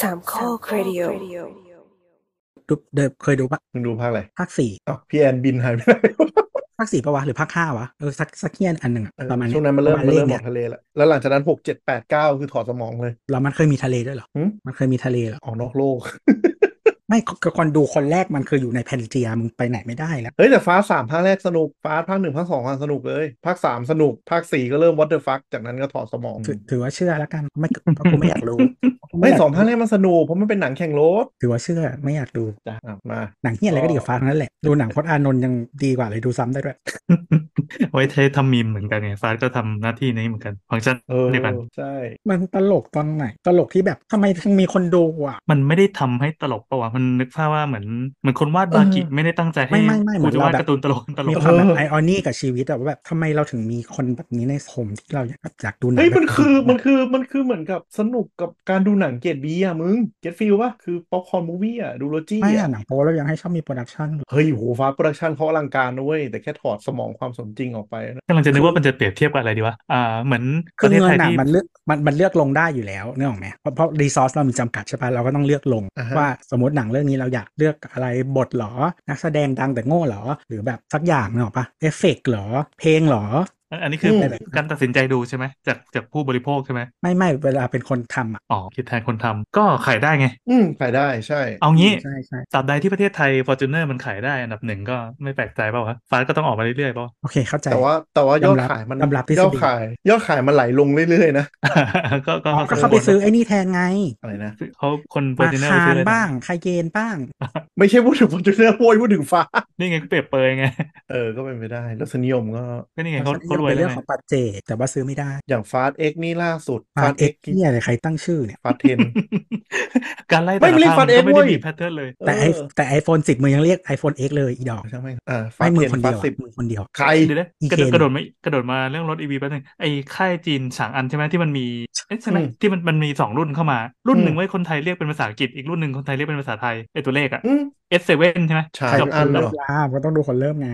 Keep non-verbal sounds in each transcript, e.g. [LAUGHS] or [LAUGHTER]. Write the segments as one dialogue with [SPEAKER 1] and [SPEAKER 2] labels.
[SPEAKER 1] สามข้อครดิโอ
[SPEAKER 2] ดูเดิมเคยดูปะ
[SPEAKER 3] มึงดูภาคอะไร
[SPEAKER 2] ภาคสี่
[SPEAKER 3] อ้าวพี่แอนบินหายไปไหน
[SPEAKER 2] ภาคสี่ปะวะหรือภาคห้าวะเออสักสักเฮียนอันหนึ่งอะ
[SPEAKER 3] เออ
[SPEAKER 2] ประมาณ
[SPEAKER 3] ช่วงนั้นมันเริ่ม
[SPEAKER 2] ปะาณ
[SPEAKER 3] มันเริ่
[SPEAKER 2] ล
[SPEAKER 3] ม
[SPEAKER 2] ข
[SPEAKER 3] อ
[SPEAKER 2] นี่
[SPEAKER 3] อย กทะเลแล้วแล้วหลังจากนั้นหกเจ็ดแปดเก้าคือถอดสมองเลย
[SPEAKER 2] แล้วมันเคยมีทะเลด้วยเหรอ
[SPEAKER 3] หึ
[SPEAKER 2] มันเคยมีทะเลเหรอ
[SPEAKER 3] ออกนอกโลก
[SPEAKER 2] ไม่คือคนดูคนแรกมันคืออยู่ในแพนเจียมึงไปไหนไม่ได้แล้ว
[SPEAKER 3] เฮ้ย แต่ฟ้าสามภาคแรกสนุก ฟ้าภาคหนึ่งภาคสองอะสนุกเลย ภาคสามสนุก ภาคสี่ก็เริ่มวัตเตอร์ฟักจากนั้นก็ถอดสมอง
[SPEAKER 2] ถือถือว่าเชื่อแล้วกัน
[SPEAKER 3] [LAUGHS]
[SPEAKER 2] ไม่เพราะกูไม่อยากรู้
[SPEAKER 3] ไม่สองภาคแรกมันสนุกเพราะมันเป็นหนังแข่งรถ
[SPEAKER 2] ถือว่าเชื่อไม่อยากดู
[SPEAKER 3] จ้ะอ่ะมา
[SPEAKER 2] หนังเฮียอะไรก็ดีกว่าฟ้าทั้งนั้นแหละดูหนังพจน์อานนท์ยังดีกว่าเลยดูซ้ำได้ด้วย
[SPEAKER 4] ไว้ใช้ทำมีมเหมือนกันไงฟาสก็ทำหน้าที่นี้เหมือนกันฟังก์ชัน
[SPEAKER 3] เออ
[SPEAKER 4] เดียวกัน
[SPEAKER 3] ใช่
[SPEAKER 2] มันตลกตอนไหน ตลกที่แบบทำไมถึงมีคนดูอ่ะ
[SPEAKER 4] มันไม่ได้ทำให้ตลกปะวะมันนึกภาพว่าเหมือนเหมือนคนวาดบากิไม่ได้ตั้งใจให้
[SPEAKER 2] ไม่ไม่ไม่เหมื
[SPEAKER 4] คุ
[SPEAKER 2] อ
[SPEAKER 4] ณ
[SPEAKER 2] นเรา
[SPEAKER 4] จะวาด
[SPEAKER 2] แบบ
[SPEAKER 4] การ์ตูนตลกตล
[SPEAKER 2] มี
[SPEAKER 4] ก
[SPEAKER 2] ความแบบไอออนี่กับชีวิตอะว่าแบบทำไมเราถึงมีคนแบบนี้ในผมที่เราอยากอยากดูหนัง
[SPEAKER 3] เฮ้ยมัน
[SPEAKER 2] แบบ
[SPEAKER 3] คือมันคือมันคือเหมือนกับสนุกกับการดูหนังเกรดบีอะมึงเกรดฟิลปะคือป๊อปคอร์นมูวี่อะดูโลจี้
[SPEAKER 2] ไม่
[SPEAKER 3] อะ
[SPEAKER 2] อะหนังโป๊แล้วยังให้ชอบมีโปรดักชั่น
[SPEAKER 3] เฮ้ยโหฟ้าโปรดักชันเขาอลังการนะเว้ย แต่แค่ถอดสมองความสมจริงออกไปนะ
[SPEAKER 4] กำลังจะนึกว่ามันจะเปรียบเทียบกับอะไรดีวะ อ่า เหมือนป
[SPEAKER 2] คือ
[SPEAKER 4] ระเทศ
[SPEAKER 2] เงิ
[SPEAKER 4] ไท
[SPEAKER 2] น
[SPEAKER 4] ย
[SPEAKER 2] อะ
[SPEAKER 4] ที่
[SPEAKER 2] มันเลือกมันมันเลือกลงได้อยู่แล้วเนื่องไหมเพราะเพราะรีซอสเรามีจำกัดใช่ปะเราก็ต้องเลือกลง
[SPEAKER 3] อ่าฮะ
[SPEAKER 2] ว่าสมมติหนังเรื่องนี้เราอยากเลือกอะไรบทเหรอ นักแสดงดังแต่โง่เหรอ หรือแบบสักอย่างเนกอะปะเอฟเฟกต์เหรอ เพลงเหรอ
[SPEAKER 4] อันนี้คืออ
[SPEAKER 2] ม
[SPEAKER 4] การตัดสินใจดูใช่ไหมจากจากผู้บริโภคใช่ไหม
[SPEAKER 2] ไม่ไม่เวลาเป็นคนทำอ่ะ
[SPEAKER 4] อ๋อ คิดแทนคนทำก็ขายได้ไง
[SPEAKER 3] อืมขายได้ใช่
[SPEAKER 4] เอางี้
[SPEAKER 2] ใช่ใช่
[SPEAKER 4] ตราบใดที่ประเทศไทย Fortuner มันขายได้อันดับหนึ่งก็ไม่แปลกใจเปล่าวะฟ้าก็ต้องออกมาเรื่อยๆเปล่าวะ [LAUGHS]
[SPEAKER 2] โอเคเข้าใจ
[SPEAKER 3] แต่ว่าแต่ว่ายอดขายมัน
[SPEAKER 2] ยอมรับทฤษฎี
[SPEAKER 3] ยอดขาย ยอดขายมันไหลลงเรื่อยๆนะ
[SPEAKER 4] ก็ก็
[SPEAKER 2] อ๋อก็เขาไปซื้อไอ้นี่แทนไง
[SPEAKER 3] อะไรนะ
[SPEAKER 4] เขาคน
[SPEAKER 2] อา
[SPEAKER 4] Fortuner
[SPEAKER 2] คา
[SPEAKER 4] ซื้
[SPEAKER 2] ร
[SPEAKER 4] อเลยนะ
[SPEAKER 2] บ้างคาเยนบ้าง
[SPEAKER 3] ไม่ใช่พูดถึงฟอร์ [LAUGHS] จูเนอร์โวยพูดถึงฟ้า
[SPEAKER 4] นี่ไงก็เปรียบเปรยไง
[SPEAKER 3] เออ ก็เป็นไปได้แล้วสนิยมก็
[SPEAKER 4] ก็นี่ไง
[SPEAKER 2] มั
[SPEAKER 4] เขา
[SPEAKER 2] น
[SPEAKER 4] เขารวย
[SPEAKER 2] เป็น
[SPEAKER 4] แล้
[SPEAKER 2] เรื่
[SPEAKER 4] ว
[SPEAKER 2] อง
[SPEAKER 4] ไง
[SPEAKER 2] ของปัจเจกแต่ว่าซื้อไม่ได้
[SPEAKER 3] อย่างฟาสเอ็กนี่ล่าสุด
[SPEAKER 2] ฟาดเอ็กเนี่ยอะไรใครตั้งชื่อเนี่ย
[SPEAKER 3] ฟาสเทน
[SPEAKER 4] [LAUGHS] การไล่
[SPEAKER 3] ไม่
[SPEAKER 4] แต่
[SPEAKER 3] ไม่เรีย
[SPEAKER 4] ละ
[SPEAKER 3] ก
[SPEAKER 4] ภาพมัน
[SPEAKER 3] Fast
[SPEAKER 4] ก็
[SPEAKER 3] X
[SPEAKER 4] ไม่ได้
[SPEAKER 3] เว้ย
[SPEAKER 4] มีแพทเทิร์นเลย
[SPEAKER 2] [LAUGHS] แต่ไอแต่ไอโฟนสิบมึงยังเรียก iPhone X เลยอีดอก
[SPEAKER 3] ช่างแม่งอ่าฟา
[SPEAKER 2] ไม่
[SPEAKER 3] ส
[SPEAKER 2] มึ
[SPEAKER 3] เท
[SPEAKER 2] ง
[SPEAKER 3] น
[SPEAKER 2] คน
[SPEAKER 3] ฟา
[SPEAKER 2] เดียว
[SPEAKER 3] ส
[SPEAKER 2] อะ
[SPEAKER 3] สิบ
[SPEAKER 2] มึงคนเดียว
[SPEAKER 3] ใคร
[SPEAKER 4] เดี๋ยวนะ
[SPEAKER 2] อี
[SPEAKER 4] กระ
[SPEAKER 2] เคน
[SPEAKER 4] โดดกระโดดไม่กระโดดมาเรื่องรถอีวีแป๊บนึงไอ้ค่ายจีนฉางอันใช่ไหมที่มันมีเอ๊ะใช่ไหม
[SPEAKER 3] อืม
[SPEAKER 4] ที่มันมันมีสองรุ่นเข้ามารุ่น
[SPEAKER 3] อืม
[SPEAKER 4] หนึ่งไว้คนไทยเรียกเป็นภาษาอังกฤษอีกรุ่นหนึ่งคนไทยเรียกเป็นภาษาไทยไอ้ตัวเลขอะ
[SPEAKER 3] อืม
[SPEAKER 4] S7 ใช่ไหม
[SPEAKER 3] ฉาง
[SPEAKER 2] ใคร
[SPEAKER 4] กับ
[SPEAKER 2] เป็น
[SPEAKER 3] อั
[SPEAKER 2] คน
[SPEAKER 3] หร
[SPEAKER 2] เริ่
[SPEAKER 4] กั
[SPEAKER 2] ม
[SPEAKER 4] บ
[SPEAKER 2] ล่าก็ต้องดูคนเริ่มไง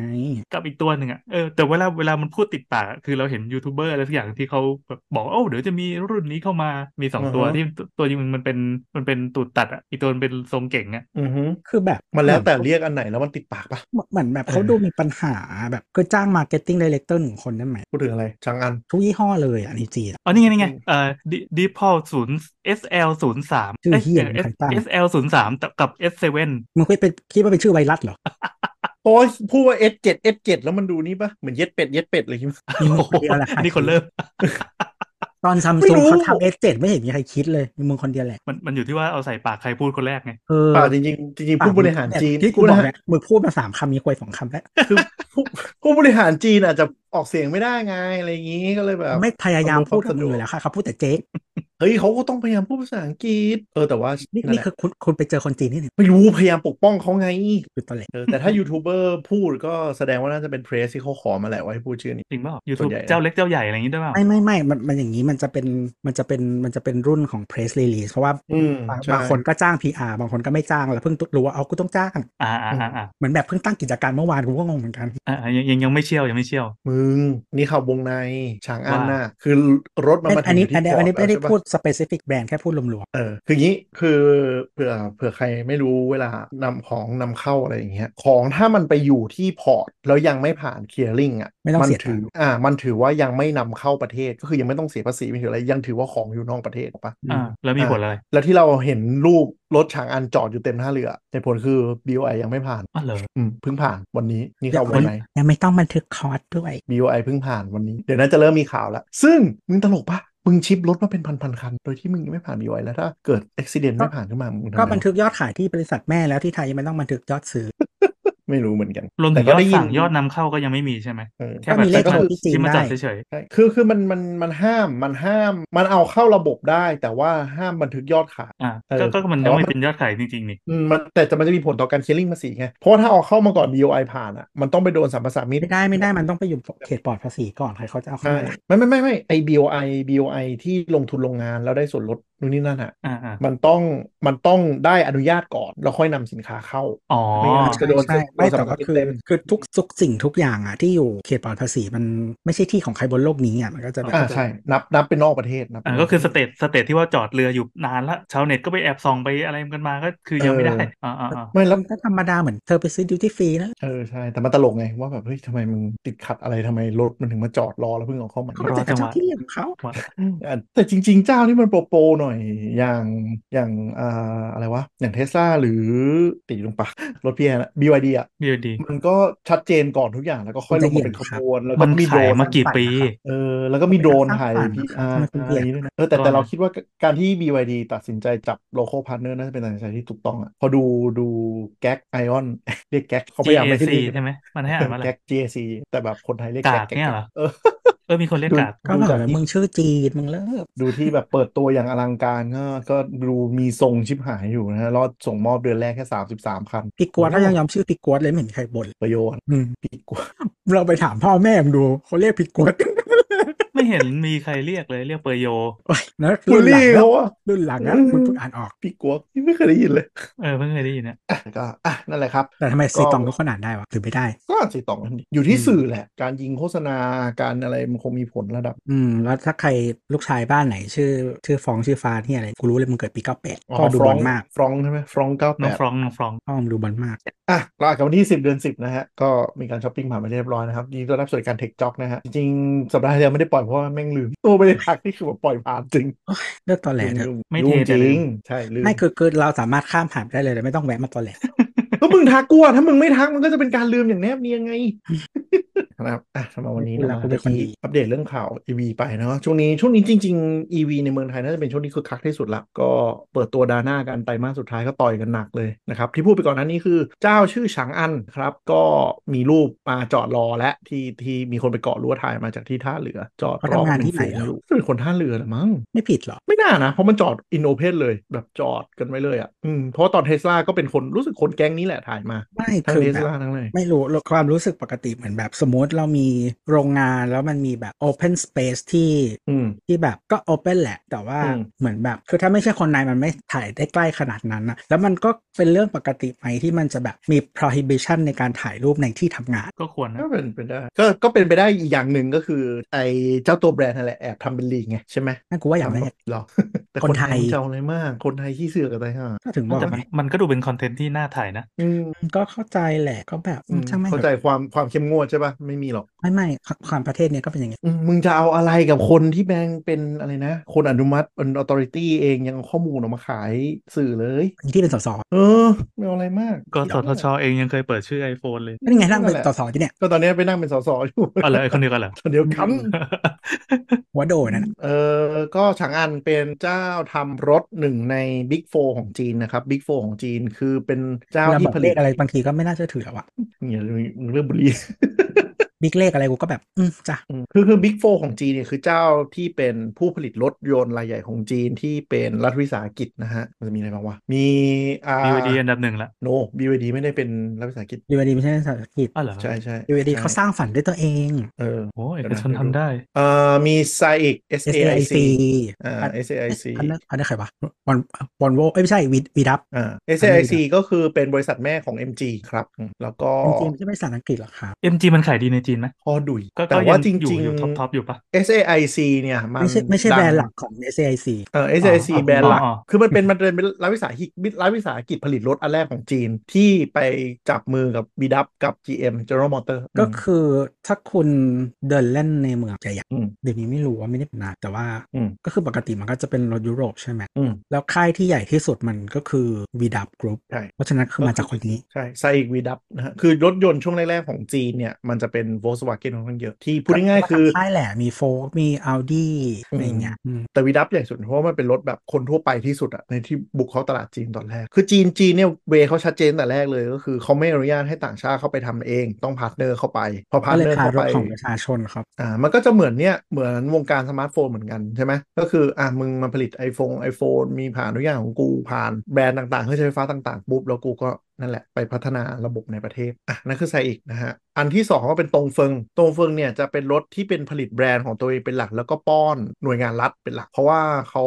[SPEAKER 4] กับอีกตัวหนึ่งอะเออแต่เวลาเวลามันพูดติดปากอะคือเราเห็นยูทูบเบอร์อะไรสักอย่างที่เขาแบบบอกโอ้าเดี๋ยวจะมีรุ่นนี้เข้ามามีสอง
[SPEAKER 3] อ่าฮะ
[SPEAKER 4] ตัวที่ตัวตัวยิงมันเป็นมันเป็นตูดตัดอะอีกตัวมันเป็นทรงเก่งอะ
[SPEAKER 3] อือฮึ
[SPEAKER 2] คือแบบ
[SPEAKER 3] มันแล้วแต่เรียกอันไหนแล้วมันติดปากปะ
[SPEAKER 2] เหมือนแบบ
[SPEAKER 3] เออ
[SPEAKER 2] เขาดูมีปัญหาแบบก็จ้างมาร์เก็ตติ้งดีเลกเตอร์หนึ่งคนได้ไหม
[SPEAKER 3] พูดถึงอะไรฉางอัน
[SPEAKER 2] ทุกยี่ห้อเลยอันนี้จีนอะ
[SPEAKER 4] อ๋อนี่ไงนี่ไง
[SPEAKER 3] อืม
[SPEAKER 4] เอ่อดีดีพอศูนย์ SL ศูนย์สาม
[SPEAKER 2] ชื่อเหี้ยมันใครตั้ง
[SPEAKER 4] SL ศูนย์สามกับ S7
[SPEAKER 2] มึงคิดเป็นคิดว่าเป็นชื่อไวรัสเหรอ
[SPEAKER 3] โอ้ยพูดว่า S7 S7 แล้วมันดูนี่ปะเหมือนเย็ดเป็ดเย็ดเป็ดเลยใช่ไหม
[SPEAKER 2] มีมึงคนเดียวแหละ
[SPEAKER 4] นี่คนเริ่ม
[SPEAKER 2] ตอนซัม
[SPEAKER 3] ไม่
[SPEAKER 2] ซุ
[SPEAKER 3] รู้
[SPEAKER 2] งเขาทำ S7 ไม่เห็นมีใครคิดเลยมีมึงคนเดียวแหละ
[SPEAKER 4] มันมันอยู่ที่ว่าเอาใส่ปากใครพูดคนแรกไง
[SPEAKER 2] เออ
[SPEAKER 3] เปล่าจริงๆจริงๆผู้บริหารจีน
[SPEAKER 2] ที่กู
[SPEAKER 3] ผู้บ
[SPEAKER 2] บอก
[SPEAKER 3] ริ
[SPEAKER 2] อ
[SPEAKER 3] หาก ร
[SPEAKER 2] เนี่ยมึงพูดมาสามคำมีควยสองคำแล้ว
[SPEAKER 3] คือผู้ผู้บริหารจีนอาจจะออกเสียงไม่ได้ไงอะไรอย่างนี้ก็เลยแบบ
[SPEAKER 2] ไม่พยายามพูดกับ
[SPEAKER 3] อำน
[SPEAKER 2] มึง
[SPEAKER 3] ว
[SPEAKER 2] อย
[SPEAKER 3] ควสะดวก
[SPEAKER 2] แล้วค่ะเขาพูดแต่เจ๊ก
[SPEAKER 3] เฮ้ยเขาก็ต้องพยายามพูดภาษาอังกฤษเออแต่ว่า
[SPEAKER 2] นี่
[SPEAKER 3] นั่น
[SPEAKER 2] นี่
[SPEAKER 3] แหละ
[SPEAKER 2] คือคุณคุณไปเจอคนจีนนี่หนึ่ง
[SPEAKER 3] ไม่รู้พยายามปกป้องเขาไง
[SPEAKER 2] คือตอนแรก
[SPEAKER 3] เออแต่ถ้ายูทูบเบอร์พูดก็แสดงว่าน่าจะเป็นเพรสที่เขาขอมาแหละว่าให้พูดชื่อนี้
[SPEAKER 4] จริงเปล่ายู
[SPEAKER 3] ส่
[SPEAKER 4] ทู
[SPEAKER 3] ว
[SPEAKER 4] บ
[SPEAKER 3] นใหญ่นะ
[SPEAKER 4] เจ้าเล็กเจ้าใหญ่อะไรอย่างนี้ได้วยเปล่า
[SPEAKER 2] ไม่ไม่ไม่มันมันอย่างนี้มันจะเป็นมันจะเป็นมันจะเป็นรุ่นของ press release เพราะว่า
[SPEAKER 3] อืม
[SPEAKER 2] บาง
[SPEAKER 3] ใช่
[SPEAKER 2] บางคนก็จ้าง PR บางคนก็ไม่จ้างแล้วเพิ่งรู้ว่าเอากูต้องจ้าง
[SPEAKER 4] อ่าอ่าอ่าอ่า
[SPEAKER 2] เหมือนแบบเพิ่งตั้งกิจการเมื่อวานกูก็งงเหมือนกัน
[SPEAKER 4] อ่ายังยังยังไม่เชี่ยวยังไม่เชี่ยว
[SPEAKER 3] มึง นี่ข่าววงในฉางอันน่ะคือรถมันมาถึ
[SPEAKER 2] อัน
[SPEAKER 3] ง
[SPEAKER 2] นี้
[SPEAKER 3] ยู่ที่
[SPEAKER 2] อันนี้
[SPEAKER 3] พ
[SPEAKER 2] อัน
[SPEAKER 3] ร์ต
[SPEAKER 2] นี้ไม่ได้
[SPEAKER 3] แล้วใช่ปะ
[SPEAKER 2] พูด specific brand แค่พูดรวม
[SPEAKER 3] เออคืองี้คือเผื่อเผื่อใครไม่รู้เวลานำของนำเข้าอะไรอย่างเงี้ยของถ้ามันไปอยู่ที่พอร์ตแล้วยังไม่ผ่านเคลียร์ลิงอ่ะ
[SPEAKER 2] ๆไม่ต้อง
[SPEAKER 3] มั
[SPEAKER 2] เสีย
[SPEAKER 3] ถื
[SPEAKER 2] ตัง
[SPEAKER 3] อ
[SPEAKER 2] ค์
[SPEAKER 3] อ่ามันถือว่ายังไม่นำเข้าประเทศก็คือยังไม่ต้องเสียภาษีไม่ถืออะไรยังถือว่าของอยู่นอกประเทศถูกปะ
[SPEAKER 4] อ่า แล้วมีผลอะไร
[SPEAKER 3] แล้วที่เราเห็นรูปรถฉางอันจอดอยู่เต็มท่าเรือแต่ผลคือ BOI ยังไม่ผ่าน
[SPEAKER 4] อ๋อเหรอ
[SPEAKER 3] อืมเพิ่งผ่านวันนี้นี่
[SPEAKER 2] เดี๋ย
[SPEAKER 3] เข้าว วันไหน
[SPEAKER 2] ยังไม่ต้องบันทึกคอร์สด้วย
[SPEAKER 3] BOI เพิ่งผ่านวันนี้เดี๋ยวน่าจะเริ่มมีข่าวแล้ว ซึ่งมึงตลกปะมึงชิปรถมาเป็นพันๆคัน โดยที่มึงยังไม่ผ่าน BOI แล้วถ้าเกิดอุบิเหตุไม่ผ่านขึ้นมามึงทำไง
[SPEAKER 2] ก็บันทึกยอดขายที่บริษัทแม่แล้วที่ไทยยังไม่ต้องบันทึกยอดซื้อ
[SPEAKER 3] ไม่รู้เหมือนกัน
[SPEAKER 4] รวม
[SPEAKER 3] แต่
[SPEAKER 4] ถึง
[SPEAKER 3] ก็
[SPEAKER 4] ยอด
[SPEAKER 3] ได้ยิน
[SPEAKER 4] สั่งยอดนำเข้าก็ยังไม่มีใช่ไหม
[SPEAKER 3] เออ
[SPEAKER 4] แค่
[SPEAKER 2] ก็
[SPEAKER 4] แบ
[SPEAKER 2] มี
[SPEAKER 4] บ
[SPEAKER 2] เลข
[SPEAKER 3] แต่ก็
[SPEAKER 2] ของ
[SPEAKER 3] คือ
[SPEAKER 2] ที่จีน
[SPEAKER 4] ที่มาจัด
[SPEAKER 2] ได้
[SPEAKER 4] เฉย
[SPEAKER 3] ใช่คือคือมันมันมันห้ามมันห้ามมันเอาเข้าระบบได้ แต่ว่าห้ามบันทึกยอดขาย
[SPEAKER 4] ๆอ่า
[SPEAKER 3] เออ
[SPEAKER 4] ก็ก็ก็มัน
[SPEAKER 3] แต่
[SPEAKER 4] ยัง
[SPEAKER 3] ว่ามั
[SPEAKER 4] ไม่
[SPEAKER 3] น
[SPEAKER 4] เป็นยอดขายจริงๆนี่
[SPEAKER 3] อืมมันแต่จะมันจะมีผลต่อการเคลียร์ลิงภาษีไงเพราะว่าถ้าเอาเข้ามาก่อน BOI ผ่านอ่ะมันต้องไปโดนสัมภาษามิตร
[SPEAKER 2] ไม่ได้ไม่ได้มันต้องไปอยู่เขตปลอดภาษีก่อนใครเขาจะเอาเข้า
[SPEAKER 3] ใช่
[SPEAKER 2] มาล่ะ
[SPEAKER 3] ไม่ไม่ไม่ไม่ไอ BOI BOI ที่ลงทุนโรงงานแล้วได้ส่วนลด นู่นนี่นั่นอ่ะ
[SPEAKER 4] อ่าอ่า
[SPEAKER 3] มันต้องมันต้องได้อนุญาตก่อนแล้วค่อยนำสินค้าเข้า
[SPEAKER 4] อ๋อ
[SPEAKER 3] ไม่งั้น จะโดน
[SPEAKER 2] ใช่ไม่แต่ก็คือ
[SPEAKER 3] โดนสำนักเต็ม
[SPEAKER 2] คือทุกทุกสิ่งทุกอย่างอ่ะที่อยู่เขตปลอดภาษีมันไม่ใช่ที่ของใครบนโลกนี้อ่ะมันก็จะแบบ
[SPEAKER 3] อ่าใช่ นับนับเป็นนอกประเทศนับเป็
[SPEAKER 4] อ่าน ก็คือส
[SPEAKER 3] นกประ
[SPEAKER 4] เต
[SPEAKER 3] เทศ
[SPEAKER 4] ทสเตทที่ว่าจอดเรืออยู่นานละชาวเน็ตก็ไปแอบส่องไปอะไรกันมาก็คือยังไม่ได้อ่าอ่าอ่า
[SPEAKER 3] ไม่แล้ว
[SPEAKER 2] มันก็ธรรมดาเหมือนเธอไปซื้อดิวตี้ฟรีแล้ว
[SPEAKER 3] เออใช่ แต่มันตลกไง ว่าแบบ เฮ้ยทำไมมึงติดขัดอะไรทำไมรถมันถึงมาจอดรอแล้วเพิ่งเอาเข้ามา
[SPEAKER 2] เขาก็จะกระเจ้าที่ของเขา
[SPEAKER 3] อ่ะแต่จริง ๆ เจ้านี่มันโปรโปรหน่อยอย่างอย่างอ่าอะไรวะ อย่างเทสลาหรือติดลงปะรถเพียนะ BYD อ่ะ
[SPEAKER 4] มีอยู่ดี
[SPEAKER 3] มันก็ชัดเจนก่อนทุกอย่างแล้วก็ค่อยลงมาเป็นขบวนแล้วก็
[SPEAKER 4] มัน
[SPEAKER 3] มีโดร
[SPEAKER 4] ขาย
[SPEAKER 3] น
[SPEAKER 4] มากี่ปี
[SPEAKER 3] เออแล้วก็มีโดรนถ่าย
[SPEAKER 2] มันเป็
[SPEAKER 3] พี
[SPEAKER 2] น
[SPEAKER 3] อา
[SPEAKER 2] ข้างฝั่งนะครับมันเป็น
[SPEAKER 3] ร์อะไรอย่างนี้ด้วยนะเออแต่แต่
[SPEAKER 4] โดรน
[SPEAKER 3] เราคิดว่าการที่ BYD ตัดสินใจจับ local partner น่าจะเป็นตัดสินใจที่ถูกต้องอ่ะพอดูดูแก๊กไอออนเรียกแก๊กเขาพยายามไม่ให้
[SPEAKER 4] GAC
[SPEAKER 3] เรียก
[SPEAKER 4] ใช่ไหมมันให้อ่านว่าอะไร
[SPEAKER 3] แก๊ก GAC แต่แบบคนไทยเรียก
[SPEAKER 4] กา
[SPEAKER 3] แก๊ก
[SPEAKER 4] กเนี่ยเหรอ
[SPEAKER 3] เออ
[SPEAKER 4] เออมีคนเรียก
[SPEAKER 3] ดู
[SPEAKER 4] กาด
[SPEAKER 2] ก็แบบมึงชื่อจีนมึงเลิก
[SPEAKER 3] ดูที่แบบเปิดตัวอย่างอลังการก็ก็ดูมีทรงชิบหายอยู่นะฮะรอดส่งมอบเดือนแรกแค่สามสิบสามคัน
[SPEAKER 2] ปีกวดเขายังยอมชื่อปีกวดเลยไม่เห็นมีใครบ่น
[SPEAKER 3] ประโยชน์
[SPEAKER 2] อืม
[SPEAKER 3] ปีกว่า
[SPEAKER 2] เราไปถามพ่อแม่มึงดูเขาเรียกปีกวด
[SPEAKER 4] ไม่เห็นมีใครเรียกเลยเรียกเปอร์โย
[SPEAKER 2] โอ้ยนะ
[SPEAKER 3] บุ
[SPEAKER 2] รุ่นหลั
[SPEAKER 3] รี
[SPEAKER 2] งนะ
[SPEAKER 3] เขาอะ
[SPEAKER 2] รุ่นหลังนะมึงเพิ่งอ่านออก
[SPEAKER 3] ปีกว่าไม่เคยได้ยินเลย
[SPEAKER 4] เออเพิ่งเคยได้ยินเนี่ย
[SPEAKER 3] อ่ะก็อ่ะนั่นแหละครับ
[SPEAKER 2] แต่ทำไมซีตองเขาขนาดได้วะหรือไม่ได้
[SPEAKER 3] ก็อาจจะต่อกันดีอยู่ที่
[SPEAKER 2] อืม
[SPEAKER 3] สื่อแหละ การยิงโฆษณาการอะไรมันคงมีผลระดับ
[SPEAKER 2] อืม แล้วถ้าใครลูกชายบ้านไหน ชื่อ ชื่อฟองชื่อฟ้าที่อะไรกูรู้เลยมึงเกิดปี 98พ่อดูบอลมาก
[SPEAKER 3] ฟรองก์ใช่ไหมฟรองเก้าแป
[SPEAKER 4] น้อง
[SPEAKER 3] ด
[SPEAKER 4] ฟรองก์น้องฟรองก์
[SPEAKER 2] พ่อมึงดูบอลมาก
[SPEAKER 3] อ่ะก็อาจจะวันที่ 10 เดือน 10 นะฮะ ก็มีการช้อปปิ้งผ่านไปเรียบร้อยนะครับยินดีต้อนรับสู่รายการเทคจ็อกนะฮะ จริงๆสัปดาห์ที่แล้วไม่ได้ปล่อยเพราะว่าแม่งลืมตัวไม่ได้พักนี่คือแบบปล่อยผ่านจริง
[SPEAKER 2] เลือกตอนแหลเถอะ
[SPEAKER 3] ลื
[SPEAKER 4] ไม่เท
[SPEAKER 3] ลืจ
[SPEAKER 4] แต่ลื
[SPEAKER 3] ริ
[SPEAKER 4] ม
[SPEAKER 3] งใช่ลืม
[SPEAKER 2] ไม่คือคือเราสามารถข้ามผ่านไปได้เลยเลยไม่ต้องแวะมาตอนแหล
[SPEAKER 3] ก็มึงทักกูอะถ้ามึงไม่ทักมันก็จะเป็นการลืมอย่างแนบเนียงไง นะครับอ่ะสำหรับวันนี้เรามาที่อัปเดตเรื่องข่าว EV ไปเนาะช่วงนี้ช่วงนี้จริง ๆ EV ในเมืองไทยน่าจะเป็นช่วงที่คือคักที่สุดละก็เปิดตัวดาน่ากันไตรมาสสุดท้ายก็ต่อยกันหนักเลยนะครับ ที่พูดไปก่อนหนั้นนี้คือเจ้าชื่อฉางอันครับ ก็มีรูปมาจอดรอและที่ที่มีคนไปเกาะรั้วถ่ายมาจากที่ท่าเรือ จอด
[SPEAKER 2] เขา
[SPEAKER 3] รอ
[SPEAKER 2] ทำงาน
[SPEAKER 3] เป็
[SPEAKER 2] ที่ไหน
[SPEAKER 3] ฝูง
[SPEAKER 2] แล้ว
[SPEAKER 3] อยู่เป็นคนท่าเรือเหรอมั้ง
[SPEAKER 2] ไม่ผิดหรอ
[SPEAKER 3] ไม่น่านะ เพราะมันจอดอินโอเพนเลยแบบจอดกันไว้เลยอ่ะอืมเพราะว่าตอนเทสลาก็เป็นคนรู้สึกคนแก๊งนี้แหละถ่ายมา
[SPEAKER 2] ไม่
[SPEAKER 3] ทั้ง
[SPEAKER 2] คือ
[SPEAKER 3] เทส
[SPEAKER 2] แบบ
[SPEAKER 3] ลาทั้งเลย
[SPEAKER 2] ไม่รู้ความรู้สึกปกติเหมือนแบบสมมติเรามีโรงงานแล้วมันมีแบบ Open Space ที่
[SPEAKER 3] อืม
[SPEAKER 2] ที่แบบก็ Open แหละ แต่ว่า
[SPEAKER 3] อืม
[SPEAKER 2] เหมือนแบบ คือถ้าไม่ใช่คนในมันไม่ถ่ายได้ใกล้ขนาดนั้นนะแล้วมันก็เป็นเรื่องปกติไหมที่มันจะแบบมี prohibition ในการถ่ายรูปในที่ทำงาน
[SPEAKER 4] ก็ควรนะ
[SPEAKER 3] ก็เป็นไปได้ก็ก็เป็นไปได้อีกอย่างหนึ่งก็คือ ไอ้เจ้าตัวแบรนด์นั่นแหละแอบทำเป็นลีกไงใช่ไหม
[SPEAKER 2] นั่นกูว่าอย่างแรก
[SPEAKER 3] หรอ แต่
[SPEAKER 2] คนไทย
[SPEAKER 3] ม่เจ้าอะไรมาก คนไทยขี้เสือกอะไรฮะ
[SPEAKER 2] ก็ถึงบอก
[SPEAKER 4] แต่มัน
[SPEAKER 2] ไง
[SPEAKER 4] มันก็ดูเป็นคอนเทนต์ที่น่าถ่ายนะ
[SPEAKER 3] อืม
[SPEAKER 2] ก็เข้าใจแหละก็แบบอืมช่างไม่ง
[SPEAKER 3] เข้าใจความความเข้มงวดใช่ปะไม่มีหรอก
[SPEAKER 2] ไม่ไม่ความประเทศเนี้ยก็เป็นอย่างนี้
[SPEAKER 3] อืมมึงจะเอาอะไรกับคนที่แบงเป็นอะไรนะ คนอนุมัติเป็นออ h o ริตี้เองยังเอาข้อมูลออกมาขายสื่อเลย
[SPEAKER 2] ที่เป็นสส
[SPEAKER 3] เออ ไม่เอาอะไรมาก
[SPEAKER 4] ก็สทชเองยังเคยเปิดชื่อ iPhone เลย
[SPEAKER 2] นี่ไงนั่งเป็นสสที่เนี่ย
[SPEAKER 3] ก็ตอนนี้ไปนั่งเป็นสสอยู่
[SPEAKER 4] อ๋อเหรอไอคนเดียวกันเหรอ
[SPEAKER 3] ตอนเดียวกัน
[SPEAKER 2] หัวโดนนน่ะ
[SPEAKER 3] เออก็ฉางอันเป็นเจ้าทำรถหนึ่งใน Big 4 ของจีนนะครับ Big 4 ของจีนคือเป็นเจ้า
[SPEAKER 2] เรา
[SPEAKER 3] ที่
[SPEAKER 2] บอก
[SPEAKER 3] ผ
[SPEAKER 2] เล
[SPEAKER 3] ลิต
[SPEAKER 2] ขอะไรบางทีก็ไม่น่าเชื่อถือแล้วอะ
[SPEAKER 3] เนี่ยเรื่องบุห [LAUGHS] รี่
[SPEAKER 2] บิ๊กเลขอะไรกูก็แบบ อืมจ้ะ
[SPEAKER 3] อืมคือคือ Big 4 ของจีนเนี่ยคือเจ้าที่เป็นผู้ผลิตรถยนต์รายใหญ่ของจีนที่เป็นรัฐวิสาหกิจนะฮะ มันจะมีอะไรบ้างวะ มีอ่า
[SPEAKER 4] BYD อันดับหนึ่งละ
[SPEAKER 3] โน BYD ไม่ได้เป็นรัฐวิสาหกิจ
[SPEAKER 2] ดีวดีไม่ใช่เศรษฐกิจ
[SPEAKER 4] อ๋อเหรอ
[SPEAKER 3] ใช่ใช่
[SPEAKER 2] ดีวดีเขาส
[SPEAKER 3] ใช่
[SPEAKER 2] ร้างฝันด้วยตัวเอง
[SPEAKER 3] เออ
[SPEAKER 4] โอ้เอกชนทำได้
[SPEAKER 3] เอ่อมี SAIC
[SPEAKER 2] เอสเอไอ
[SPEAKER 3] SAIC
[SPEAKER 2] ซี
[SPEAKER 3] อ่า SAIC
[SPEAKER 2] อันนั้นอันนั้นใครวะวอนวอนโวเอ้ยไม่ใช่วีวีดับ
[SPEAKER 3] อ่า
[SPEAKER 2] อันนี้
[SPEAKER 3] SAIC
[SPEAKER 2] ดีนะ
[SPEAKER 3] ก็คือเป็นบริษัทแม่ของ MG ครับอืมแล้วก็
[SPEAKER 2] จริงๆมันจะไม่ใช่ภาษาอังกฤษหรอครับ
[SPEAKER 4] MG มันขายดีในจีนไหม
[SPEAKER 3] พอดุย
[SPEAKER 4] ก็
[SPEAKER 3] แต่
[SPEAKER 4] ก็
[SPEAKER 3] ว่า
[SPEAKER 4] ยัง
[SPEAKER 3] จ
[SPEAKER 4] อยู่
[SPEAKER 3] ริง
[SPEAKER 4] อยู่ท็อปท็อปอยู่ปะ
[SPEAKER 3] ๆ SAIC เนี่ยมัน
[SPEAKER 2] ไม่ใช่ไม่ใช่
[SPEAKER 3] ดัง
[SPEAKER 2] แบรนด์หลักของ SAIC
[SPEAKER 3] เออ SAIC
[SPEAKER 4] อ๋อ
[SPEAKER 3] แบรนด์หลัก
[SPEAKER 4] อ๋ออ๋อ
[SPEAKER 3] คือมันเป็นมันเป็นรัฐวิสาหกิจรัฐวิสาหกิจผลิตรถอันแรกของจีนที่ไปจับมือกับ BW กับ GM General Motor
[SPEAKER 2] ก็คือถ้าคุณเดินเล่นในเมืองใหญ่
[SPEAKER 3] อืม
[SPEAKER 2] ๆเดี๋ยวนี้ไม่รู้ว่าไม่ได้เป็นนานแต่ว่า
[SPEAKER 3] อืม
[SPEAKER 2] ก็คือปกติมันก็จะเป็นรถยุโรปใช่ไหม
[SPEAKER 3] อืม
[SPEAKER 2] แล้วค่ายที่ใหญ่ที่สุดมันก็คือ VW Group
[SPEAKER 3] ใช่
[SPEAKER 2] เพราะฉะนั้นคือมาจากคนนี้
[SPEAKER 3] ใช่ไซอีกวีดับนะฮะคือรถยนต์ช่วงแรก ๆ ของจีนเนี่ย มันจะเป็น Volkswagen ค่อนข้างเยอะที่พูดง่ายๆคือ
[SPEAKER 2] ก็ทำค่ายแหละมีโฟกมี Audi
[SPEAKER 3] อืม
[SPEAKER 2] อะไรอย่างเงี้ยอืม
[SPEAKER 3] แต่วีดับใหญ่สุดเพราะว่ามันเป็นรถแบบคนทั่วไปที่สุดอะในที่บุกเข้าตลาดจีนตอนแรก คือจีนจีนเนี่ยเวย์เขาชัดเจนแต่แรกเลยก็คือเขาไม่อนุญาตให้ต่างชาติเข้าไปทำเองต้องพาร์ทเนอร์เข้าไป พอพา
[SPEAKER 2] ก็
[SPEAKER 3] ร์ท
[SPEAKER 2] เลย
[SPEAKER 3] เนอร์
[SPEAKER 2] พา
[SPEAKER 3] เข้าร ไป
[SPEAKER 2] ถของประชาชนครับ
[SPEAKER 3] อ่ามันก็จะเหมือนเนี่ยเหมือนวงการสมาร์ทโฟนเหมือนกันใช่ไหมก็คืออ่ามึงมาผลิต iPhone iPhone มีผ่านทุกอย่างของกูผ่านแบรนด์ต่างๆเครื่องใช้ไฟฟ้าต่างๆปุ๊บแล้วกูก็นั่นแหละไปพัฒนาระบบในประเทศอ่ะนั่นคือไซอีกนะฮะ อันที่สองก็เป็นตรงเฟิงตรงเฟิงเนี่ยจะเป็นรถที่เป็นผลิตแบรนด์ของตัวเองเป็นหลัก แล้วก็ป้อนหน่วยงานรัฐเป็นหลัก เพราะว่าเขา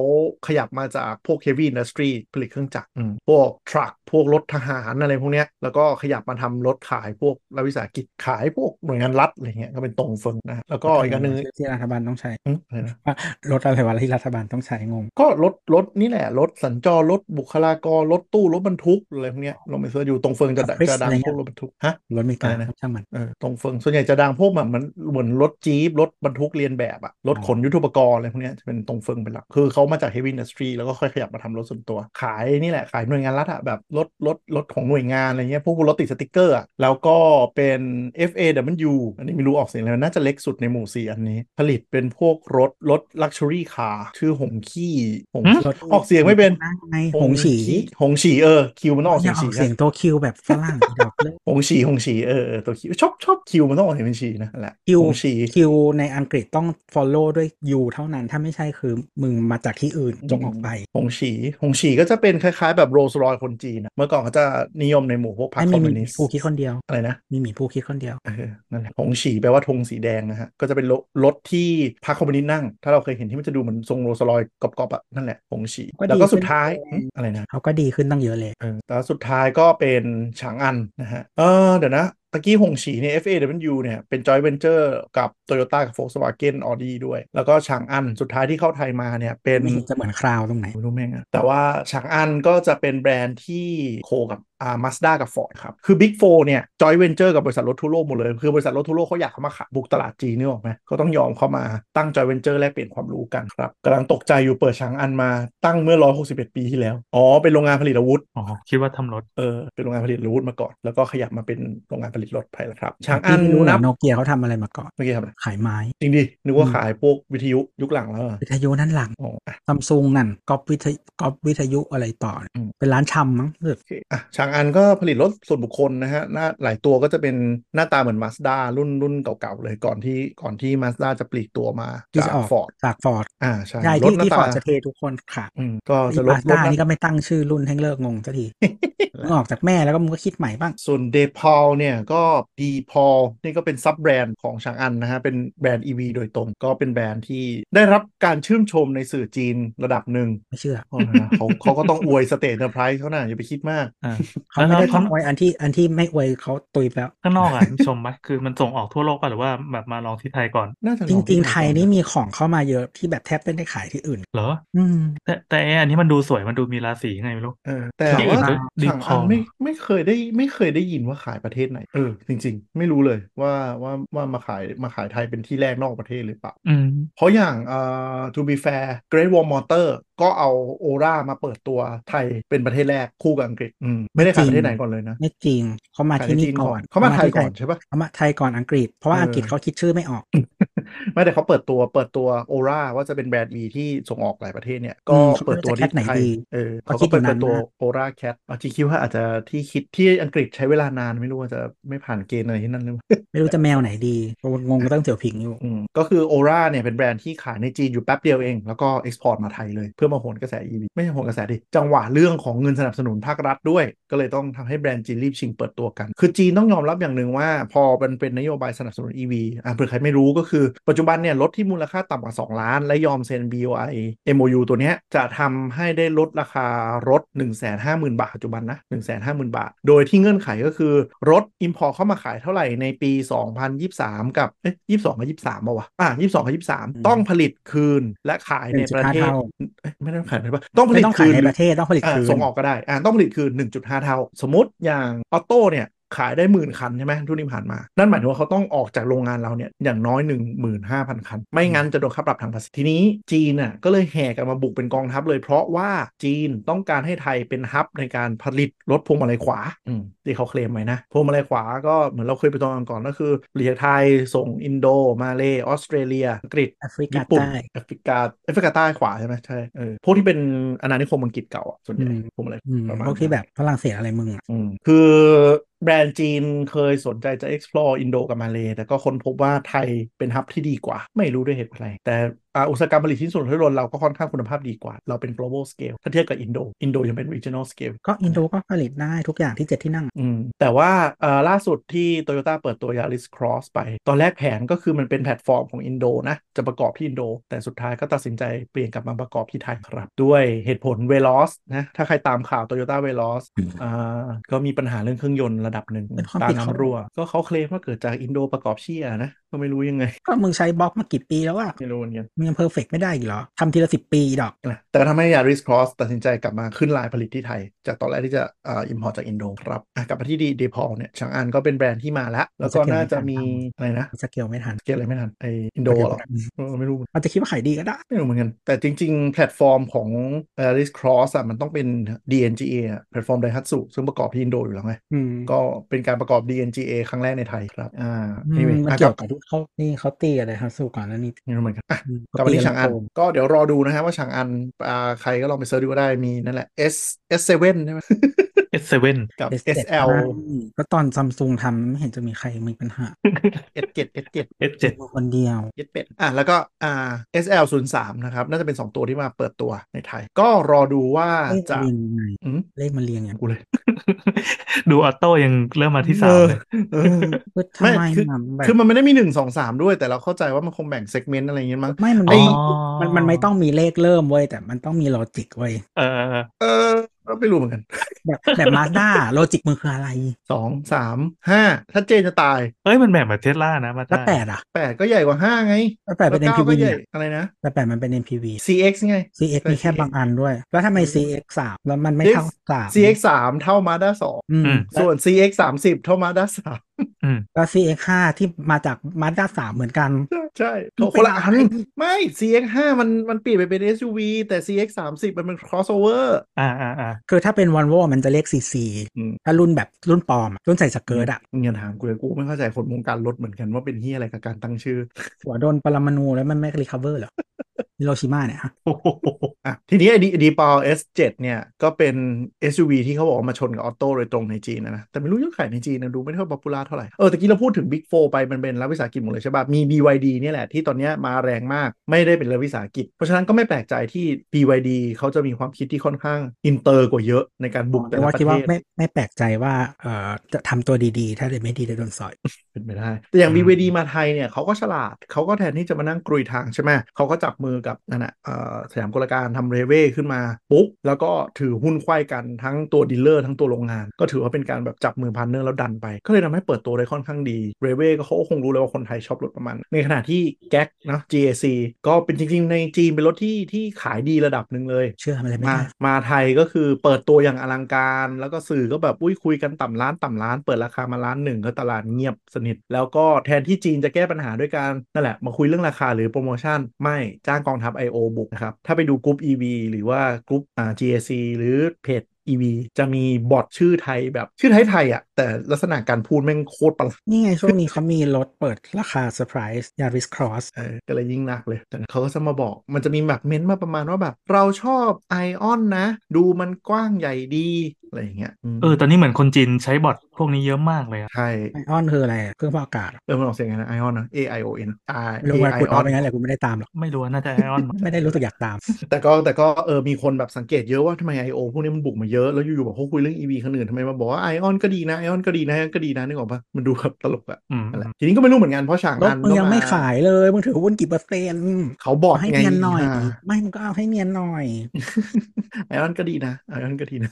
[SPEAKER 3] ขยับมาจากพวก heavy industry ผลิตเครื่องจักรอืมพวกทรัคพวกรถทหารอะไรพวกเนี้ยแล้วก็ขยับมาทำรถขายพวกรัฐวิสาหกิจขายพวกหน่วยงานรัฐอะไรเงี้ยก็เป็นตรงเฟิงนะแล้วก็อีกอันหนึ่ง
[SPEAKER 2] ที่รัฐบาลต้องใช้
[SPEAKER 3] อืมอะไรนะ
[SPEAKER 2] ว่ารถอะไรวะที่รัฐบาลต้องใช้งง
[SPEAKER 3] ก็รถรถนี่แหละ รถสัญจร รถบุคลากร รถตู้ รถบรรทุก อะไรพวกเนี้ยลองไปเสิร์ชอยู่ตรงเฟิงจะดัง
[SPEAKER 2] Office
[SPEAKER 3] จะดัง
[SPEAKER 2] อะไรเงี้
[SPEAKER 3] พวย กรถบรรทุกฮะ
[SPEAKER 2] รถมีการ
[SPEAKER 3] อะไรนะ
[SPEAKER 2] ช่างมัน
[SPEAKER 3] เออตรงเฟิงส่วนใหญ่จะดังพวกแบบมันเหมือนรถจี๊ปรถบรรทุกเรียนแบบอะรถขนยุทโธปกรณ์อะไรพวกเนี้ยจะเป็นตรงเฟิงเป็นหลักคือเขามาจากเฮฟวี่อินดัสทรีแล้วก็ค่อยขยับมาทำรถส่วนตัว ขายนี่แหละขายหน่วยงานรัฐอะแบบรถรถรถของหน่วยงานอะไรเงี้ยพวกรถติดสติกเกอร์อะแล้วก็เป็น FAW อันนี้ไม่รู้ออกเสียงอะไรน่าจะเล็กสุดในหมู่สี่อันนี้ ผลิตเป็นพวกรถรถลักชัวรี่คาร์ชื่อหงขี้หงขี้
[SPEAKER 2] รถ
[SPEAKER 3] ออกเสียงไม่เป็น
[SPEAKER 2] ไงหงฉี
[SPEAKER 3] หงฉีเออคิวมันต้องออก
[SPEAKER 2] อ
[SPEAKER 3] เสีย
[SPEAKER 2] ย่าง ออ
[SPEAKER 3] ฉี
[SPEAKER 2] ก
[SPEAKER 3] นะ
[SPEAKER 2] เสียงตัวคิวแบบฝรั่ง [LAUGHS] ดอกเลย
[SPEAKER 3] หงฉีหงฉีเออเออตัวคิวชอบชอบคิวมันต้องออกเสียงเป็นฉีนะนั่นแหละ
[SPEAKER 2] คิว
[SPEAKER 3] หงฉี
[SPEAKER 2] คิวในอังกฤษต้อง follow ด้วย U เท่านั้นถ้าไม่ใช่คือมึงมาจากที่อื่นจงออกไป
[SPEAKER 3] หงฉีหงฉีก็จะเป็นคล้ายๆ แบบโรลส์รอยคนจีนนะเมื่อก่อนเขาจะนิยมในหมู่พวกพรร
[SPEAKER 2] ไอ้
[SPEAKER 3] คค
[SPEAKER 2] มี
[SPEAKER 3] อม
[SPEAKER 2] ห
[SPEAKER 3] มิว
[SPEAKER 2] มี
[SPEAKER 3] นิสต์
[SPEAKER 2] ผู้คิดคนเดียว
[SPEAKER 3] อะไรนะ
[SPEAKER 2] มีหมีผู้คิดคนเดียว
[SPEAKER 3] เออนั่นแหละหงฉีแปลว่าธงสีแดงนะฮะก็จะเป็นรถรถที่พรรคคอมมิวนิสต์นั่ง ถ้าเราเคยเห็นที่มันจะดูเหมือนทรงโรลส์รอยกอบๆอ่ะนั่นแหละหงฉี
[SPEAKER 2] ก็ดี
[SPEAKER 3] แล้วก็สุ
[SPEAKER 2] ขึ้
[SPEAKER 3] ด
[SPEAKER 2] น
[SPEAKER 3] ท้าย
[SPEAKER 2] เยอะ
[SPEAKER 3] อะไรนะ
[SPEAKER 2] เขาก็ดีขึ้นตั้งเยอะเลย
[SPEAKER 3] เออแต่สุดท้ายก็เป็นฉางอันนะฮะ เออเดี๋ยวนะ ตะกี้หงฉีเนี่ย FAW เนี่ยเป็น joint venture กับ Toyota กับ Volkswagen Audi ด้วย แล้วก็ฉางอันสุดท้ายที่เข้าไทยมาเนี่ย เป็น
[SPEAKER 2] ไม่เห็นจะเหมือนคราวตรงไหน
[SPEAKER 3] ไม่รู้แม่งอะแต่ว่าฉางอันก็จะเป็นแบรนด์ที่โคกับอ่ามาสด้ากับ Ford ครับ คือ Big 4เนี่ย joint venture กับบริษัทรถทั่วโลกหมดเลย คือบริษัทรถทั่วโลกเขาอยากเข้ามาขายบุกตลาดจีนนี่หรอกไหมก็ต้องยอมเข้ามาตั้ง joint venture แลกเปลี่ยนความรู้กันครับกำลังตกใจอยู่เปิดฉางอันมาตั้งเมื่อ161 ปีที่แล้วอ๋อเป็นโรงงานผลิตอาวุธ
[SPEAKER 4] อ๋อคิดว่าทำรถ
[SPEAKER 3] เออเป็นโรงงานผลิตอาวุธมาก่อน แล้วก็ขยับมาเป็นโรงงานผลิตรถภายหลังครับช้างอั
[SPEAKER 2] พี่
[SPEAKER 3] น
[SPEAKER 2] ไม่รู้เหร
[SPEAKER 3] นั
[SPEAKER 2] อบ โนเกียเขาทำอะไรมาก่อน
[SPEAKER 3] เมื่อกี้ครับ
[SPEAKER 2] ขายไม้
[SPEAKER 3] จริงดินึกว่า
[SPEAKER 2] อืม
[SPEAKER 3] ขายพวกวิทยุยุคหลังแล้วเหรอ
[SPEAKER 2] วิทยุนั่นหลัง
[SPEAKER 3] อ๋ออ่ะ
[SPEAKER 2] ซัมซุงนั่นก๊อปวิทยุก๊อปวิทยุอะไรต่อ
[SPEAKER 3] อืม
[SPEAKER 2] เป็นร้านชำมั้งหรือ
[SPEAKER 3] โอเคอ่ะช้างอันก็ผลิตรถส่วนบุคคลนะฮะหน้าหลายตัวก็จะเป็นหน้าตาเหมือนมาสด้ารุ่นรุ่นเก่าๆเลยก่อนที่ก่อนที่มาสด้าจะปลีกตัวมา
[SPEAKER 2] ที่จะออก
[SPEAKER 3] ฟอร์ด
[SPEAKER 2] จากฟอร์ด
[SPEAKER 3] อ่าใช่
[SPEAKER 2] ใช่
[SPEAKER 3] รถ
[SPEAKER 2] ที่
[SPEAKER 3] หน้า
[SPEAKER 2] ที่
[SPEAKER 3] ตา
[SPEAKER 2] ฟอร์ดจะเททุกคนค่ะ
[SPEAKER 3] อืมก็จะลด
[SPEAKER 2] มาส
[SPEAKER 3] ลด
[SPEAKER 2] ด้า
[SPEAKER 3] หน้า
[SPEAKER 2] นี่ก็ไม่ตั้งชื่อรุ่นให้เลิกงง
[SPEAKER 3] [LAUGHS]
[SPEAKER 2] สักทีมึงออกจากแม่แล้วก็มึงก็คิดใหม่บ้าง
[SPEAKER 3] ส่วนเดพอลเนี่ยก็ดีพอลนี่ก็เป็นซับแบรนด์ของชางอันนะฮะ เป็นแบรนด์ EV โดยตรงก็เป็นแบรนด์ที่ได้รับการชื่นชมในสื่อจีนระดับหนึ่ง
[SPEAKER 2] ไม่เชื่อ
[SPEAKER 3] เอานะเขาเขาก็ต้องอวยสเตทเนอร์ไพรส์เขาหน่ะอย่าไปคิดมาก
[SPEAKER 4] อ่า
[SPEAKER 2] เขาไม่
[SPEAKER 4] แล้ว
[SPEAKER 2] ได้
[SPEAKER 4] เขา
[SPEAKER 2] ทำไว้อันที่อันที่ไม่อวยเขาตุยไปแล้ว
[SPEAKER 4] ข้างนอกอ่ะ [LAUGHS] ชมไหมคือมันส่งออกทั่วโลกป่ะหรือว่าแบบมาลองที่ไทยก่อน
[SPEAKER 3] น่าจะลอ
[SPEAKER 2] จริง ๆ ไทยนี่
[SPEAKER 3] ดูก่อ
[SPEAKER 2] มีของเข้ามาเยอะที่แบบแทบไม่ได้ขายที่อื่น
[SPEAKER 4] เหรอ
[SPEAKER 2] อืม
[SPEAKER 4] แต่แต่ไอ้อันนี้มันดูสวยมันดูมีราศีไงไม่รู้
[SPEAKER 3] เออแต่
[SPEAKER 2] ที่อื่
[SPEAKER 3] ว่าน
[SPEAKER 2] ก็
[SPEAKER 4] ดี
[SPEAKER 3] ชาง
[SPEAKER 4] พ
[SPEAKER 3] อั
[SPEAKER 4] อ
[SPEAKER 3] นไม่ไม่เคยได้ไม่เคยได้ยินว่าขายประเทศไหนเออจริง ๆ ไม่รู้เลยว่าว่าว่ามาขายมาขายไทยเป็นที่แรกนอกประเทศหรือเปล่า
[SPEAKER 4] อืม
[SPEAKER 3] เพราะอย่างเอ่อ to be fair Great Wall Motor ก็เอาโอรามาเปิดตัวไทยเป็นประเทศแรกคู่กับอังกฤษอืมไม่ได้ขายประเทศไหนก่อนเลยนะ
[SPEAKER 2] ไม่จริงเขามา
[SPEAKER 3] ขาย
[SPEAKER 2] ที่
[SPEAKER 3] ใน
[SPEAKER 2] นี่
[SPEAKER 3] จีน
[SPEAKER 2] ก่
[SPEAKER 3] ก่
[SPEAKER 2] อ
[SPEAKER 3] อน นเขามาไทยก่อน
[SPEAKER 2] ที่
[SPEAKER 3] ใช่ปะ [LAUGHS]
[SPEAKER 2] เขามาไทยก่อนอังกฤษ เพราะว่า
[SPEAKER 3] เอออั
[SPEAKER 2] อังกฤษเขาคิดชื่อไม่ออก
[SPEAKER 3] ไม่แต่เขาเปิดตัวเปิดตัวโอราว่าจะเป็นแบรนด์ E ที่ส่งออกหลายประเทศเนี่ย ก็
[SPEAKER 2] อืมเขาไม่
[SPEAKER 3] เปิดตัว
[SPEAKER 2] รู้จะ
[SPEAKER 3] ที่
[SPEAKER 2] cat ไหน
[SPEAKER 3] ไทย
[SPEAKER 2] ดี
[SPEAKER 3] เออ
[SPEAKER 2] เขา
[SPEAKER 3] เขา
[SPEAKER 2] คิ
[SPEAKER 3] ก็
[SPEAKER 2] ดอยู่
[SPEAKER 3] เปิด
[SPEAKER 2] นาน
[SPEAKER 3] ตัว
[SPEAKER 2] มาก
[SPEAKER 3] โอราแคทจีคิดว่าอาจจะที่คิดที่อังกฤษใช้เวลานานไม่รู้ว่าจะไม่ผ่านเกณฑ์อะไรที่นั่นหรือเปล่า
[SPEAKER 2] ไม่รู้จะแมวไหนดีเพราะว่างงก็ต้องเสี่ยวผิงอยู่
[SPEAKER 3] อืมก็คือโอราเนี่ยเป็นแบรนด์ที่ขายในจีนอยู่แป๊บเดียวเอง แล้วก็เอ็กซ์พอร์ตมาไทยเลยเพื่อมาโหนกระแส EV ไม่ใช่โหนกระแสดิ จังหวะเรื่องของเงินสนับสนุนภาครัฐด้วย ก็เลยต้องทำให้แบรนด์จีนรีบชิงเปิดตัวกัน คือจีนต้องยอมรับอย่างหนึ่งว่า พอมันเป็นนโยบายสนับสนุน EV อ่าเผื่อใครไม่รู้ก็คือ ปัจจุบันเนี่ยรถที่มูลค่าต่ำกว่า 2 ล้าน และยอมเซ็น BOI MOU ตัวเนี้ยจะทำให้ได้ลดราคารถ 1 5 0 0 0 0 บาทปัจจุบันนะ1 5 0 0 0 0 บาท โดยที่เงื่อนไขก็คือรถ Import เข้ามาขายเท่าไหร่ในปี 2023 กับเอ๊ะ22กับ23ป่าวะอ่ะ22กับ
[SPEAKER 2] ม
[SPEAKER 3] 23 ต้องผลิตคืนและขายในประเท
[SPEAKER 2] 1.5
[SPEAKER 3] ศ
[SPEAKER 2] เท่า
[SPEAKER 3] เอ๊ะไม่ได้ขายในประเทศปะต้องผ
[SPEAKER 2] ไม่
[SPEAKER 3] ลิต
[SPEAKER 2] ต้องขา
[SPEAKER 3] คื
[SPEAKER 2] ย
[SPEAKER 3] น
[SPEAKER 2] ใน
[SPEAKER 3] ห
[SPEAKER 2] ป
[SPEAKER 3] รือ
[SPEAKER 2] ระเทศต้องผลิต
[SPEAKER 3] อ่า
[SPEAKER 2] คืน
[SPEAKER 3] ส่งออกก็ได้อ่าต้องผลิตคืน 1.5 เท่า สมมติอย่างออโต้เนี่ยขายได้หมื่นคันใช่ไหมทุกนี่ผ่านมา นั่นหมายถึงว่าเขาต้องออกจากโรงงานเราเนี่ยอย่างน้อย 15,000 คัน ไม่งั้นจะโดนค่าปรับทางภาษีทีนี้จีนน่ะก็เลยแห่กันมาบุกเป็นกองทัพเลย เพราะว่าจีนต้องการให้ไทยเป็นฮับในการผลิตรถพวงมาลัยขวาอืมที่เขาเคลมไว้นะพวงมาลัยขวาก็เหมือนเราเคยไปตอนก่อนๆก็คือเหลียไทยส่งอินโด มาเลออสเตรเลียอังกฤษ
[SPEAKER 2] แอฟริกา
[SPEAKER 3] ญี่ปุ่น
[SPEAKER 2] ใต้
[SPEAKER 3] แอฟริกาแอฟริกาใต้ขวาใช่ไหมใช่เออพวกที่เป็นอาณานิคมอังกฤษเก่าอะส่วนใหญ่
[SPEAKER 2] อืม
[SPEAKER 3] ผมอะไร
[SPEAKER 2] อืม
[SPEAKER 3] ประมาณ
[SPEAKER 2] พวกที่แบบฝรั่งเศสอะไรมึงอะ
[SPEAKER 3] อืมคือแบรนด์จีนเคยสนใจจะ explore อินโดกับมาเลแต่ก็ค้นพบว่าไทยเป็นฮับที่ดีกว่า ไม่รู้ด้วยเหตุอะไร แต่ อ่าอุตสาหกรรมผลิตชิ้นส่วนรถยนต์เราก็ค่อนข้างคุณภาพดีกว่า เราเป็น global scale ถ้าเทียบกับอินโดอินโดยังเป็น regional scale
[SPEAKER 2] ก็อินโดก็ผลิตได้ทุกอย่างที่เจ็ดที่นั่ง
[SPEAKER 3] อืมแต่ว่าเอ่อล่าสุดที่ Toyota เปิดตัว Yaris Cross ไป ตอนแรกแผนก็คือมันเป็นแพลตฟอร์มของอินโดนะ จะประกอบที่อินโด แต่สุดท้ายก็ตัดสินใจเปลี่ยนกลับมาประกอบที่ไทยครับ ด้วยเหตุผล Veloz นะ ถ้าใครตามข่าว Toyota Veloz อ่าก็มีปัญหาเรื่องเครื่องยนต์ระดับหนึ่ง
[SPEAKER 2] เป็นความ
[SPEAKER 3] ตา
[SPEAKER 2] ผิดของ
[SPEAKER 3] น้ำรั่ว ก็เขาเคลมว่าเกิดจากอินโดประกอบเชียนะ ก็ไม่รู้ยังไง
[SPEAKER 2] ก็มึงใช้บล็อกมากี่ปีแล้วอะ
[SPEAKER 3] ไม่รู้เหมือนกัน
[SPEAKER 2] มึงยังเพอร์เฟกไม่ได้อีกเหรอทำทีละสิบปีดอก
[SPEAKER 3] นะแต่ก็ทำให้ Yaris Cross ตัดสินใจกลับมาขึ้นลายผลิตที่ไทย จากตอนแรกที่จะเอ่อิมพอร์ตจากอินโดครับอ่ะกลับมาที่ดีเดพอเนี่ยชางอันก็เป็นแบรนด์ที่มาแล้ว แล้วก็
[SPEAKER 2] จะเกี่ยว
[SPEAKER 3] น่าจะ
[SPEAKER 2] กับการ
[SPEAKER 3] มีอะไรนะ
[SPEAKER 2] สเกลไม่ทัน
[SPEAKER 3] เกียอะไรไม่ทันไออินโดเหรอเออไม่รู้
[SPEAKER 2] มันจะคิดว่าขายดีก็ได้
[SPEAKER 3] ไม่รู้เหมือนกัน แต่จริง ๆ แพลตฟอร์มของ Yaris Cross อ่ะมันต้องเป็น DNGA อะแพลตฟอร์มไดฮัตสุซึ่งประกอบที่อินโดอยู่แล้วไง
[SPEAKER 2] อืม
[SPEAKER 3] ก็เป็นการประกอบ DNGA ครั้งแรกในไทยครับอ่า
[SPEAKER 2] อืม
[SPEAKER 3] anyway
[SPEAKER 2] มัน
[SPEAKER 3] อ่ะก
[SPEAKER 2] เกี่ย
[SPEAKER 3] ลับ
[SPEAKER 2] วกับที่เขานี่เขาตีอะไรครับสู้ก่อนแล้วนี่
[SPEAKER 3] ไม่รู้เหมือนกันอ่ะ
[SPEAKER 2] อืม
[SPEAKER 3] กลับมาที่
[SPEAKER 2] ตีะ
[SPEAKER 3] ฉางอัน
[SPEAKER 2] โกง
[SPEAKER 3] ก็เดี๋ยวรอดูนะฮะว่าฉางอันอ่าใครก็ลองไปเซิร์ชดูก็ได้มีนั่นแหละ S S7 ใช่ไหม
[SPEAKER 4] เอสเซเว่น
[SPEAKER 3] กับ
[SPEAKER 2] เอสเจ็ด
[SPEAKER 3] SL
[SPEAKER 2] ก็ตอนซัมซุงทำไม่เห็นจะมีใครมีปัญหา
[SPEAKER 3] S7 S7
[SPEAKER 4] เอสเจ็ด [LAUGHS]
[SPEAKER 2] คนเดียว
[SPEAKER 3] S8 อ่ะแล้วก็อ่า SL 0 3นะครับ น่าจะเป็น 2 ตัวที่มาเปิดตัวในไทย ก็รอดูว่า
[SPEAKER 2] เลข
[SPEAKER 3] จะ
[SPEAKER 2] มันเรียงยังไง
[SPEAKER 3] อืม
[SPEAKER 2] เลขมันเรียงอย่าง
[SPEAKER 3] กูเลย
[SPEAKER 4] ดูออโต้ยังเริ่มมาที่สามเลย
[SPEAKER 3] เออเออ
[SPEAKER 2] เออทำ
[SPEAKER 3] ไม่
[SPEAKER 2] ไม
[SPEAKER 3] คือ
[SPEAKER 2] มันแบบ
[SPEAKER 3] [LAUGHS] คือมันไม่ได้มี 1 2 3 ด้วย แต่เราเข้าใจว่ามันคงแบ่งเซกเมนต์อะไรอย่างเงี้ยมั้ง
[SPEAKER 2] ไม่มัน
[SPEAKER 3] ไอ้
[SPEAKER 2] ไม่มันมันไม่ต้องมีเลขเริ่มเว้ยแต่มันต้องมีโลจิกเว้ย
[SPEAKER 4] เออเออเออ
[SPEAKER 3] เออเราไม่รู้เหมือนกัน
[SPEAKER 2] แบบแบบมาสด้าโลจิกมันคืออะไร
[SPEAKER 3] 2 3 5ถ้าเจนจะตาย
[SPEAKER 4] เอ้ยมันแบ่งแบบเทสลานะมา
[SPEAKER 2] แล้ว
[SPEAKER 4] ได้
[SPEAKER 2] แปดอ่ะ
[SPEAKER 3] 8 ก็ใหญ่กว่า 5 ไง
[SPEAKER 2] แล้วแปดเป็น
[SPEAKER 3] แล้วก้า
[SPEAKER 2] NPV
[SPEAKER 3] ก็ใหญ่
[SPEAKER 2] เนี่ย
[SPEAKER 3] อะไรนะ
[SPEAKER 2] แต่แปดมันเป็น NPV
[SPEAKER 3] CX ไง
[SPEAKER 2] CX มีแค่บางอันด้วย แล้วทำไม CX สามแล้วมันไม่เท่าสาม
[SPEAKER 3] CX 3เท่ามาด้า2
[SPEAKER 2] อืม
[SPEAKER 3] ส่วน CX 30เท่ามาด้า3 [LAUGHS]
[SPEAKER 4] อืม
[SPEAKER 2] แล้ว CX ห้าที่มาจากมาสด้าสามเหมือนกัน
[SPEAKER 3] ใช่
[SPEAKER 2] มันเป็น
[SPEAKER 3] คนละอัน
[SPEAKER 2] อะไร
[SPEAKER 3] ไม่ CX 5มันมันเปลี่ยนไปเป็น SUV แต่ CX 30มันเป็น crossover
[SPEAKER 4] อ่าอ่า [LAUGHS] อ่า
[SPEAKER 2] คือถ้าเป็นวอลโวมันจะเรียก CC
[SPEAKER 3] อืม
[SPEAKER 2] ถ้ารุ่นแบบรุ่นปลอมอะรุ่นใส่สเกิร์ตอ่ะ
[SPEAKER 3] เงินถามกูเลยกูไม่เข้าใจคนวงการรถเหมือนกันว่าเป็นที่อะไรกับการตั้งชื่อ
[SPEAKER 2] หัวโดนปรมาณูแล้วมันไม่รีคาเวอร์เหรอฮิโรชิมาเนี่ยฮะ
[SPEAKER 4] โอ้โห
[SPEAKER 3] อ่ะทีนี้ไอ้ดีดีปาว S7 เนี่ยก็เป็น SUV ที่เขาบอกว่ามาชนกับออโต้โดยตรงในจีนนะนะ แต่ไม่รู้ยอดขายในจีนนะดูไม่ค่อยป๊อปปูล่าเท่าไหร่ เออตะกี้เราพูดถึง Big 4ไปมันเป็นรัฐวิสาหกิจหมดเลยใช่ป่ะมี BYD เนี่ยแหละที่ตอนเนี้ยมาแรงมากไม่ได้เป็นรัฐวิสาหกิจ เพราะฉะนั้นก็ไม่แปลกใจที่ BYD เขาจะมีความคิดที่ค่อนข้างอินเตอร์กว่าเยอะในการบุกแต่
[SPEAKER 2] แต่
[SPEAKER 3] ละ
[SPEAKER 2] ว่า
[SPEAKER 3] ประ
[SPEAKER 2] คิด
[SPEAKER 3] เท
[SPEAKER 2] ว่า
[SPEAKER 3] ศ
[SPEAKER 2] ไม่ไม่แปลกใจว่าเอ่อจะทำตัวดีๆ ถ้าเด็ไม่ดีจะโดนสอย
[SPEAKER 3] เป็นไปได้ แต่อย่าง BVD มาไทยเนี่ยเขาก็ฉลาดเขาก็แทนที่จะมานั่งกรุยทางใช่ไหมเขาก็จับมือกับนั่นแหละเอ่อสยามกลการทำเรเว่ขึ้นมาปุ๊บ แล้วก็ถือหุ้นควายกันทั้งตัวดีลเลอร์ทั้งตัวโรงงาน ก็ถือว่าเป็นการแบบจับมือพันเนอร์แล้วดันไป ก็เลยทำให้เปิดตัวได้ค่อนข้างดีเรเว่ก็เขาก็คงรู้แล้วว่าคนไทยชอบรถประมาณ ในขณะที่แก๊กเนาะ GAC ก็เป็นจริงๆ ในจีนเป็นรถที่ที่ขายดีระดับหนึ่งเลย
[SPEAKER 2] เชื่ออะไรไม่
[SPEAKER 3] มา
[SPEAKER 2] ได้
[SPEAKER 3] มาไทยก็คือเปิดตัวอย่างอลังการ แล้วก็สื่อก็แบบอุ้ยคุยกันต่ำล้านต่ำล้าน เปิดราคามาล้านหนึ่งก็ตลาดเงียบสนิท แล้วก็แทนที่จีนจะแก้ปัญหาด้วยการนั่นแหละ มาคุยเรื่องราคาหรือโปรโมชั่น ไม่จ้างกองทัพ IO บุกนะครับ ถ้าไปดูกรุ๊ป EV หรือว่ากรุ๊ปอ่า GAC หรือเพจ EV จะมีบอทชื่อไทยแบบชื่อไทยไทยๆอ่ะแต่ลักษณะการพูดแม่งโคตรประหลาด
[SPEAKER 2] นี่ไงช่วงนี้เขามีรถเปิดราคาเซอร์ไพรส์ยาริสครอส
[SPEAKER 3] เออก็เลยยิ่งหนักเลยแต่เขาก็จะมาบอกมันจะมีแบบเม้นต์มาประมาณว่าแบบเราชอบไอออนนะ ดูมันกว้างใหญ่ดีอะไรอย่างเงี้ยม
[SPEAKER 4] เออตอนนี้เหมือนคนจีนใช้บอทพวกนี้เยอะมากเลยอะ
[SPEAKER 3] ใช่
[SPEAKER 2] ไอออนคืออะไรอะเครื่องฟอกอากาศเหรอ
[SPEAKER 3] เออมันออกเสียงไงนะ ion นะ a i o n อ่า
[SPEAKER 2] ไม่รู้ว่า
[SPEAKER 3] a
[SPEAKER 2] กู
[SPEAKER 3] i
[SPEAKER 2] ตอ
[SPEAKER 3] o
[SPEAKER 2] บ
[SPEAKER 3] n
[SPEAKER 2] ไปงั้นแหละกูไม่ได้ตามหรอก
[SPEAKER 4] ไม่รู้ว่าน่าจะไอออน
[SPEAKER 2] ไม่ได้รู้สึกอยากตาม
[SPEAKER 3] แต่ก็แต่ก็เออมีคนแบบสังเกตเยอะว่าทำไม IO พวกนี้มันบุกมาเยอะแล้วอยู่ๆบอกเขาคุยเรื่อง EV คนอื่นทำไมมาบอกว่า ion ก็ดีนะ ion ก็ดีนะ ion ก็ดีนะนึกออกปะมันดูแบบตลกอะ
[SPEAKER 4] อืม
[SPEAKER 3] นั่นแหละทีนี้ก็ไม่รู้เหมือนกันเพราะฉาก
[SPEAKER 2] รถ
[SPEAKER 3] นั้น
[SPEAKER 2] มึง
[SPEAKER 3] ก็
[SPEAKER 2] ยังไม่ขายเลย มึงถือหุ้นกี่เปอร์เซ็นต์
[SPEAKER 3] เขาบอ
[SPEAKER 2] ขอ
[SPEAKER 3] ก
[SPEAKER 2] ให้
[SPEAKER 3] ไง
[SPEAKER 2] เนียนหน่อย
[SPEAKER 3] า
[SPEAKER 2] ไม่มึงก็เอาให้เนียนหน่อย
[SPEAKER 3] ion ก็ดีนะ ion ก็ดีนะ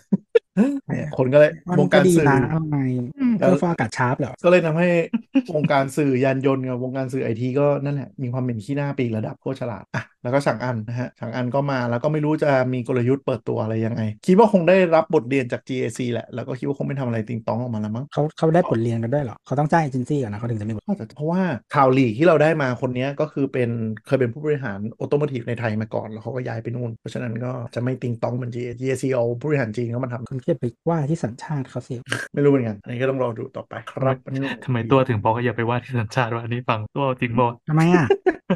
[SPEAKER 2] เออ
[SPEAKER 3] คนก็เลย
[SPEAKER 2] มัน
[SPEAKER 3] วง
[SPEAKER 2] ก็
[SPEAKER 3] การ
[SPEAKER 2] ดี
[SPEAKER 3] สื่อ
[SPEAKER 2] นะทำไมอืม
[SPEAKER 3] แล้
[SPEAKER 2] เครื่
[SPEAKER 3] ว
[SPEAKER 2] องฟอกอากาศชาร์ปเหรอ
[SPEAKER 3] ก็เลยทำให้ [LAUGHS] วงการสื่อยานยนต์กับวงการสื่อไอทีก็นั่นแหละ มีความเป็นขี้หน้าปีกระดับโคตรฉลาดอ่ะแล้วก็ฉางอันนะฮะฉางอันก็มาแล้วก็ไม่รู้จะมีกลยุทธ์เปิดตัวอะไรยังไง คิดว่าคงได้รับบทเรียนจาก GAC แหละ แล้วก็คิดว่าคงไม่ทำอะไรติงต้องออกมาแล้วมั้ง
[SPEAKER 2] เขาเขาได้ผลเรียนกันด้วยเหรอ เขาต้องจ้างเอเจนซี่ก่อนนะเขาถึงจะมีบท
[SPEAKER 3] ก็อาจจะเพราะว่าข่าวหลีกที่เราได้มาคนเนี้ยก็คือเป็นเคยเป็นผู้บริหารออโตโมทีฟในไทยมาก่อนแล้วเขาก็ย้ายไปนู่นเพราะฉะนั้นก็จะไม่ติงต้องเหมือน GAC GAC เอาผู้บริหารจีนเข้ามาท
[SPEAKER 2] คุณเทียบไปว่าที่สัญชาติเขาสิ
[SPEAKER 3] ำไม่รู้เหมือนกันอันนี้ก็ต้องรอดูต่อไปครับอันนี้
[SPEAKER 4] ทำไมตัวถึงบอกว่าอย่าไปว่าที่สัญชาติว่าอันนี้ฟังตัวจริงบอก
[SPEAKER 2] ทำไมอ่ะ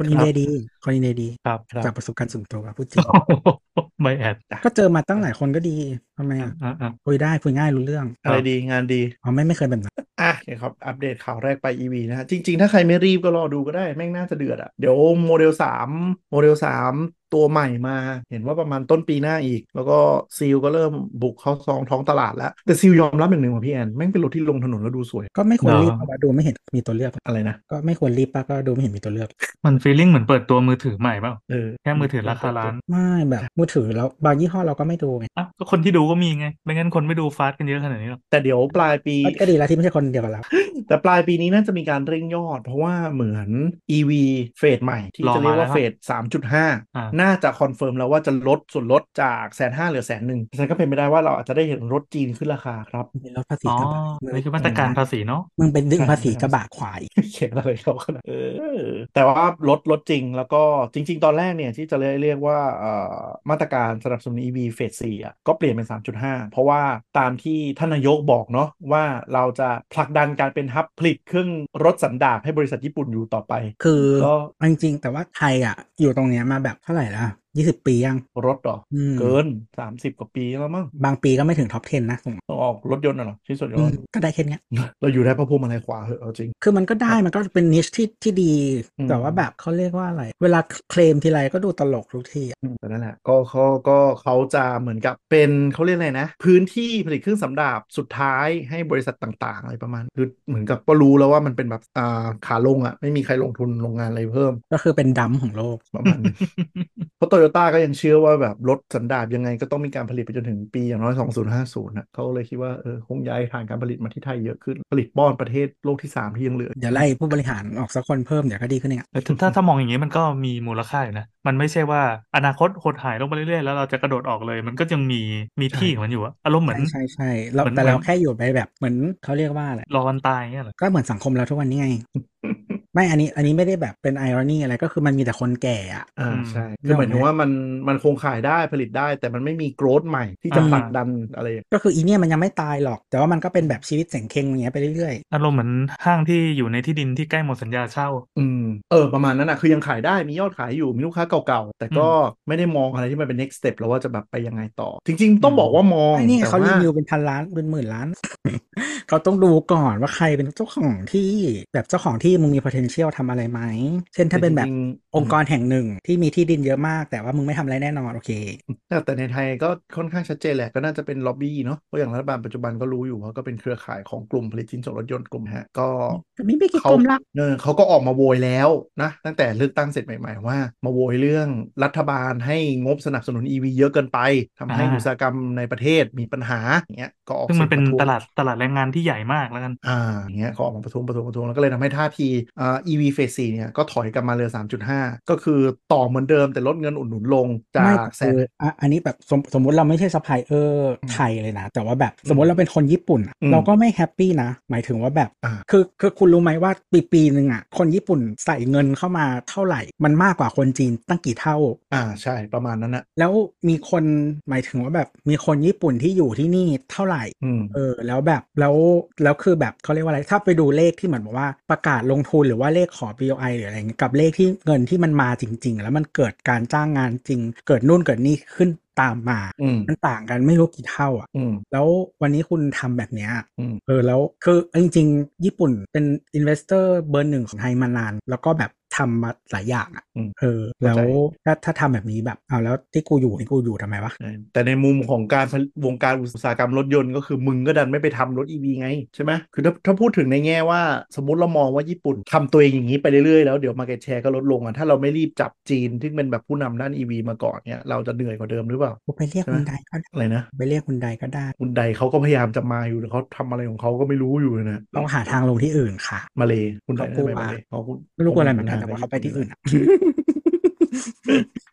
[SPEAKER 2] คนอินเดียดี คนอินเดียดี
[SPEAKER 4] ครับ
[SPEAKER 3] ครับ
[SPEAKER 2] จากประสบการณ์ส่วนตัวพูดจริง
[SPEAKER 4] [LAUGHS] ไม่แอด
[SPEAKER 2] ก็เจอมาตั้งหลายคนก็ดี ท ทำไมอ่ะ
[SPEAKER 4] อ่าอ่า
[SPEAKER 2] คุยได้คุยง่ายรู้เรื่อง
[SPEAKER 3] อะไรดีงานดี
[SPEAKER 2] อ๋อไม่ไม่เคยแบบนั้น
[SPEAKER 3] อ่ะโอเคครับ อัปเดตข่าวแรกไป EV นะฮะ จริง ๆ ถ้าใครไม่รีบก็รอดูก็ได้ แม่งน่าจะเดือดอะ่ะ เดี๋ยวโมเดล 3 โมเดล 3 ตัวใหม่มา เห็นว่าประมาณต้นปีหน้าอีก แล้วก็ซีลก็เริ่มบุกเข้าซองท้องตลาดแล้ว แต่ซีลยอมรับอย่างหนึ่งว่าพี่แอน แม่งเป็นรถที่ลงถนนแล้วดูสวย
[SPEAKER 2] ก็ไม่ควรรีบเพ
[SPEAKER 4] เนอะ
[SPEAKER 2] ราะว่าดูไม่เห็นมีตัวเลือก
[SPEAKER 3] อะไรนะ
[SPEAKER 2] ก็ไม่ควรรีบปะก็ดูไม่เห็นมีตัวเลือก
[SPEAKER 4] มันฟีลลิ่งเหมือนเปิดตัวมือถือใหม่เปล่า
[SPEAKER 3] เออ
[SPEAKER 4] แค่มือถือราคาล้าน
[SPEAKER 2] ไม่แบบมือถือแล้วบางยี่ห้อเราก็ไม่ดูไง
[SPEAKER 4] อ่ะก็คนที่ดูก็มีไงไม่งั้นคนไม่ดูฟาสต์กันเยอะขนาดนี้หรอก
[SPEAKER 3] แต่เดี๋ยวปลาย [LAUGHS] ปี
[SPEAKER 2] ก็ดีแล้วที่ไม่ใช่คนเดียวกับเรา
[SPEAKER 3] แต่ปลายปีนี้น่าจะมีการเร่งยอด เพราะว่าเหมือน EV เฟสใหม่ ที่จะเรียกว่าเฟส3.5
[SPEAKER 4] อ่า
[SPEAKER 3] น่าจะคอนเฟิร์มแล้วว่าจะลดส่วนลดจากแสนห้าเหลือแสนหนึ่งฉะนันก็เป็นไปได้ว่าเราอาจจะได้เห็นรถจีนขึ้นราคาครับ
[SPEAKER 2] มีรถภาษี
[SPEAKER 4] อ๋อก
[SPEAKER 2] ระบะ
[SPEAKER 4] นี่คือมาตรการภาษีเนาะ
[SPEAKER 2] มึงเป็นดึง
[SPEAKER 3] ใช่
[SPEAKER 2] ภาษีกระบะขวาย
[SPEAKER 3] เขียนอะไรเขาขนาดเออ แต่ว่ารถลดจริงแล้วก็จริง ๆ ตอนแรกเนี่ยที่จะเรียกว่าเอ่อมาตรการสนับสนุน EV เฟสสี่อ่ะก็เปลี่ยนเป็น 3.5 เพราะว่าตามที่ท่านนายกบอกเนาะว่าเราจะผลักดันการเป็นฮับผลิตเครื่องรถสันดาปให้บริษัทญี่ปุ่นอยู่ต่อไป
[SPEAKER 2] คือ
[SPEAKER 3] ก็
[SPEAKER 2] เอาจริงๆ แต่ว่าไทยอ่ะ อยู่ตรงเนี้ยมาแบบเท่าไหร่ละยี่สิบปียัง
[SPEAKER 3] รถเหรอ
[SPEAKER 2] อืม
[SPEAKER 3] เกิน 30 กว่าปีแล้วมั้ง
[SPEAKER 2] บางปีก็ไม่ถึงท็อป 10 นะผม
[SPEAKER 3] ต้องออกรถยนต์น่ะเหรอชิ้นส่วนย
[SPEAKER 2] อืม
[SPEAKER 3] นต์
[SPEAKER 2] ก็ได้แค่เนี้ย
[SPEAKER 3] เราอยู่ได้เพราะพวงมาลัยขวาเหอะเอาจริง
[SPEAKER 2] คือมันก็ได้มันก็เป็นนิชที่ที่ดี
[SPEAKER 3] อืม
[SPEAKER 2] แต่ว่าแบบเขาเรียกว่าอะไร เวลาเคลมทีไรก็ดูตลกทุกทีอะ
[SPEAKER 3] อืมแต่นั่นแหละก็เขาก็เขาจะเหมือนกับเป็นเขาเรียกอะไรนะ พื้นที่ผลิตเครื่องสำดาบสุดท้ายให้บริษัทต่างๆ อะไรประมาณ คือเหมือนกับก็รู้แล้วว่ามันเป็นแบบอ่าขาลงอ่ะ ไม่มีใครลงทุนโรงงานอะไรเพิ่ม
[SPEAKER 2] ก็คือเป็นดัมของโลก
[SPEAKER 3] ประมาณ
[SPEAKER 4] [LAUGHS]
[SPEAKER 3] นี้ เพราะโตโยต้าก็ยังเชื่อว่าแบบรถสันดาบยังไงก็ต้องมีการผลิตไปจนถึงปีอย่างน้อย 2050นะเขาก็เลยคิดว่าเออคงย้ายฐานการผลิตมาที่ไทยเยอะขึ้นผลิตป้อนประเทศโลกที่สามที่ยังเหลือ
[SPEAKER 2] เดี๋ยวไล่ผู้บริหารออกสักคนเพิ่มเดี๋ยวก็ดีขึ้นเองอะ
[SPEAKER 4] เออถ้าถ้าถ้ามองอย่างนี้มันก็มีมูลค่าอยู่นะ มันไม่ใช่ว่าอนาคตหดหายลงไปเรื่อยๆ แล้วเราจะกระโดดออกเลย มันก็ยังมีมีที่ของมันอยู่อะอารมณ์เหมือน
[SPEAKER 2] ใช่ใช่ใช่เรา
[SPEAKER 4] เหมือน
[SPEAKER 2] แต่เรา
[SPEAKER 4] เหมือน
[SPEAKER 2] แค่อยู่ไปแบบเหมือนเขาเรียกว่าอะไร
[SPEAKER 4] รอวันตายเงี้ยเหรอ
[SPEAKER 2] ก็เหมือนสังคมเราทุกวันนี้
[SPEAKER 3] [LAUGHS]
[SPEAKER 2] ไง ไม่อันนี้อันนี้ไม่ได้แบบเป็นไอรอนีอะไรก็คือมันมีแต่คนแก่อะ
[SPEAKER 3] อ่า
[SPEAKER 4] อืม
[SPEAKER 3] ใช่คือหมายถึงว่ามันมันคงขายได้ผลิตได้ แต่มันไม่มีโกรธใหม่ที่จะ
[SPEAKER 4] อ่า
[SPEAKER 3] ผลักดันอะไร
[SPEAKER 2] ก็คืออีเนี่ยมันยังไม่ตายหรอก แต่ว่ามันก็เป็นแบบชีวิตเสงเคงอย่างเงี้ยไปเรื่อย
[SPEAKER 4] อารมณ์เหมือนห้างที่อยู่ในที่ดินที่ใกล้หมดสัญญาเช่า
[SPEAKER 3] อืมเออประมาณนั้นนะคือยังขายได้มียอดขายอยู่มีลูกค้าเก่าๆ แต่ก็ไม่ได้มองอะไรที่มันเป็น next step แล้วว่าจะแบบไปยังไงต่อ จริงๆ ต้องบอกว่ามอ
[SPEAKER 2] ๆ
[SPEAKER 3] ง
[SPEAKER 2] ไอ้เนี่ย
[SPEAKER 3] แต่
[SPEAKER 2] เขารี
[SPEAKER 3] ว่า
[SPEAKER 2] วิวเป็นพันล้านเป็นหมื่นล้ [LAUGHS] าน เขาต้องดูก่อนว่าใครเป็นเจ้าของที่แบบเจ้าของที่มึงมี potential ทำอะไรไหม เช่นถ้าเป็นแบบ
[SPEAKER 3] จริงๆ
[SPEAKER 2] องค์กรแห่งหนึ่งที่มีที่ดินเยอะมาก แต่ว่ามึงไม่ทำอะไรแน่นอนโอเค
[SPEAKER 3] แต่แต่ในไทยก็ค่อนข้างชัดเจนแหละก็น่าจะเป็นล็อบบี้เนาะเพราะอย่างรัฐบาลปัจจุบันก็รู้อยู่ว่าก็เป็นเครือข่ายของกลุ่มผลิตชิ้นส่วนรถยนต์กลุ่มฮะก็
[SPEAKER 2] แต่ไม่ไปกี่
[SPEAKER 3] เขา
[SPEAKER 2] กลมละ
[SPEAKER 3] เออเขาก็ออกมาโวยแล้วนะ ตั้งแต่เลือกตั้งเสร็จใหม่ๆ ว่า มาโวยเรื่องรัฐบาลให้งบสนับสนุน EV เยอะเกินไปทำให้
[SPEAKER 4] อ่า
[SPEAKER 3] อุตสาหกรรมในประเทศมีปัญหาอย่างเงี้ยก็ออก
[SPEAKER 4] ซึ่งมัน
[SPEAKER 3] สีย
[SPEAKER 4] เป็น
[SPEAKER 3] ระท้วง
[SPEAKER 4] ตลาดตลาดแรงงานที่ใหญ่มากแล้วกัน
[SPEAKER 3] อ่าอย่างเงี้ยก็ออกมาประท้วงประท้วงประท้วงแล้วก็เลยทำให้ท่าทีอ่า EV Phase 4เนี่ยก็ถอยกลับมาเหลือ 3.5 ก็คือต่อเหมือนเดิมแต่ลดเงินอุดหนุนลงจา
[SPEAKER 2] ไม่
[SPEAKER 3] กแส
[SPEAKER 2] คื
[SPEAKER 3] น
[SPEAKER 2] ออ่ะอันนี้แบบสมสมมติเราไม่ใช่ซัพพลายเออร์ไทยเลยนะ แต่ว่าแบบสมมติเราเป็นคนญี่ปุ่นอะ
[SPEAKER 3] อืม
[SPEAKER 2] เราก็ไม่แฮปปี้นะ หมายถึงว่าแบบ
[SPEAKER 3] อ่า
[SPEAKER 2] คือคือคุณรู้ไหมว่าปีปีหนึ่งอ่ะคนญี่ปุ่นใส่เงินเข้ามาเท่าไหร่ มันมากกว่าคนจีนตั้งกี่เท่า
[SPEAKER 3] อ่าใช่ประมาณนั้นนะ
[SPEAKER 2] แล้วมีคนหมายถึงว่าแบบมีคนญี่ปุ่นที่อยู่ที่นี่เท่าไหร่
[SPEAKER 3] อืม
[SPEAKER 2] เออแล้วแบบแล้วแล้วคือแบบเขาเรียกว่าอะไรถ้าไปดูเลขที่เหมือนบอกว่าประกาศลงทุนหรือว่าเลขขอ BOI หรืออะไรเงี้ยกับเลขที่เงินที่มันมาจริง ๆ แล้วมันเกิดการจ้างงานจริง เกิดนู่นเกิดนี่ขึ้นตามมา
[SPEAKER 3] อืม
[SPEAKER 2] มันต่างกันไม่รู้กี่เท่าอ่ะ
[SPEAKER 3] อืม
[SPEAKER 2] แล้ววันนี้คุณทำแบบเนี้ย
[SPEAKER 3] อืม
[SPEAKER 2] เออแล้วคือจริงๆ ญี่ปุ่นเป็นอินเวสเตอร์เบอร์หนึ่งของไทยมานาน แล้วก็แบบทำมาหลายอย่างอ่ะ
[SPEAKER 3] อืม
[SPEAKER 2] เออแล้ว
[SPEAKER 3] เข้าใจ
[SPEAKER 2] ถ้าถ้าทำแบบนี้แบบเอาแล้วที่กูอยู่นี่กูอยู่ทำไมวะ
[SPEAKER 3] เออแต่ในมุมของการผลิตวงการอุตสาหกรรมรถยนต์ก็คือมึงก็ดันไม่ไปทำรถ EV ไงใช่ไหมคือถ้าถ้าพูดถึงในแง่ว่า สมมติเรามองว่าญี่ปุ่นทำตัวเองอย่างนี้ไปเรื่อยๆแล้วเดี๋ยวมาเก็ตแชร์ก็ลดลงอ่ะถ้าเราไม่รีบจับจีนที่งเป็นแบบผู้นำด้าน EV มาก่อนเนี่ยเราจะเหนื่อยกว่าเดิมหรือเปล่า
[SPEAKER 2] กูไปเรียก
[SPEAKER 3] ใช่ไหม
[SPEAKER 2] คุณใดก็ได้
[SPEAKER 3] อะไรนะ
[SPEAKER 2] ไปเรียกคุณใดก็ได้
[SPEAKER 3] คุณใดเขาก็พยายามจะมาอยู่แต่เขาทำอะไรของเขาก็ไม่รู้อยู่เลยนะ
[SPEAKER 2] ต้องหาทางลงที่อื่นค่ะ
[SPEAKER 3] มาเลยคุณใด
[SPEAKER 2] เขากลัว
[SPEAKER 3] ทำไมมาเลยเขา
[SPEAKER 2] ไม่รู้กลัวอะไรเหมือนกันแต่ว่าเขาไปที่อื่นอ่ะ [LAUGHS]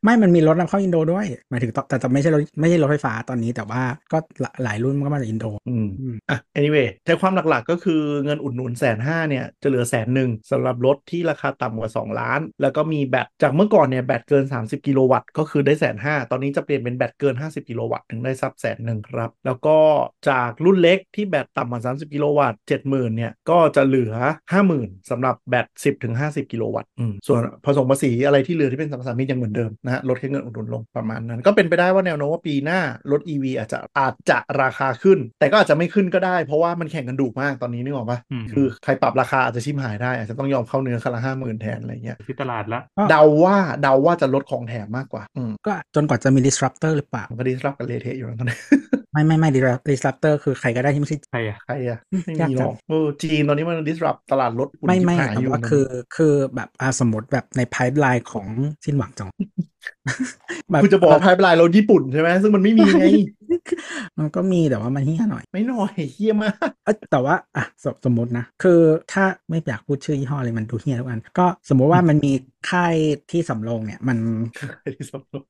[SPEAKER 2] ไม่มันมีรถนำเข้าอินโดด้วยหมายถึงตอนแต่แต่ไม่ใช่รถไม่ใช่รถไฟฟ้าตอนนี้แต่ว่าก็หลายหลายรุ่นมันก็มาจากอินโด
[SPEAKER 3] อืม
[SPEAKER 2] อืม
[SPEAKER 3] อ่ะ anyway ใจความหลักๆก็คือเงินอุดหนุนแสนห้าเนี่ย จะเหลือแสนหนึ่งสำหรับรถที่ราคาต่ำกว่า 2 ล้าน แล้วก็มีแบตจากเมื่อก่อนเนี่ย แบตเกิน 30 กิโลวัตต์ก็คือได้แสนห้าตอนนี้จะเปลี่ยนเป็นแบตเกิน 50 กิโลวัตต์ถึงได้ซับแสนหนึ่งครับ แล้วก็จากรุ่นเล็กที่แบตต่ำกว่า 30 กิโลวัตต์70,000เนี่ยก็จะเหลือ 50,000สำหรับแบต10ถึง50 กิโลวัตต์อืมส่วนผสมภาษีอะไรที่เหลือที่เป็นสัมปทานมิตรยังเหมือนเดิมนะฮะ ะลดแค่เงินอุดหนุนลงประมาณนั้น ก็เป็นไปได้ว่าแนวโน้มว่าปีหน้ารถ EV อาจจะอาจจะราคาขึ้น แต่ก็อาจจะไม่ขึ้นก็ได้ เพราะว่ามันแข่งกันดุมากตอนนี้นึกออกปะ
[SPEAKER 4] อืม
[SPEAKER 3] คือใครปรับราคาอาจจะชิมหายได้อาจจะต้องยอมเข้าเนื้อคันละห้าหมื่นแทนอะไรเงี้ย
[SPEAKER 4] ที่ตลาดละ
[SPEAKER 3] เดาว่าเดาว่าจะลดของแถมมากกว่าอืม
[SPEAKER 2] ก็จนกว่าจะมี disruptor หรือเปล่า
[SPEAKER 3] มันก็ดีรับกันเละเทะ [LAUGHS] อยู่แล้วตอนนี้
[SPEAKER 2] ไม่ไม่ไม่ disrupt- disruptor คือใครก็ได้ที่ไม่ใช่
[SPEAKER 4] ใครอ่ะ
[SPEAKER 3] ใครอะ
[SPEAKER 2] อืม
[SPEAKER 3] ไม่
[SPEAKER 2] ยาก
[SPEAKER 3] มีหร
[SPEAKER 2] จั
[SPEAKER 3] อก
[SPEAKER 2] ง
[SPEAKER 3] เออจีนตอนนี้มัน disrupt ตลาดรถอุ่น
[SPEAKER 2] ไม่ไม่
[SPEAKER 3] ชิบหาย
[SPEAKER 2] แต่
[SPEAKER 3] อยู่
[SPEAKER 2] ว่าคือคือแบบอ่ะสมมติแบบใน pipeline ของ [LAUGHS] สิ้นหวังจอง แบบ
[SPEAKER 3] คุณจะบอกว่าพายปลายรถญี่ปุ่นใช่ไหมซึ่งมันไม่มีไง
[SPEAKER 2] มันก็มีแต่ว่ามันเฮี้ยหน่อย
[SPEAKER 3] ไม่หน่อยเฮี้ยมาก [LAUGHS]
[SPEAKER 2] เอ้ยแต่ว่าอ่ะสมสมมตินะ คือถ้าไม่อยากพูดชื่อยี่ห้อเลยมันดูเฮี้ยทุกอัน ก็สมมติว่ามันมีค่ายที่สำโรงเนี่ย มัน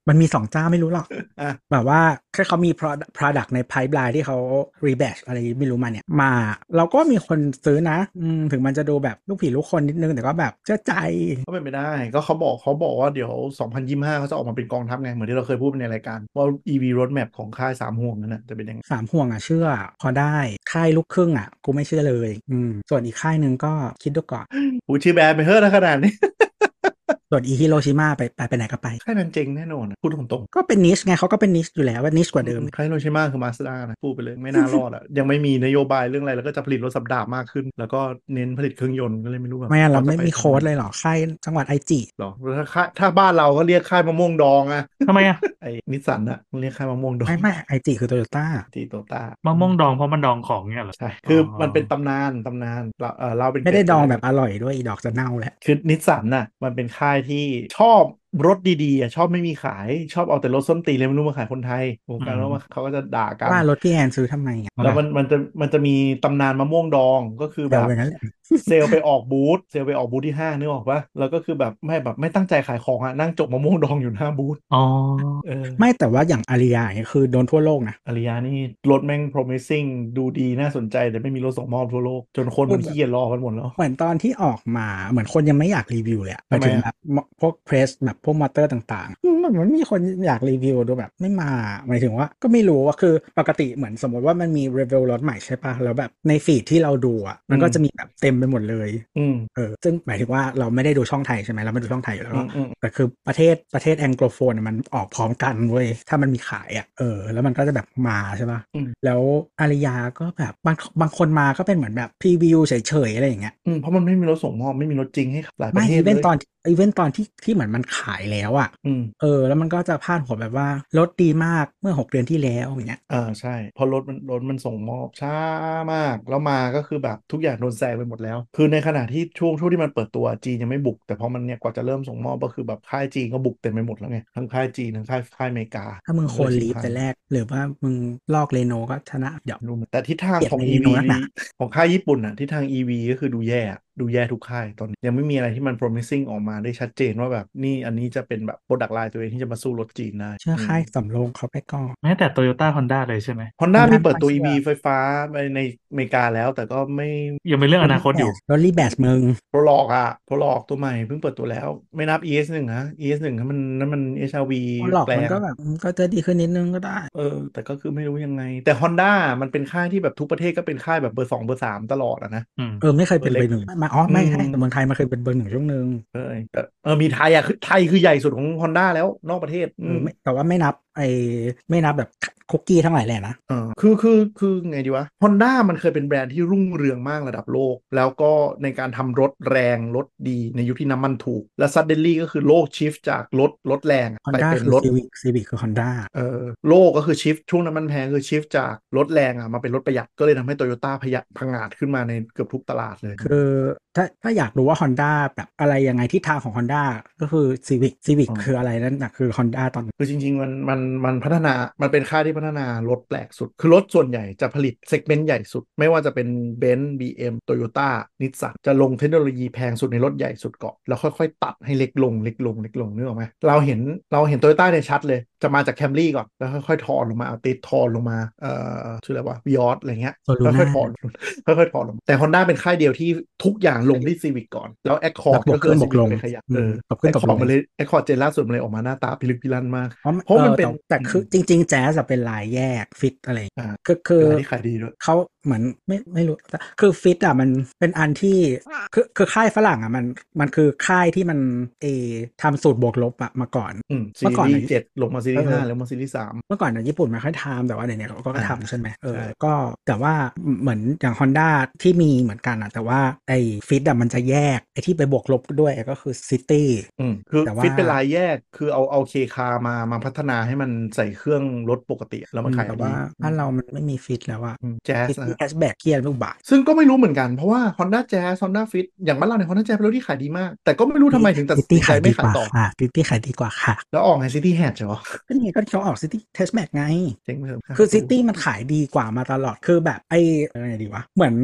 [SPEAKER 2] มันมีสองเจ้าไม่รู้หรอก
[SPEAKER 3] อ่ะ
[SPEAKER 2] แบบว่าแค่เขามี product- product ใน pipeline ที่เขา rebatch อะไรไม่รู้มาเนี่ย มาเราก็มีคนซื้อนะอืมถึงมันจะดูแบบลูกผีลูกคนนิดนึง แต่ก็แบบเชื่อใจ
[SPEAKER 3] ก็เป็นไปได้ก็เขาบอกเขาบอกว่าเดี๋ยว 2025เขาจะออกมาเป็นกองทัพไง เหมือนที่เราเคยพูดไปในรายการ ว่า EV roadmap ของค่ายสามห่วงนั่นนะจะเป็นยังไง
[SPEAKER 2] สามห่วงอ่ะเชื่อ พอได้ค่ายลูกครึ่งอ่ะ กูไม่เชื่อเลย อืมส่วนอีกค่ายหนึ่งก็คิดดูก่อน
[SPEAKER 3] อูชื่อแบรนด์ไปเฮ้อะนะขนาดนี้ [LAUGHS]
[SPEAKER 2] ส่วนอีฮิโรชิมาไปไปไปไหนก็ไป
[SPEAKER 3] ค่ายนั้นเจ๊งแน่นอนนะพูดตรงๆ
[SPEAKER 2] ก็เป็นนิชไงเขาก็เป็นนิชอยู่แล้วว่านิชกว่าเดิม
[SPEAKER 3] ค่ายโรชิมาคือมาสด้านะพูดไปเลยไม่น่ารอดอ่ะ ยังไม่มีนโยบายเรื่องอะไรแล้วก็จะผลิตรถสัปดาห์มากขึ้น แล้วก็เน้นผลิตเครื่องยนต์ก็เลยไม่รู้แบบ
[SPEAKER 2] ไม่งั้นเรา
[SPEAKER 3] จะ
[SPEAKER 2] ไม่
[SPEAKER 3] ป
[SPEAKER 2] มีโค้ดเลยเหรอค่ายจังหวัดไอจิ
[SPEAKER 3] [LAUGHS] หรอถ้าค่ายถ้าบ้านเราก็เรียกค่ายมะม่วงดองอะ
[SPEAKER 4] ทำไมอ่ะ
[SPEAKER 3] ไอ้นิสสันอะเรียกค่ายมะม่วงดอง
[SPEAKER 2] ไม่ไม่ไอจิคือโตโยต้า
[SPEAKER 3] ที่โตต้าม
[SPEAKER 4] ะ
[SPEAKER 3] มะ
[SPEAKER 4] ม่วงดองเพราะมันดองของเนี่ยเหรอ
[SPEAKER 3] ใช่ คืออ
[SPEAKER 4] อ
[SPEAKER 3] มันเป็นตำนานตำนานเราเออเราเป็น
[SPEAKER 2] ไม่ได้
[SPEAKER 3] เกร
[SPEAKER 2] ดองแบบอร่อยด้วยอีดอกจะเน่าแล้ว
[SPEAKER 3] คือนิสสันน่ะ มันเป็นค่ายที่ชอบรถดีๆอ่ะชอบไม่มีขาย ชอบเอาแต่รถส้นตีนเลยไม่รู้มาขายคนไทยวงการ
[SPEAKER 4] อืม
[SPEAKER 3] รถมาเขาก็จะด่ากัน
[SPEAKER 2] ว่ารถพี่แอนซื้อทำไมอ่ะ
[SPEAKER 3] แล้วมันมันจะมันจะมีตำนานมะม่วงดองก็คือแบ
[SPEAKER 2] เดา
[SPEAKER 3] บ
[SPEAKER 2] ไปงั้นแหละ
[SPEAKER 3] เซลล์ไปออกบูธเซลล์ไปออกบูธที่ห้างนึกออกปะแล้วก็คือแบบไม่แบบไม่ตั้งใจขายของอ่ะนั่งจกมะม่วงดองอยู่หน้าบูธ
[SPEAKER 4] อ๋อ
[SPEAKER 3] เออ
[SPEAKER 2] ไม่แต่ว่าอย่างอาริยาเนี่ยคือโดนทั่วโลกนะ
[SPEAKER 3] อาริยานี่รถแม่ง promising ดูดีน่าสนใจแต่ไม่มีรถส่งมอบทั่วโลกจนคนมันขี้เกียจรอกันหมดแล้ว
[SPEAKER 2] เหมือนตอนที่ออกมาเหมือนคนยังไม่อยากรีวิวเลยอะหมายถึง
[SPEAKER 3] ทำไมอะ
[SPEAKER 2] แบบพวกเพรสแบบพวกมอเตอร์ต่างๆมันเหมือนมีคนอยากรีวิวดูแบบไม่มาหมายถึงว่าก็ไม่รู้ว่าคือปกติเหมือนสมมติว่ามันมีรีวิวรถใหม่ใช่ปะแล้วแบบในฟีดที่เราดูอะมันก็จะมีแบบเต็มไปหมดเลย
[SPEAKER 3] อืม
[SPEAKER 2] เออซึ่งหมายถึงว่าเราไม่ได้ดูช่องไทยใช่ไหมเราไม่ดูช่องไทยอยู่แล้ว
[SPEAKER 3] อื
[SPEAKER 2] ก็
[SPEAKER 3] มอืม
[SPEAKER 2] แต่คือประเทศประเทศแองโกลโฟนมันออกพร้อมกันเว้ยถ้ามันมีขายอ่ะเออ แล้วมันก็จะแบบมาใช่ปะ
[SPEAKER 3] อืม
[SPEAKER 2] แล้วอาริยาก็แบบบางบางคนมาก็เป็นเหมือนแบบพรีวิวเฉยๆอะไรอย่างเงี้ย
[SPEAKER 3] อืมเพราะมันไม่มีรถส่งมอบไม่มีรถจริงให้หลายป
[SPEAKER 2] ไม่
[SPEAKER 3] ระเทศ
[SPEAKER 2] อี
[SPEAKER 3] เล
[SPEAKER 2] เวน
[SPEAKER 3] ย
[SPEAKER 2] ตอนอีเวนตอนที่ที่เหมือนมันขายแล้วอ่ะ
[SPEAKER 3] อืม
[SPEAKER 2] เออ แล้วมันก็จะพาดหัวแบบว่ารถดีมากเมื่อ 6 เดือนที่แล้วอย่างเงี้ย
[SPEAKER 3] อ่าใช่เพอรถมันรถมันส่งมอบช้ามาก แล้วมาก็คือแบบทุกอย่างโดนแซงไปหมดแล้ว คือในขณะที่ช่วงช่วงที่มันเปิดตัวจีนยังไม่บุก แต่พอมันเนี่ยกว่าจะเริ่มส่งมอบก็คือแบบค่ายจีนก็บุกเต็มไปหมดแล้วไงทั้งค่ายจีนทั้งค่ายค่ายอเมริกา
[SPEAKER 2] ถ้ามึงโคนลีฟแต่แรก หรือว่ามึงลอกเรโนก็ชนะเดี๋ยว
[SPEAKER 3] รู้ไหมแต่ทิศทางของ
[SPEAKER 2] เกลียดในห
[SPEAKER 3] EV
[SPEAKER 2] นูนักหนา
[SPEAKER 3] ของค่ายญี่ปุ่นอ่ะทิศทาง EV ก็คือดูแย่อะดูแย่ทุกค่ายตอนนี้ยังไม่มีอะไรที่มัน promising ออกมาได้ชัดเจนว่าแบบนี่อันนี้จะเป็นแบบโปรดักต์ไลน์ตัวเองที่จะมาสู้รถจีนได้
[SPEAKER 2] เชื่อ
[SPEAKER 3] ม
[SPEAKER 2] ค่ายสำโรงเขาไปก่อน
[SPEAKER 4] แม้แต่โตโยต้าฮอนด้าเลยใช่ไหม
[SPEAKER 3] ฮอนด้ามีเปิดตัว
[SPEAKER 4] ไม่
[SPEAKER 3] EV
[SPEAKER 4] เชื่อ
[SPEAKER 3] ไฟฟ้าไปในอเมริกาแล้ว แต่ก็ไม่
[SPEAKER 4] ยังเป็นเรื่องอนาคตอยู่
[SPEAKER 2] รถรีแบชมึง
[SPEAKER 3] โปรลอกอะโปรลอกตัวใหม่เพิ่งเปิดตัวแล้ว ไม่นับ ES1 นะ ES1 นั้นมันนั่นมัน HRV
[SPEAKER 2] หลอก
[SPEAKER 3] แปล
[SPEAKER 2] มัน
[SPEAKER 3] ง
[SPEAKER 2] ก็แบบอืมก็จะดีขึ้นนิดนึงก็ได้
[SPEAKER 3] เออ แต่ก็คือไม่รู้ยังไง แต่ Honda มันเป็นค่ายที่แบบทุกประเทศก็เป็นค่ายแบบเบอร์สองเบอร์สามตลอดอะนะ
[SPEAKER 4] อืม
[SPEAKER 2] เออไม่เคยเป็น
[SPEAKER 3] เบอร์
[SPEAKER 2] เบ
[SPEAKER 3] เล็
[SPEAKER 2] อกร์หนึ่งมาอ๋อไม่ใช่
[SPEAKER 3] อืม
[SPEAKER 2] แต่เมืองไทยมันเคยเป็นเบอร์หนึ่งช่วงหนึ่ง
[SPEAKER 3] เออแต่เออมีไทยอะคือไทยคือใหญ่สุดของ Honda แล้วนอกประเทศ
[SPEAKER 2] เอ
[SPEAKER 3] อื
[SPEAKER 2] อ
[SPEAKER 3] ม
[SPEAKER 2] ไม่แต่ว่าไม่นับไอ้ไม่นับแบบคุกกี้ทั้งหลายแหละนะ
[SPEAKER 3] เออคือคือคือไงดีวะฮอนด้ามันเคยเป็นแบรนด์ที่รุ่งเรืองมากระดับโลก แล้วก็ในการทำรถแรงรถดีในยุคที่น้ำมันถูก และซัดเดลลี่ก็คือโลกชิฟจากรถรถแรงไป
[SPEAKER 2] Honda
[SPEAKER 3] เป็น
[SPEAKER 2] คือ
[SPEAKER 3] รถ
[SPEAKER 2] ซีวิกซีวิกคือ Honda
[SPEAKER 3] เออโลกก็คือชิฟช่วงน้ำมันแพงคือชิฟจากรถแรงอ่ะมาเป็นรถประหยัดก็เลยทำให้โตโยต้าพยะพังอาจขึ้นมาในเกือบทุกตลาดเลย
[SPEAKER 2] คือถ้าถ้าอยากรู้ว่า Honda แบบอะไรยังไงที่ทางของ Honda ก็คือ Civic Civic
[SPEAKER 3] อ๋อ
[SPEAKER 2] คืออะไรนั่นนะคือ Honda ตอนนั้น
[SPEAKER 3] คือจริงๆ มันมันมันพัฒนา มันเป็นค่ายที่พัฒนารถแปลกสุด คือรถส่วนใหญ่จะผลิตเซกเมนต์ใหญ่สุด ไม่ว่าจะเป็นเบนซ์บีเอ็มโตโยต้านิสสันจะลงเทคโนโลยีแพงสุดในรถใหญ่สุดก่อน แล้วค่อยๆ ตัดให้เล็กลงเล็กลงเล็กลงนึกออกไหมเราเห็นเราเห็นโตโยต้าเนี่ยชัดเลย จะมาจากแคมรี่ก่อน แล้วค่อยๆ ถอนลงมาเอาติดถอนลงมาเอ่อชื่ออะไรวะวิออสอะไรเงี้ย
[SPEAKER 2] โซลู
[SPEAKER 3] ค่
[SPEAKER 2] น่า
[SPEAKER 3] อยๆถอน [LAUGHS] ค่อยๆถอนลงแต่ Honda เป็นค่ายเดียวที่ทุกอย่างลงที่ Civic ก่อน แล้ว Accord
[SPEAKER 2] บว
[SPEAKER 3] ก็
[SPEAKER 2] ก
[SPEAKER 3] คื
[SPEAKER 2] ขึ้
[SPEAKER 3] อน
[SPEAKER 2] บวกล
[SPEAKER 3] เอา Civic
[SPEAKER 2] ง
[SPEAKER 3] ไปขยับเออ
[SPEAKER 2] บวกขึ้นบวกล
[SPEAKER 3] Accord
[SPEAKER 2] ง
[SPEAKER 3] มันเลย Accord เจนล่าสุดมันเลยออกมาหน้าตาพิลึกพิลั่นมาก
[SPEAKER 2] เพราะ
[SPEAKER 3] เพราะมัน
[SPEAKER 2] ออ
[SPEAKER 3] เป็น
[SPEAKER 2] แต่แต่คือจริง ๆ แจ๊สอะเป็นลายแยกฟิตอะไรอย่างเงี้ย
[SPEAKER 3] อ่า
[SPEAKER 2] คือคือ
[SPEAKER 3] เป็นลายที่ขายดีด้วย
[SPEAKER 2] เขา เหมือนไม่ไม่รู้แต่คือฟิตอ่ะมันเป็นอันที่คือคือค่ายฝรั่งอ่ะมันมันคือค่ายที่มันเออทำสูตรบวกลบอ่ะมาก่อน
[SPEAKER 3] อืมซี
[SPEAKER 2] เมื่อก่อน
[SPEAKER 3] รี
[SPEAKER 2] อะ
[SPEAKER 3] ส์เจ็ดลงมาซีรีส์ห้าแล้วมาซีรีส์สาม
[SPEAKER 2] เมื่อก่อนเนี่ยญี่ปุ่นไม่ค่อยทำแต่ว่าเดี๋ยวนี้เขาก็
[SPEAKER 3] อ่า
[SPEAKER 2] ทำใช่ไหมเออ
[SPEAKER 3] ใช่
[SPEAKER 2] ก็แต่ว่าเหมือนอย่าง Honda ที่มีเหมือนกันอะแต่ว่าไอ้ฟิตอะมันจะแยกไอ้ที่ไปบวกลบด้วยก็คือซิตี้
[SPEAKER 3] อืมคือ
[SPEAKER 2] แต่ว่า
[SPEAKER 3] ฟิตเป็นลายแยกคือเอาเอาเคคามามาพัฒนาให้มันใส่เครื่องรถปกติแล้วมันขาย
[SPEAKER 2] แต่
[SPEAKER 3] ดี
[SPEAKER 2] ว่าบ้านเรามันไม่มีฟิตแล้วอะ
[SPEAKER 3] อืมแจ๊ส
[SPEAKER 2] ซิ
[SPEAKER 3] นะ
[SPEAKER 2] ตี้
[SPEAKER 3] ฮะ
[SPEAKER 2] แคชแบ็กเกียร์ลูกบาท
[SPEAKER 3] ซึ่งก็ไม่รู้เหมือนกันเพราะว่า Honda Jazz Honda Fit อย่างบ้านเราในย Honda Jazz เป็นรถที่ขายดีมาก แต่ก็ไม่รู้ทำไมถึงตัด
[SPEAKER 2] ซิ
[SPEAKER 3] สิ
[SPEAKER 2] ตี้
[SPEAKER 3] นใจ
[SPEAKER 2] ขาย
[SPEAKER 3] ไม่
[SPEAKER 2] ดี
[SPEAKER 3] ขาก ย
[SPEAKER 2] ว่า
[SPEAKER 3] ต่อ
[SPEAKER 2] ค่ะซิตี้ขายดีกว่าค่ะ
[SPEAKER 3] แล้วออกไงซิตี้แฮทใช่ปะ
[SPEAKER 2] ก็นี่ไงก็เขาออกซิตี้แคชแบ็กไง
[SPEAKER 3] เจ๊งไปเถะ
[SPEAKER 2] คือซิตี้มันขายดีกว่ามาตลอดคือแบบไอ้อะไรดีวะ เหมือน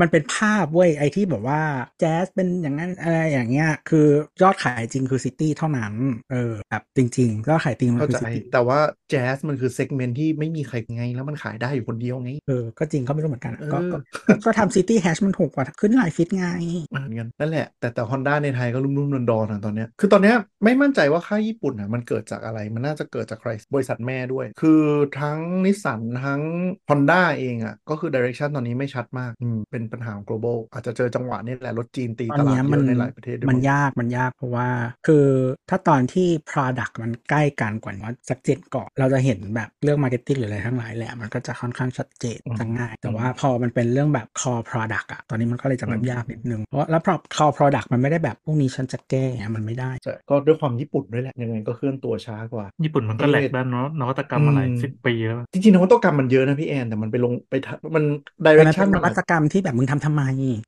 [SPEAKER 2] มันเป็นภาพเว้ยไอ้ที่แบบว่าแจ๊สเป็นอย่างนั้นอะไรอย่างเงี้ยคือยอดขายจริงคือซิตี้เท่านั้น เออแบบจริงๆยอดขายจริงมัน
[SPEAKER 3] เข้า
[SPEAKER 2] คือ
[SPEAKER 3] ใจ
[SPEAKER 2] ซิตี้
[SPEAKER 3] แต่ว่าแจ๊สมันคือเซกเมนที่ไม่มีใครไง แล้วมันขายได้อยู่คนเดียวไง
[SPEAKER 2] เออก็จริงก็ไม่รู้เหมือนกันอะก็ก็
[SPEAKER 3] เออ
[SPEAKER 2] ก็ทำซิตี้แฮชมันถูกกว่าขึ้นไลน์ฟิตไง
[SPEAKER 3] เหมือนกันนั่นแหละแต่แต่ฮอนด้าในไทยก็รุ่มๆดอนๆอะตอนเนี้ยคือตอนเนี้ยไม่มั่นใจว่าค่ายญี่ปุ่นอ่ะมันเกิดจากอะไรมันน่าจะเกิดจากใครบริษัทแม่ด้วย คือทั้งนิสสันทั้งฮอนด้าเองอ่ะก็คือดิเรกชันตอนนี้ไม่ชัดมากอืมเป็นปัญหาของ global อาจจะเจอจังหวะนี่แหละรถจีนตี
[SPEAKER 2] ตอน
[SPEAKER 3] ตลาด
[SPEAKER 2] เนี้ย
[SPEAKER 3] เย
[SPEAKER 2] มัน
[SPEAKER 3] อะในหลายประเทศด้วย
[SPEAKER 2] มันยากมันยากเพราะว่าคือถ้าตอนที่ Product มันใกล้กันกว่านี้สักเจ็ดก่อนเราจะเห็นแบบเรื่อง Marketing หรืออะไรทั้งหลายแหละมันก็จะค่อนข้างชัดเจนทั้งง่าย แต่ว่าพอมันเป็นเรื่องแบบ Core Product อะตอนนี้มันก็เลยจะแบบยากนิดนึงเพราะแล้ว pro- Core Product มันไม่ได้แบบพวกนี้ฉันจะแก้อะมันไม่ได้
[SPEAKER 3] ใช่ก็ด้วยความญี่ปุ่นด้วยแหละยังไงก็เคลื่อนตัวช้ากว่า
[SPEAKER 4] ญี่ปุ่นมันก็แหลกด้านนวัตกรรมอะไร
[SPEAKER 3] อืม
[SPEAKER 4] สิบปีแล้วอะ
[SPEAKER 3] จริงๆนวัตกรรมมันเยอะนะพี่แอนแต่มันไปลงไปทะมันดิเร
[SPEAKER 2] แต่
[SPEAKER 3] ก
[SPEAKER 2] มัน
[SPEAKER 3] ชั
[SPEAKER 2] เป็นนน
[SPEAKER 3] มัน
[SPEAKER 2] วั
[SPEAKER 3] อาจ
[SPEAKER 2] ตกรรมที่แบบมึงทำทำไม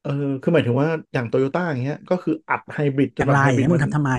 [SPEAKER 3] เออคือหมายถึงว่าอย่างโตโยต้าอย่างเงี้ยก็คืออัดไฮบริดจ
[SPEAKER 2] อนย่าง
[SPEAKER 3] แบบ
[SPEAKER 2] ไร
[SPEAKER 3] ไฮบริด
[SPEAKER 2] มึงทำทำไม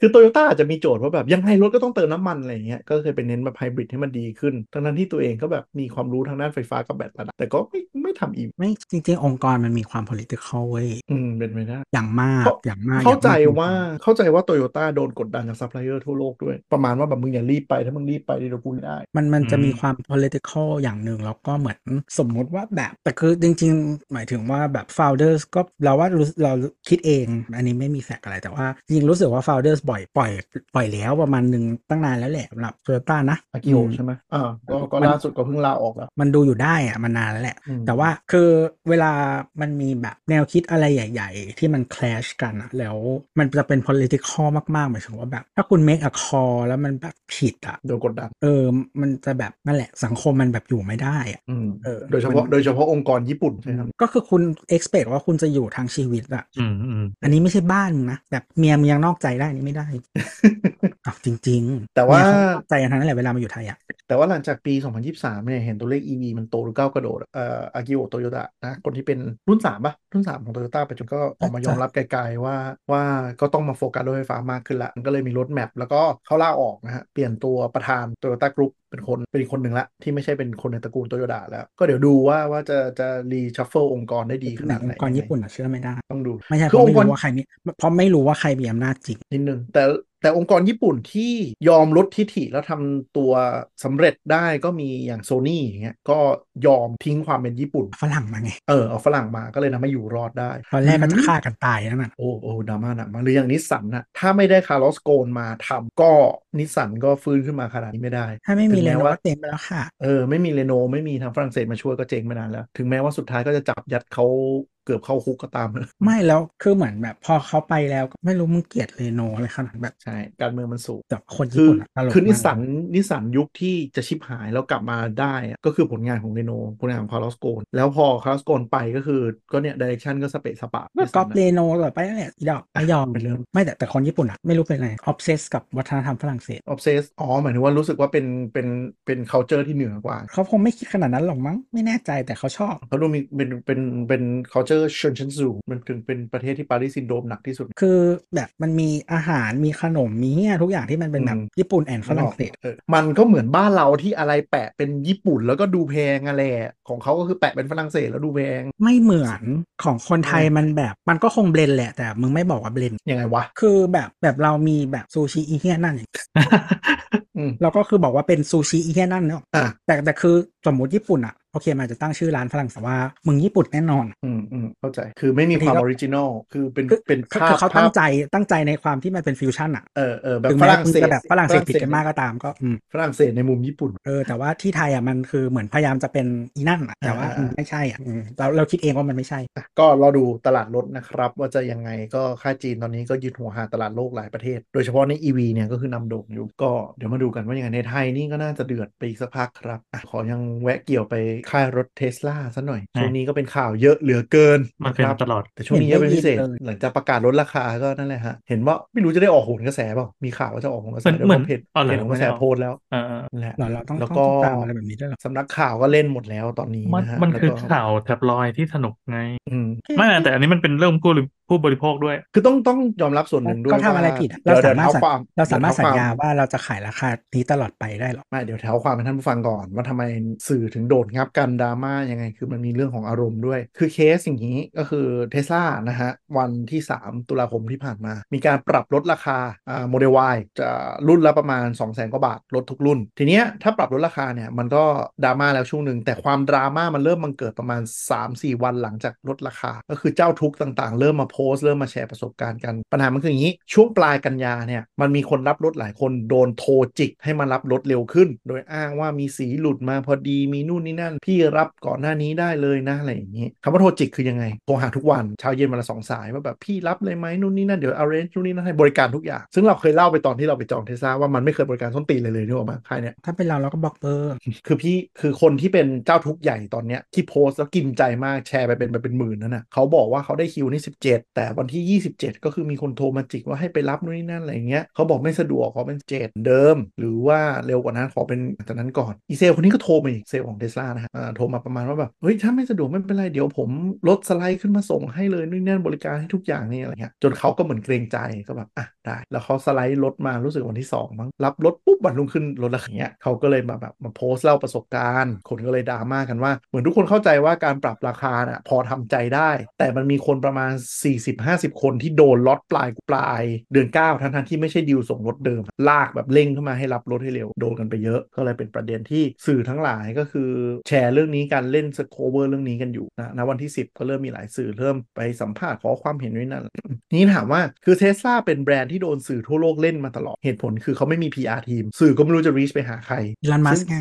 [SPEAKER 3] คือโตโยต้าอาจจะมีโจทย์ว่าแบบยังไงรถก็ต้องเติมน้ำมันอะไรอย่างเงี้ยก็เคยไปเน้นแบบไฮบริดให้มันดีขึ้น ทั้งนั้นที่ตัวเองก็แบบมีความรู้ทางด้านไฟฟ้ากับแบตระดับแต่ก็ไม่ไม่ทำอีก
[SPEAKER 2] ไม่จริง ๆ องค์กรมันมีความ political เว้ย
[SPEAKER 3] อืมเป็นไปได้
[SPEAKER 2] อย่างมาก
[SPEAKER 3] เพราะ
[SPEAKER 2] อย่างมาก
[SPEAKER 3] เข้าใจ
[SPEAKER 2] อย่งมก
[SPEAKER 3] ว่าเข้าใจว่าโตโยต้าโดนกดดันจากซัพพลายเออร์ทั่วโลกด้วย ประมาณว่าแบบมึงอย่ารีบไป ถ้ามึงรีบไปเดี๋ยวกูไม่ได้
[SPEAKER 2] มันมันจะ
[SPEAKER 4] อืม
[SPEAKER 2] มีความ political อย่างหนึ่งแล้วก็เหมือนสมมุติว่าแบบ แต่คือจริง ๆ หมายถึงว่าแบบ founders ก็เราว่ารู้เราคิดเอง อันนี้ไม่มีแฟกต์อะไรแต่ว่าจริงๆรู้สึกว่า founders ปล่อยปล่อยปล่อยแล้วประมาณหนึ่งตั้งนานแล้วแหละสำหรับโตโยต้านะ
[SPEAKER 3] อากิโอะ
[SPEAKER 2] ม
[SPEAKER 3] ใช่ไหมอ่าก็ก็
[SPEAKER 2] มัน
[SPEAKER 3] ล่าสุดก็เพิ่งลาออกแล้ว
[SPEAKER 2] มันดูอยู่ได้อะมานานแล้วแหละ
[SPEAKER 3] อืม
[SPEAKER 2] แต่ว่าคือเวลามันมีแบบแนวคิดอะไรใหญ่ ๆ ที่มันคลชกันอะแล้วมันจะเป็น political มากๆหมายถึงว่าแบบถ้าคุณ make a call แล้วมันแบบผิดอะ
[SPEAKER 3] โดนกดดัน
[SPEAKER 2] เออมันจะแบบนั่นแหละสังคมมันแบบอยู่ไม่ได้อะ
[SPEAKER 3] อืม
[SPEAKER 2] เออ
[SPEAKER 3] โดยเฉพาะ
[SPEAKER 2] มัน
[SPEAKER 3] โดยเฉพาะองค์กรญี่ปุ่นใช่ครับ
[SPEAKER 2] ก็คือคุณ expect ว่าคุณจะอยู่ทางชีวิตอะ
[SPEAKER 4] อืมอืม
[SPEAKER 2] อันนี้ไม่ใช่บ้านมึงนะ แบบเมียมึงยังนอกใจได้นี่ไม่ได้ อ้าวจริงๆ
[SPEAKER 3] แต่ว่า
[SPEAKER 2] เมียเขนอกใจกันทั้งนั้นแหละเวลามาอยู่ไทยอะ
[SPEAKER 3] แต่ว่าหลังจากปี 2023 เนี่ย เห็นตัวเลข EV มันโตหรือก้าวกระโดด เอ่ออากิโอโตโยต้นะ คนที่เป็นรุ่น 3 ป่ะ รุ่น 3 ของโตโยต้าปัจจุบันก็ออกมายอมรับไกลๆว่า ว่าก็ต้องมาโฟกัสรถไฟฟ้ามากขึ้นละมันก็เลยมีรถแมพแล้วก็เขาล่าออกนะฮะ เปลี่ยนตัวประธานโตโยต้ากรุ๊ปเป็นคนเป็นอีกคนหนึ่งละ ที่ไม่ใช่เป็นคนในตระกูลโตโยต้าแล้ว ก็เดี๋ยวดูว่าว่าจะจะรีชัฟเฟิลองค์กรได้ดีข
[SPEAKER 2] หนัอ
[SPEAKER 3] นาง ดไหน
[SPEAKER 2] งค์กรญี่ปุ่นอะเชื่อไม่ได้
[SPEAKER 3] ต้องดู
[SPEAKER 2] ไม่ใช่
[SPEAKER 3] คื
[SPEAKER 2] เพ
[SPEAKER 3] อ
[SPEAKER 2] ราะไม่
[SPEAKER 3] องค์กร
[SPEAKER 2] รู้ว่าใครมีเพราะไม่รู้ว่าใครมีอำนาจจริง
[SPEAKER 3] นิดนึงแต่แต่องค์กรญี่ปุ่นที่ยอมลดทิฐิแล้วทำตัวสำเร็จได้ก็มีอย่างโซนี่อย่างเงี้ยก็ยอมทิ้งความเป็นญี่ปุ่น
[SPEAKER 2] ฝรั่งมาไง
[SPEAKER 3] เออเอาฝรั่งมาก็เลยทำให้อยู่รอดได้
[SPEAKER 2] ตอนแรกก็จะ
[SPEAKER 3] ห
[SPEAKER 2] ฆ่ากันตายนั่นน่ะ
[SPEAKER 3] โอ้โอ้ดราม่าหนักมากหรืออย่างนิสสันนะถ้าไม่ได้คาร์ลอสโกนมาทำก็นิสสันก็ฟื้นขึ้นมาขนาดนี้ไม่ได้
[SPEAKER 2] ถ้าไม่มี
[SPEAKER 3] ถึ
[SPEAKER 2] เล
[SPEAKER 3] ง
[SPEAKER 2] ย
[SPEAKER 3] แม้
[SPEAKER 2] น
[SPEAKER 3] ว่า
[SPEAKER 2] ก็เต็มไปแล้วค่ะ
[SPEAKER 3] เออ ไม่มีเรโนไม่มีทางฝรั่งเศสมาช่วยก็เจ๊งไปนานแล้ว ถึงแม้ว่าสุดท้ายก็จะจับยัดเขาเกือบเข้าคุกก็ตามเถอะ
[SPEAKER 2] ไม่แล้วคือเหมือนแบบพอเขาไปแล้วก็ไม่รู้มึงเกลียดเรโนอะไรขนาดแบบ
[SPEAKER 3] ใช่การเมืองมันสูง
[SPEAKER 2] แต่คนญี่
[SPEAKER 3] คือ
[SPEAKER 2] ปุ่นอะตลก
[SPEAKER 3] คือนิส
[SPEAKER 2] มาก
[SPEAKER 3] สันนิสสันยุคที่จะชิบหายแล้วกลับมาได้อะก็คือผลงานของเรโนผลงานของคาร์ลอสโกนแล้วพอคาร์ลอสโกนไปก็คือก็เนี่ยดิเรกชันก็สเปะสปะ
[SPEAKER 2] แล้วก็
[SPEAKER 3] นิสสันอะ
[SPEAKER 2] เรโนต่อไปนั่นแหละอีดอกไม่ยอม
[SPEAKER 3] เป็นเรื่อง
[SPEAKER 2] ไม่แต่แต่คนญี่ปุ่นอะไม่รู้เป็นไง obsess กับวัฒนธรรมฝรั่งเศส
[SPEAKER 3] ออฟเซสอ๋อ หมายถึงว่ารู้สึกว่าเป็น เป็น เป็น culture ที่เหนือกว่า
[SPEAKER 2] เขาคงไม่คิดขนาดนั้นหรอกมั้ง ไม่แน่ใจแต่เขาชอบ
[SPEAKER 3] เขาดูมี เป็น เป็น เป็น culture ชนชั้นสูง มันถึงเป็นประเทศที่ปารีสซินโดรมหนักที่สุด
[SPEAKER 2] คือแบบมันมีอาหารมีขนมมีเหียทุกอย่างที่มันเป็นแบบ
[SPEAKER 3] อืม
[SPEAKER 2] ญี่ปุ่นแอนฝรั่งเศส
[SPEAKER 3] ออมันก็เหมือนบ้านเราที่อะไรแปะเป็นญี่ปุ่นแล้วก็ดูแพงอะแหละของเขาก็คือแปะเป็นฝรั่งเศสแล้วดูแพง
[SPEAKER 2] ไม่เหมือนของคนไทย
[SPEAKER 3] ใช่
[SPEAKER 2] มันแบบมันก็คงเบลนแหละ แต่มึงไม่บอกว่าเบลน
[SPEAKER 3] ยังไงวะ
[SPEAKER 2] คือแบบแบบเรามีแบบซูชิอีเฮียนั่นอย่าง
[SPEAKER 3] อืม
[SPEAKER 2] เราก็คือบอกว่าเป็นซูชิอีเฮียนั่นเนาะ
[SPEAKER 3] อ่ะ
[SPEAKER 2] แต่แต่คือสมมติญี่ปุ่นอะ โอเคมันอาจจะตั้งชื่อร้านฝรั่งเศสว่ามึงญี่ปุ่นแน่นอน
[SPEAKER 3] อืมอืมเข้าใจ คือไม่มีความออริจินอลคือเป็นเป็น
[SPEAKER 2] คือ
[SPEAKER 3] ภา
[SPEAKER 2] คื
[SPEAKER 3] พ
[SPEAKER 2] อเขาตั้
[SPEAKER 3] ภาง พ
[SPEAKER 2] ใจตั้งใจในความที่มันเป็นฟิวชั่นอ่ะ
[SPEAKER 3] เออเออแบบ
[SPEAKER 2] ถึง
[SPEAKER 3] ฝ
[SPEAKER 2] แม้
[SPEAKER 3] รั่ง
[SPEAKER 2] คุณ
[SPEAKER 3] เศส
[SPEAKER 2] จะแบบฝรั่งเศสผิดกันมากก็ตามก็อืม
[SPEAKER 3] ฝรั่งเศสในมุมญี่ปุ่น
[SPEAKER 2] เออแต่ว่าที่ไทยอ่ะมันคือเหมือนพยายามจะเป็นอีนั่นอะแต่ว่า
[SPEAKER 3] อ่าอ่า
[SPEAKER 2] มันไม่ใช่อ่ะอืมเราเราคิดเองว่ามันไม่ใช่
[SPEAKER 3] อ่ะก็รอดูตลาดรถนะครับ ว่าจะยังไงก็ค่าจีนตอนนี้ก็ยืนหัวหาตลาดโลกหลายประเทศ โดยเฉพาะใน EV เนี่ยก็คือนำโด่งอยู่ก็เดี๋ยวมาดูกันว่ายังไงในไทยนี่ก็น่าจะเดือดไปอีกสักพักครับอะขอยังแวะเกี่ยวไปค่ายรถเทสลาซะหน่อย
[SPEAKER 4] ใช่
[SPEAKER 3] ช่วงนี้ก็เป็นข่าวเยอะเหลือเกิน
[SPEAKER 4] มันเป็
[SPEAKER 3] คน รับ
[SPEAKER 4] ตลอด
[SPEAKER 3] แต่ช่วงนี้เยอะเป็นพิเศษ
[SPEAKER 2] เห็นได้ยินเลย
[SPEAKER 3] หลังจากประกาศลดราคาก็นั่นแหละฮะเห็นว่าไม่รู้จะได้ออกโหนกระแสเปล่ามีข่าวว่าจะออกโหนกระแสด้วย
[SPEAKER 4] เหมือน
[SPEAKER 3] เพจ
[SPEAKER 4] อ๋อเหร
[SPEAKER 3] เพ
[SPEAKER 4] อ
[SPEAKER 3] จโหนกระแส
[SPEAKER 4] ไม่ได้ออก
[SPEAKER 3] โพสต์แล้ว
[SPEAKER 4] เออเออ
[SPEAKER 3] นั่นแหละ
[SPEAKER 2] เหรอเราต้อง
[SPEAKER 3] แล้ว
[SPEAKER 2] ต้องต้อง
[SPEAKER 3] ก็
[SPEAKER 2] ตามอะไรแบบนี้ด้วยเหรอ
[SPEAKER 3] สำนักข่าวก็เล่นหมดแล้วตอนนี้
[SPEAKER 4] มัน
[SPEAKER 3] นะฮะ
[SPEAKER 4] มัน
[SPEAKER 3] แล้ว
[SPEAKER 4] คือ
[SPEAKER 3] ก็
[SPEAKER 4] ข่าวแท็บลอยด์ที่สนุกไง
[SPEAKER 3] อืม
[SPEAKER 4] ไม่นะแต่อันนี้มันเป็นเรื่องผู้ผู้บริโภคด้วย
[SPEAKER 3] คือต้องต้องยอมรับส่วนหนึ่งด้วย
[SPEAKER 2] ก็ทำอะไร
[SPEAKER 3] ว่
[SPEAKER 2] ผิดอะ
[SPEAKER 3] ดี๋
[SPEAKER 2] เรา
[SPEAKER 3] ยว
[SPEAKER 2] สามารถ
[SPEAKER 3] ดี๋ยวท้ความ
[SPEAKER 2] เราสามารถ
[SPEAKER 3] ดี๋
[SPEAKER 2] สั
[SPEAKER 3] ยว
[SPEAKER 2] ญ
[SPEAKER 3] ท้
[SPEAKER 2] ญา
[SPEAKER 3] ควม
[SPEAKER 2] ว่าเราจะขายราคานี้ตลอดไปได้เหรอ
[SPEAKER 3] ไม่เดี๋ยวเท้าความให้ท่านผู้ฟังก่อน ว่าทำไมสื่อถึงโดดงับกันดราม่ายังไง คือมันมีเรื่องของอารมณ์ด้วย คือเคสอย่างนี้ก็คือเทสลานะฮะ วันที่ 3 ตุลาคมที่ผ่านมา มีการปรับลดราคาอ่าโมเดล Y จะรุ่นละประมาณ 2 0 0 0 0 0กว่าบาทลดทุกรุ่น ทีเนี้ยถ้าปรับลดราคาเนี่ยมันก็ดราม่าแล้วช่วงหนึ่งแต่ความดราม่ามันเริ่มบังเกิดประมาณ 3-4 วันหลังจากลดราคา ก็คือเจ้าทุกข์ต่างๆ เริ่มมาโพสต์เริ่มมาแชร์ประสบการณ์กัน ปัญหามันคืออย่างนี้ ช่วงปลายกันยาเนี่ยมันมีคนรับรถหลายคนโดนโทรจิกให้มารับรถเร็วขึ้น โดยอ้างว่ามีสีหลุดมาพอดีมีนู่นนี่นั่น พี่รับก่อนหน้านี้ได้เลยนะอะไรอย่างนี้คำว่าโทรจิกคือยังไงโทรหาทุกวันเช้าเย็นวันละสองสายว่าแบบพี่รับเลยไหมนู่นนี่นั่นเดี๋ยว arrange นู่นนี่นั่นให้บริการทุกอย่างซึ่งเราเคยเล่าไปตอนที่เราไปจองเทสลาว่ามันไม่เคยบริการส้นตีนเลยเลยนึกออกมาใครเนี่ย
[SPEAKER 2] ถ้าเป็นเราเราก็บล็อกเบอ
[SPEAKER 3] [LAUGHS]
[SPEAKER 2] ร์
[SPEAKER 3] คือพี่คือคนที่เป็นเจ้าทุกข์ใหญ่ตอนเนี้ยที่โพสต์แล้วกินใจมากแชร์ไปเป็นไปเป็นหมื่นนั่นน่ะเขาบอกว่าเขาได้คิวนี่17 แต่วันที่ 27 ก็คือมีคนโทรมาจิกว่าให้ไปรับนู่นนี่นั่นอะไรอย่างเงี้ยเขาบอกไม่สะดวกขอเป็นเจ็ดเดิม หรือว่าเร็วกว่านั้นขอเป็นจากนั้นก่อนอีเซลคนนี้ก็โทรมาอีกเซลของเทสลานะฮะอ่าโทรมาประมาณว่าแบบเฮ้ยถ้าไม่สะดวกไม่เป็นไรเดี๋ยวผมลดสไลด์ขึ้นมาส่งให้เลยนู่นนนั่นบริการให้ทุกอย่างนี่อะไรเงี้ยจนเขาก็เหมือนเกรงใจก็แบบอ่ะได้ แล้วเขาสไลด์ลดมารู้สึกวันที่สองมั้งรับลดปุ๊บวันรุ่งขึ้นลดราคาเงี้ยเขาก็เลยมาแบบมาโพสต์เล่าประสบการณ์ คนก็เลยดราม่ากันว่า เหมือนทุกคนเข้าใจว่าการปรับราคาน่ะพอทำใจได้ แต่มันมีคนประมาณ 40-50 คนที่โดนล็อตปลายปลายเดือน 9 ทั้งทั้งๆที่ไม่ใช่ดิวส่งรถเดิม ลากแบบเร่งเข้ามาให้รับรถให้เร็วโดนกันไปเยอะก็เลยเป็นประเด็นที่สื่อทั้งหลายก็คือแชร์เรื่องนี้การเล่นสโคเวอร์เรื่องนี้กันอยู่นะณวันที่ 10 ก็เริ่มมีหลายสื่อเริ่มไปสัมภาษณ์ขอความเห็นไว้นั่น นี่ถามว่าคือเทสลาเป็นแบรนด์ที่โดนสื่อทั่วโลกเล่นมาตลอด เหตุผลคือเขาไม่มี PR ทีม สื่อก็ไม่รู้จะ reach ไปหาใคร
[SPEAKER 2] Elon Musk
[SPEAKER 3] [LAUGHS] ซึ่ง
[SPEAKER 2] ไง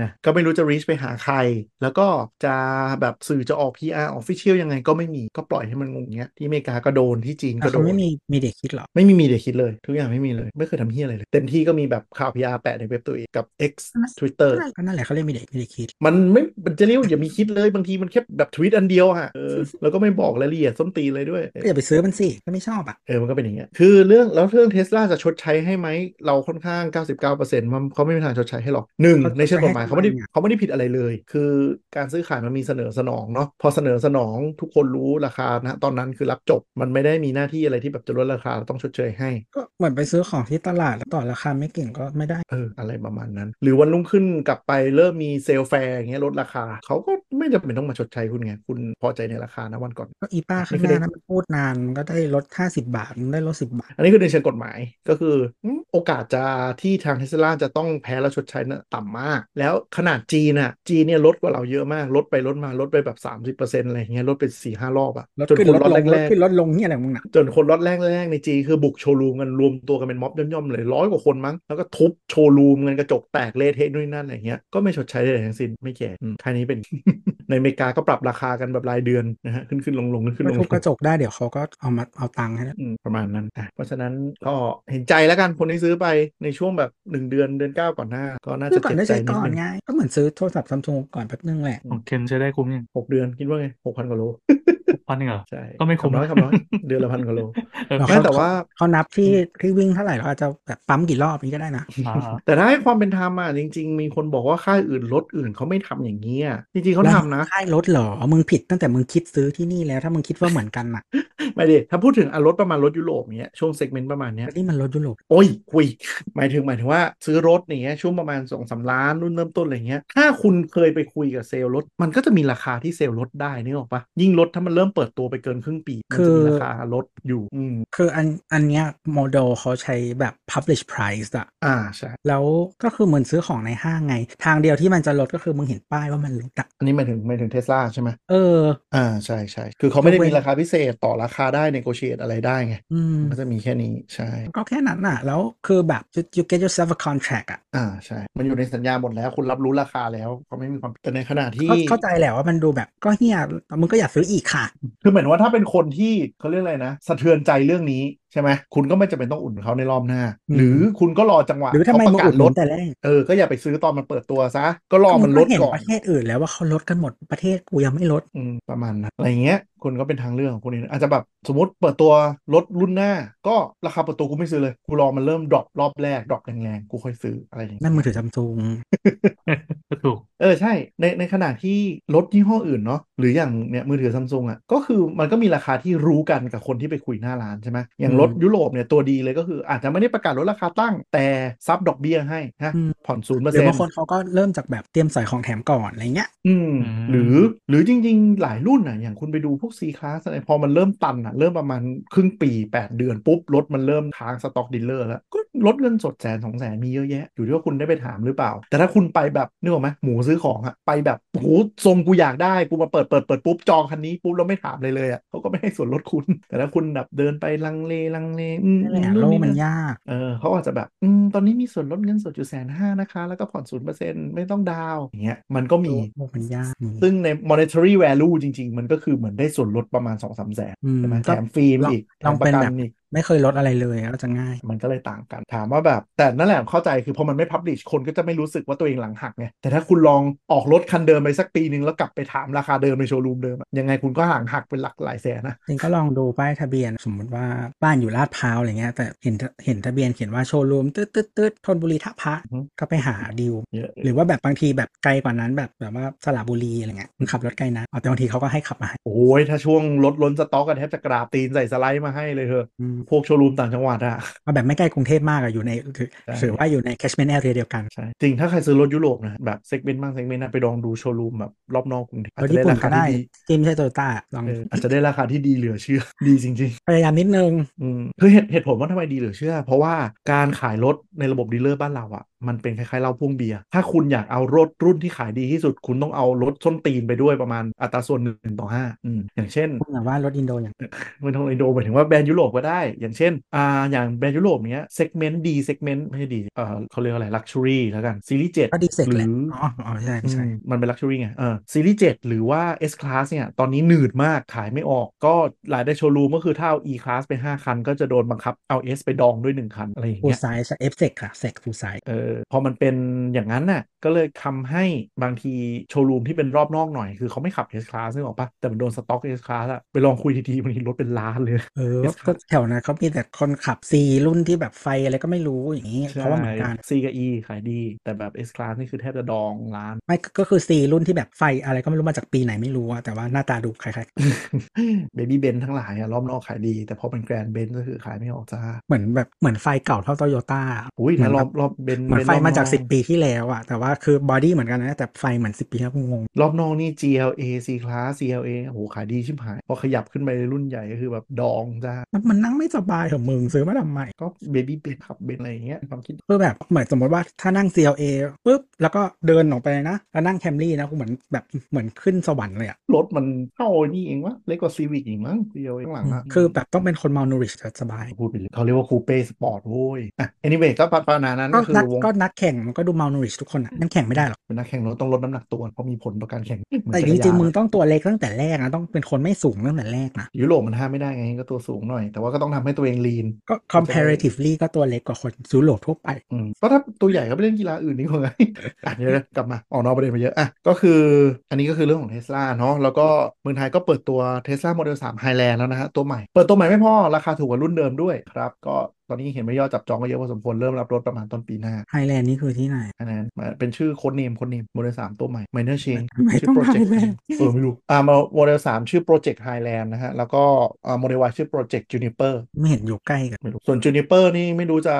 [SPEAKER 3] นะก็ไม่รู้จะ reach ไปหาใคร แล้วก็จะแบบสื่อจะออก PR official ยังไงก็ไม่มีก็ปล่อยให้มันงงเงี้ยที่อเมริกาก็โดนที่จีนก็โด
[SPEAKER 2] เขา
[SPEAKER 3] น
[SPEAKER 2] ไม่มีมีเด็กคิดเหรอ
[SPEAKER 3] ไม่มีมีเดียคิดเลย ทุกอย่างไม่มีเลย ไม่เคยทำเฮียอะไรเลย เต็มที่ก็มีแบบข่าว PR แปะในเว็บตัวเองกับ X Twitter
[SPEAKER 2] ก็นั่นแหละเขาเรียกมีเด็กมีเด็กคิด
[SPEAKER 3] มันไม่มันจะเรียกว่าอย่ามีคิดเลยบางทีมันแค่แบบทวิตอันเดียวอะเออแล้วก็ไม่บอกรายละเอียดส้นตีนเลยด้วย
[SPEAKER 2] ก็อย่าไปซื้อมันสิก็ไม่ชอบอ่ะ
[SPEAKER 3] เออ มันก็เป็นอย่างเงี้ย คือเรื่องแล้วเรื่องเทสลาจะชดใช้ให้ไหม เราค่อนข้าง 99%มันเขาไม่มีทางชดใช้ให้หรอกหนึ่ง
[SPEAKER 2] เขาจะ
[SPEAKER 3] ในเชิงกฎหมาย
[SPEAKER 2] ให้ทำไม
[SPEAKER 3] เขาไม่ได้
[SPEAKER 2] เนี่ย
[SPEAKER 3] เขาไม่ได้ผิดอะไรเลย คือการซื้อขายมันมีเสนอสนองเนาะ พอเสนอสนองทุกคนรู้ราคานะตอนนั้นคือรับจบ มันไม่ได้มีหน้าที่อะไรที่แบบจะลดราคาแล้วต้องชดเชยให้
[SPEAKER 2] ก็เหมือนไปซื้อของที่ตลาดแล้วต่อราคาไม่เก่งก็ไม่ได้
[SPEAKER 3] เออ อะไรประมาณนั้น หรือวันรุ่งขึ้นกลับไปเริ่มมีเซลแฟร์อย่างเงี้ยลดราคา เขาก็ไม่จำเป็นต้องมาชดใช้คุณไง คุณพอใจในราคานะวันก่อน
[SPEAKER 2] ก็อีป้าข้างหน้านั้นมันพูดนานมันก็ได้ลด50 บาทมันได้ลด10 บาท
[SPEAKER 3] อันนี้คือในเชิงกฎหมายก็คืออืมโอกาสจะที่ทางเทสลาจะต้องแพ้และชดใช้นะต่ำมาก แล้วขนาดจีนน่ะจีนเนี่ยลดกว่าเราเยอะมาก ลดไปลดมาลดไปแบบ 30%อะไรอย่างเงี้ยลดเป็น4ี่ห้ารอบอะ
[SPEAKER 2] ลด
[SPEAKER 3] จน
[SPEAKER 2] ขึ้น
[SPEAKER 3] คน
[SPEAKER 2] ลด
[SPEAKER 3] ล็อต
[SPEAKER 2] ลงล
[SPEAKER 3] แร
[SPEAKER 2] ด
[SPEAKER 3] ก
[SPEAKER 2] ขึ้นลดลงเนี่ยอะไรของมึงน่ะ
[SPEAKER 3] ๆจนคนล็อตแรกๆในจีนคือบุกโชว์รูมกันรวมตัวกันเป็นม็อบย่อมๆเลยร้อยกว่าคนมั้งแล้วก็ทุบโชว์รูมกันกระจกแตกเละเทะนู่นนนั่นอะไรอย่างเงี้ยก็ไม่ชดใช้ใดๆทั้งสิ้นไม่แก่อืมแค่นี้เป็น [LAUGHS] ในอเมริกาก็ปรับราคากันแบบรายเดือนนะฮะขึ้นขึ้นลงลงขึ้นขึ้นล
[SPEAKER 2] ก็
[SPEAKER 3] งล
[SPEAKER 2] ทุบ
[SPEAKER 3] ง
[SPEAKER 2] กระจกได้เดี๋ยวเขาก็เอามาเอาตังค์ให้นะ
[SPEAKER 3] อืมประมาณนั้นอ่ะเพราะฉะนั้นก็เห็นใจแล้วกันคนที่ซื้อไปในช่วงแบบหนึ่งเดือนเดือนเก้าก่อนหน้า ก็น่า
[SPEAKER 2] ซื้
[SPEAKER 3] จะ
[SPEAKER 2] อก่อน
[SPEAKER 3] เจ็บ
[SPEAKER 2] ได้
[SPEAKER 3] ใจ
[SPEAKER 2] ใช้
[SPEAKER 3] นิ
[SPEAKER 2] ก่
[SPEAKER 3] ด
[SPEAKER 2] อน
[SPEAKER 3] นึง
[SPEAKER 2] ไงก็เหมือนซื้อโทรศัพท์ซัมซุงก่อนแป๊บนึงแหละ
[SPEAKER 4] ของเคนใช้ได้คุ้มยัง
[SPEAKER 3] หกเดือนคิดว่าไงหกพันกว่าโล
[SPEAKER 4] หกพันเองเหรอ
[SPEAKER 3] ใช่
[SPEAKER 4] ก็ไม่คุ้ม
[SPEAKER 3] ขับน้อยขับน้อยเดือนละพันกว่าโล
[SPEAKER 4] เอ
[SPEAKER 2] [LAUGHS]
[SPEAKER 4] อ
[SPEAKER 2] เร
[SPEAKER 3] ไม่แต่ว่า
[SPEAKER 2] เขานับที่ที่วิ่งเท่าไหร่เราอาจจะแบบปั๊มกี่รอบนี้ก็ได้นะ
[SPEAKER 4] อ่า
[SPEAKER 3] แต่ถ้าให้ความเป็นธรรมอ่ะจริง ๆ มีคนบอกว่าค่ายอื่นรถอื่นเขาไม่ทำอย่างนี้อ่ะจริงๆเขาทำนะ
[SPEAKER 2] ค่ายรถเหรอ มึงผิดตั้งแต่มึงคิดซื้อที่นี่แล้ว ถ้ามึงคิดว่าเหมือนกันน่ะ
[SPEAKER 3] ไม่ดิถ้าพูดถึงอ่ะรถประมาณรถยุโรปเนี้ยช่วงเซกเมนต์ประมาณเนี้ย
[SPEAKER 2] นี่มันรถยุโรป
[SPEAKER 3] โอ้ย [LAUGHS] คุย หมายถึงหมายถึงว่าซื้อรถอย่างเงี้ยช่วงประมาณสองสามล้านรุ่นเริ่มต้นอะไรเงี้ยถ้าคุณเคยไปคุยกับเซลล์รถ มันก็จะมีราคาที่เซลล์รถได้นึกออกปะยิ่งรถถ้ามัน เริ่มเปิดตัวไปเกินครึ่งปีมันจะมีราคาลดอยู่อืม
[SPEAKER 2] คืออันอันเนี้ยโมเดลเขาใช้แบบ publish price อะ
[SPEAKER 3] อ่าใช่
[SPEAKER 2] แล้วก็คือเหมือนซื้อของในห้างไง ทางเดียวที่มันจะลดก็คือมึงเห็นป้ายว่ามันลดอะ
[SPEAKER 3] อันนี้หมายถึงหมายถึงเทสลาใช่ไหม
[SPEAKER 2] เออ
[SPEAKER 3] อ่าใช่ใช่คือเขาไม่ได้
[SPEAKER 2] ยกเว้
[SPEAKER 3] มี
[SPEAKER 2] น
[SPEAKER 3] ราคาพิเศษต่อราคาได้ negotiate อะไรได้ไง
[SPEAKER 2] อืม
[SPEAKER 3] มันก็จะมีแค่นี้ใช่
[SPEAKER 2] ก็แค่นั้นน่ะ แล้วคือแบบ you, you get yourself a contract อะ
[SPEAKER 3] อ่าใช่ มันอยู่ในสัญญาหมดแล้ว คุณรับรู้ราคาแล้วก็ไม่มีความแต่ในขณะที่
[SPEAKER 2] เข้าเข้าใจแหละว่ามันดูแบบก็เฮียมึงก็อยากซื้ออีกค่ะ
[SPEAKER 3] คือเหมือนว่าถ้าเป็นคนที่เขาเรียกอะไรนะ สะเทือนใจเรื่องนี้ใช่ไหมคุณก็ไม่จำเป็นต้องอุ่นเขาในรอบหน้า
[SPEAKER 2] อืม
[SPEAKER 3] หรือคุณก็รอจังหวะ
[SPEAKER 2] หรือทำไม
[SPEAKER 3] เข
[SPEAKER 2] มึ
[SPEAKER 3] ป
[SPEAKER 2] ง
[SPEAKER 3] ระกา
[SPEAKER 2] อุ
[SPEAKER 3] ศ
[SPEAKER 2] ดห
[SPEAKER 3] ล
[SPEAKER 2] นุ
[SPEAKER 3] ด
[SPEAKER 2] นแต่แรก
[SPEAKER 3] เออก็อย่าไปซื้อตอนมันเปิดตัวซะ ก็รอมันลด
[SPEAKER 2] เห็น
[SPEAKER 3] ก่อ
[SPEAKER 2] ป
[SPEAKER 3] น
[SPEAKER 2] ระเทศอื่นแล้วว่าเขาลดกันหมดประเทศกูยังไม่ลด
[SPEAKER 3] อืมประมาณนั้นอะไรเงี้ยคุณก็เป็นทางเรื่องของคุณเองอาจจะแบบสมมติเปิดตัวลดรุ่นหน้า ก็ราคาเปิดตัวกูไม่ซื้อเลยกูรอมันเริ่มดรอปรอบแรกดรอปแรงๆกูค่อยซื้ออะไรอย่างเงี้ย
[SPEAKER 2] นั่นมือถือซัมซุง
[SPEAKER 4] ก็ถูก
[SPEAKER 3] เออใช่ในในขณะที่รถยี่ห้ออื่นเนาะหรืออย่างเนี่ยมือถือซัมซุงอ่ะก็คือมันก็มีราคาที่รู้กันกับคนที่ไปคุยหน้าร้านใช่ไหมอย่างรถ
[SPEAKER 2] อืม
[SPEAKER 3] ยุโรปเนี่ยตัวดีเลยก็คืออาจจะไม่ได้ประกาศลดราคาตั้งแต่ซับดอกเบี้ยให้นะ
[SPEAKER 2] อืม
[SPEAKER 3] ผ่อนศูนย์เปอร์
[SPEAKER 2] หรื
[SPEAKER 3] เซ็
[SPEAKER 2] อน บาง
[SPEAKER 3] ต์
[SPEAKER 2] คนเขาก็เริ่มจากแบบเตรียมใส่ของแถมก่อนอะไรเงี้ย
[SPEAKER 3] อืม
[SPEAKER 4] อืม
[SPEAKER 3] หรือหรือจริง ๆ หลายรุ่นอ่ะอย่างคุณไปดูพวก C class อะไรพอมันเริ่มตันอ่ะเริ่มประมาณครึ่งปี 8 เดือนปุ๊บรถมันเริ่มค้างสต็อกดีลเลอร์แล้วก็ลดเงินสดแสนสองแสนมีเยอะแยะอยู่ที่ว่าคุณได้ไปถามหรือเปล่า แต่ถ้าคุณไปแบบนึกออกไหมหมูซื้อของอะไปแบบโอ้โหทรงกูอยากได้กูมาเปิดเปิดเปิดปุ๊บจองคันนี้ปุ๊บแล้วไม่ถามเลยเลยอะเขาก็ไม่ให้ส่วนลดคุณ [LAUGHS] แต่ถ้าคุณแบบเดินไปลังเลลังเลอืม
[SPEAKER 2] นั่นแหละ
[SPEAKER 3] นู่
[SPEAKER 2] โล
[SPEAKER 3] น
[SPEAKER 2] ก
[SPEAKER 3] นี่
[SPEAKER 2] มัน
[SPEAKER 3] นั่น
[SPEAKER 2] ยาก
[SPEAKER 3] เออเขาอาจจะแบบอืมตอนนี้มีส่วนลดเงินสดอยู่แสนห้านะคะ แล้วก็ผ่อนศูนย์เปอร์เซ็นต์ไม่ต้องดาวน์อย่างเงี้ยมันก็มี
[SPEAKER 2] โลกมันยากอืม
[SPEAKER 3] ซึ่งใน monetary value จริง ๆ มันก็คือเหมือนได้ส่วนลดประมาณ2-3แสน
[SPEAKER 2] อืม
[SPEAKER 3] ใช่ไหม
[SPEAKER 2] ก็
[SPEAKER 3] แถมฟิล์มอีกแถ
[SPEAKER 2] ลอ
[SPEAKER 3] ม
[SPEAKER 2] ง
[SPEAKER 3] ป
[SPEAKER 2] เป็
[SPEAKER 3] ระ
[SPEAKER 2] น
[SPEAKER 3] กัน
[SPEAKER 2] แบบ
[SPEAKER 3] อีก
[SPEAKER 2] ไม่เคยลดอะไรเลยก็จะง่าย
[SPEAKER 3] มันก็เลยต่างกันถามว่าแบบ แต่นั่นแหละเข้าใจคือพอมันไม่พับลิชคนก็จะไม่รู้สึกว่าตัวเองหลังหักไงแต่ถ้าคุณลองออกรถคันเดิมไปสักปีหนึ่งแล้วกลับไปถามราคาเดิมในโชว์รูมเดิมอะยังไงคุณก็หลังหักเป็นหลักหลายแสนนะ
[SPEAKER 2] จริงก็ลองดูป้ายทะเบียนสมมติว่าบ้านอยู่ลาดพร้าวอะไรเงี้ย แต่เห็นเห็นทะเบียนเขียนว่าโชว์รูมตืดตืดตืดทนบุรีท่าพระ
[SPEAKER 3] อือฮึ
[SPEAKER 2] ก็ไปหาดิว
[SPEAKER 3] เยอะเลย
[SPEAKER 2] หรือว่าแบบบางทีแบบไกลกว่านั้นแบบแบบว่าสระบุรีอะไรเงี้ยมึงขับรถไกลนะเอาแต่บางทีเขาก็ให้ขับมาให้
[SPEAKER 3] โอ้ยถ้าช่วงลดล้นสต็อกกันแทบจะกราบตีนใส่สไลด์มาให้เลยเถอะ
[SPEAKER 2] อืม
[SPEAKER 3] พวกโชว์รูมต่างจังหวัดอะ
[SPEAKER 2] เอาแบบไม่ใกล้กรุงเทพมากอะอยู่ในถือ
[SPEAKER 3] ใช่
[SPEAKER 2] ถือว่าอยู่ใน catchment area เดียวกัน
[SPEAKER 3] ใช่จริงถ้าใครซื้อรถยุโรปนะแบบเซกเมนต์บางเซกเมนต์นะไปลองดูโชว์รูมแบบรอบนอกกรุงเทพ
[SPEAKER 2] ร
[SPEAKER 3] อา
[SPEAKER 2] ถ
[SPEAKER 3] จจะ
[SPEAKER 2] ญี่
[SPEAKER 3] ได้
[SPEAKER 2] ปุ่นก็
[SPEAKER 3] ราคา
[SPEAKER 2] ได้
[SPEAKER 3] ที่ดี
[SPEAKER 2] ที่ไม่ใช่โตโยต้าลอง
[SPEAKER 3] เอออาจจะได้ราคาที่ดีเหลือเชื่อ [LAUGHS] ดีจริง ๆ
[SPEAKER 2] พยายามนิดนึง
[SPEAKER 3] อืมคือเหตุเหตุผลว่าทำไมดีเหลือเชื่อ เพราะว่าการขายรถในระบบดีลเลอร์บ้านเราอะ่ะ มันเป็นคล้ายๆเหล้าพ่วงเบียร์ถ้าคุณอยากเอารถรุ่นที่ขายดีที่สุด คุณต้องเอารถส้นตีนไปด้วยประมาณอัตราส่วนหนึ่งต่อห้าอืมอย่างเช่น
[SPEAKER 2] คุณอย่าว่ารถอินโดอย่าง
[SPEAKER 3] ไม่ต้องอินโดหมายถึงว่าแบรนด์ยุโรปก็ได้ อย่างเช่นอ่าอย่างแบรนด์ยุโรปเนี้ยเซกเมนต์ดีเซกเมนต์ไม่ใช่ดีเออเขาเรียกว่าอะไรลักชัวรี่แล้วกันซีรีส์เจ็ด
[SPEAKER 2] ก็ดีเซ็ก
[SPEAKER 3] ห
[SPEAKER 2] แห
[SPEAKER 3] รื
[SPEAKER 2] ละ
[SPEAKER 3] อ
[SPEAKER 2] อ๋ออ๋อใช่ไม่ใช่
[SPEAKER 3] อืมมันเป็นลักชัวรี่ไง เออซีรีส์7หรือว่า S Class เนี่ย ตอนนี้หนืดมากขายไม่ออก ก็รายได้โชว์รูมก็คือถ้าเอา E Class ไป 5 คัน ก็จะโดนบังคับเอา S ไปดองด้วย 1 คัน อะไรอย่าง
[SPEAKER 2] ฟูล
[SPEAKER 3] เงี้ย
[SPEAKER 2] ไซส์เอฟเซกค่ะเซกฟูลไซส์
[SPEAKER 3] เออพอมันเป็นอย่างนั้นน่ะก็เลยทำให้บางทีโชว์รูมที่เป็นรอบนอกหน่อย คือเขาไม่ขับ S Class นึกออกปะแต่มันโดนสต็อก S Class อะไปลองคุยทีๆบางทีรถเป็นล้านเลย
[SPEAKER 2] เออ
[SPEAKER 3] Yes ครับ
[SPEAKER 2] ก็แถวนั้นเขามีแต่คนขับซีรุ่นที่แบบไฟอะไรก็ไม่รู้อย่างนี้เพราะว่าเหมือนกัน
[SPEAKER 3] C กับ E ขายดี แต่แบบ S Class นี่คือแทบจะดองล้าน [LAUGHS]
[SPEAKER 2] ไม่ก็ก็คือซีรุ่นที่แบบไฟอะไรก็ไม่รู้มาจากปีไหนไม่รู้อะแต่ว่าหน้าตาดูคล้าย
[SPEAKER 3] เบบี้เบนทั้งหลายอะรอบนอกขายดี แต่พอเป็นแกรนเบนก็คือขายไม่ออกจ้า
[SPEAKER 2] ๆ เหมือนแบบเหมือนไฟเก่าเท่าโตโยต้า
[SPEAKER 3] อุ้ย
[SPEAKER 2] เหมืน
[SPEAKER 3] นะร
[SPEAKER 2] แบ
[SPEAKER 3] อบบ รอบเบนซ์
[SPEAKER 2] เหมือน
[SPEAKER 3] บซ์
[SPEAKER 2] ไฟมาจาก
[SPEAKER 3] รอบนอ
[SPEAKER 2] 10 ปีที่แล้วอะแต่ว่าคือบอดี้เหมือนกันนะแต่ไฟเหมือน 10 ปีที่แล้วกูงง
[SPEAKER 3] รอบนอกนี่ GLA C class CLA โอ้โหขายดีชิบหาย พอขยับขึ้นไปรุ่นใหญ่ก็คือแบบดองจ้า
[SPEAKER 2] แล้วมันนั่งไม่สบายของมึงซื้อมาทำไม
[SPEAKER 3] ก็เบบี้เบนขับเบนอะไรอย่างเงี้ยความคิด
[SPEAKER 2] คือแบบเหมือนสมมติว่าถ้านั่ง CLA ปุ๊บแล้วก็เดินออกไปนะแล้วนั่งแคมรี่นะกูเหมือนแบบเหมือนขึ้นสวรรค์เลยอะ
[SPEAKER 3] รถมันเท่านี่เองวะเล็กกว่าซีวิกอีกมั้ง CLA ข้างหลังอะ
[SPEAKER 2] คือแบบต้องเป็นคนเมานูริชสบาย
[SPEAKER 3] พูดไปเลยเขาเรียกว่าคูเป้สปอร์ตโว้ยอ่ะ anyway ก็ประมาณนั้น
[SPEAKER 2] ก็
[SPEAKER 3] ก็คือ
[SPEAKER 2] นัก
[SPEAKER 3] วง
[SPEAKER 2] ก็นักแข่งมันก็ดูเมานูริชทุกคนอ่ะนั่นแข่งไม่ได้หรอก
[SPEAKER 3] เป็นนักแข่งรถต้องลดน้ำหนักตัวเพราะมีผลต่อการแข่งเหมือน
[SPEAKER 2] แต่
[SPEAKER 3] จัก
[SPEAKER 2] จ
[SPEAKER 3] ยาน
[SPEAKER 2] ริงๆมึงต้องตัวเล็กตั้งแต่แรกนะ ต้องเป็นคนไม่สูงตั้งแต่แรกนะ
[SPEAKER 3] ยุโรปมันห้ามไม่ได้ไงก็ตัวสูงหน่อย แต่ว่าก็ต้องทำให้ตัวเองลีน
[SPEAKER 2] ก็ comparatively ก็ตัวเล็กกว่าคนยุโรปทั่วไป
[SPEAKER 3] อืมก็ถ้าตัวใหญ่ก็ไปเล่นกีฬาอื่นนี่ค
[SPEAKER 2] [LAUGHS]
[SPEAKER 3] งไง อ่ะเดี๋ยวนะกลับมาออกนอกประเด็นไปเยอะอ่ะก็คือ อันนี้ก็คือเรื่องของเทสลาเนาะแล้วก็เมืองไทยก็เปิดตัว Tesla Model 3 Highland แล้วนะฮะ ตัวใหม่ เปิดตัวใหม่ไม่พอ ราคาถูกกว่ารุ่นเดิมด้วยครับ ก็ ตอนนี้เห็นว่ายอดจับจองก็เยอะพอสมควรเริ่มรับรถประมาณต้นปีหน้า
[SPEAKER 2] ไฮแลนด์นี่คือที่ไหน
[SPEAKER 3] อันนั้นมาเป็นชื่อโค้ดเนมโค้ดเนมโมเดลสามตัวใหม่ Minor Chain
[SPEAKER 2] ไม่
[SPEAKER 3] ชื่
[SPEAKER 2] ต้
[SPEAKER 3] อ
[SPEAKER 2] อง
[SPEAKER 3] โปรเจกต์
[SPEAKER 2] Highland
[SPEAKER 3] เออไม่รู้อ่าโมเดลสามชื่อโปรเจกต์ไฮแลนด์นะฮะแล้วก็อ่าโมเดลวายชื่อโปรเจกต์จูนิเปอร์
[SPEAKER 2] ไม่เห็นอยู่ใกล้กัน
[SPEAKER 3] ไม่รู้ส่วนจูนิเปอร์นี่ไม่รู้จะ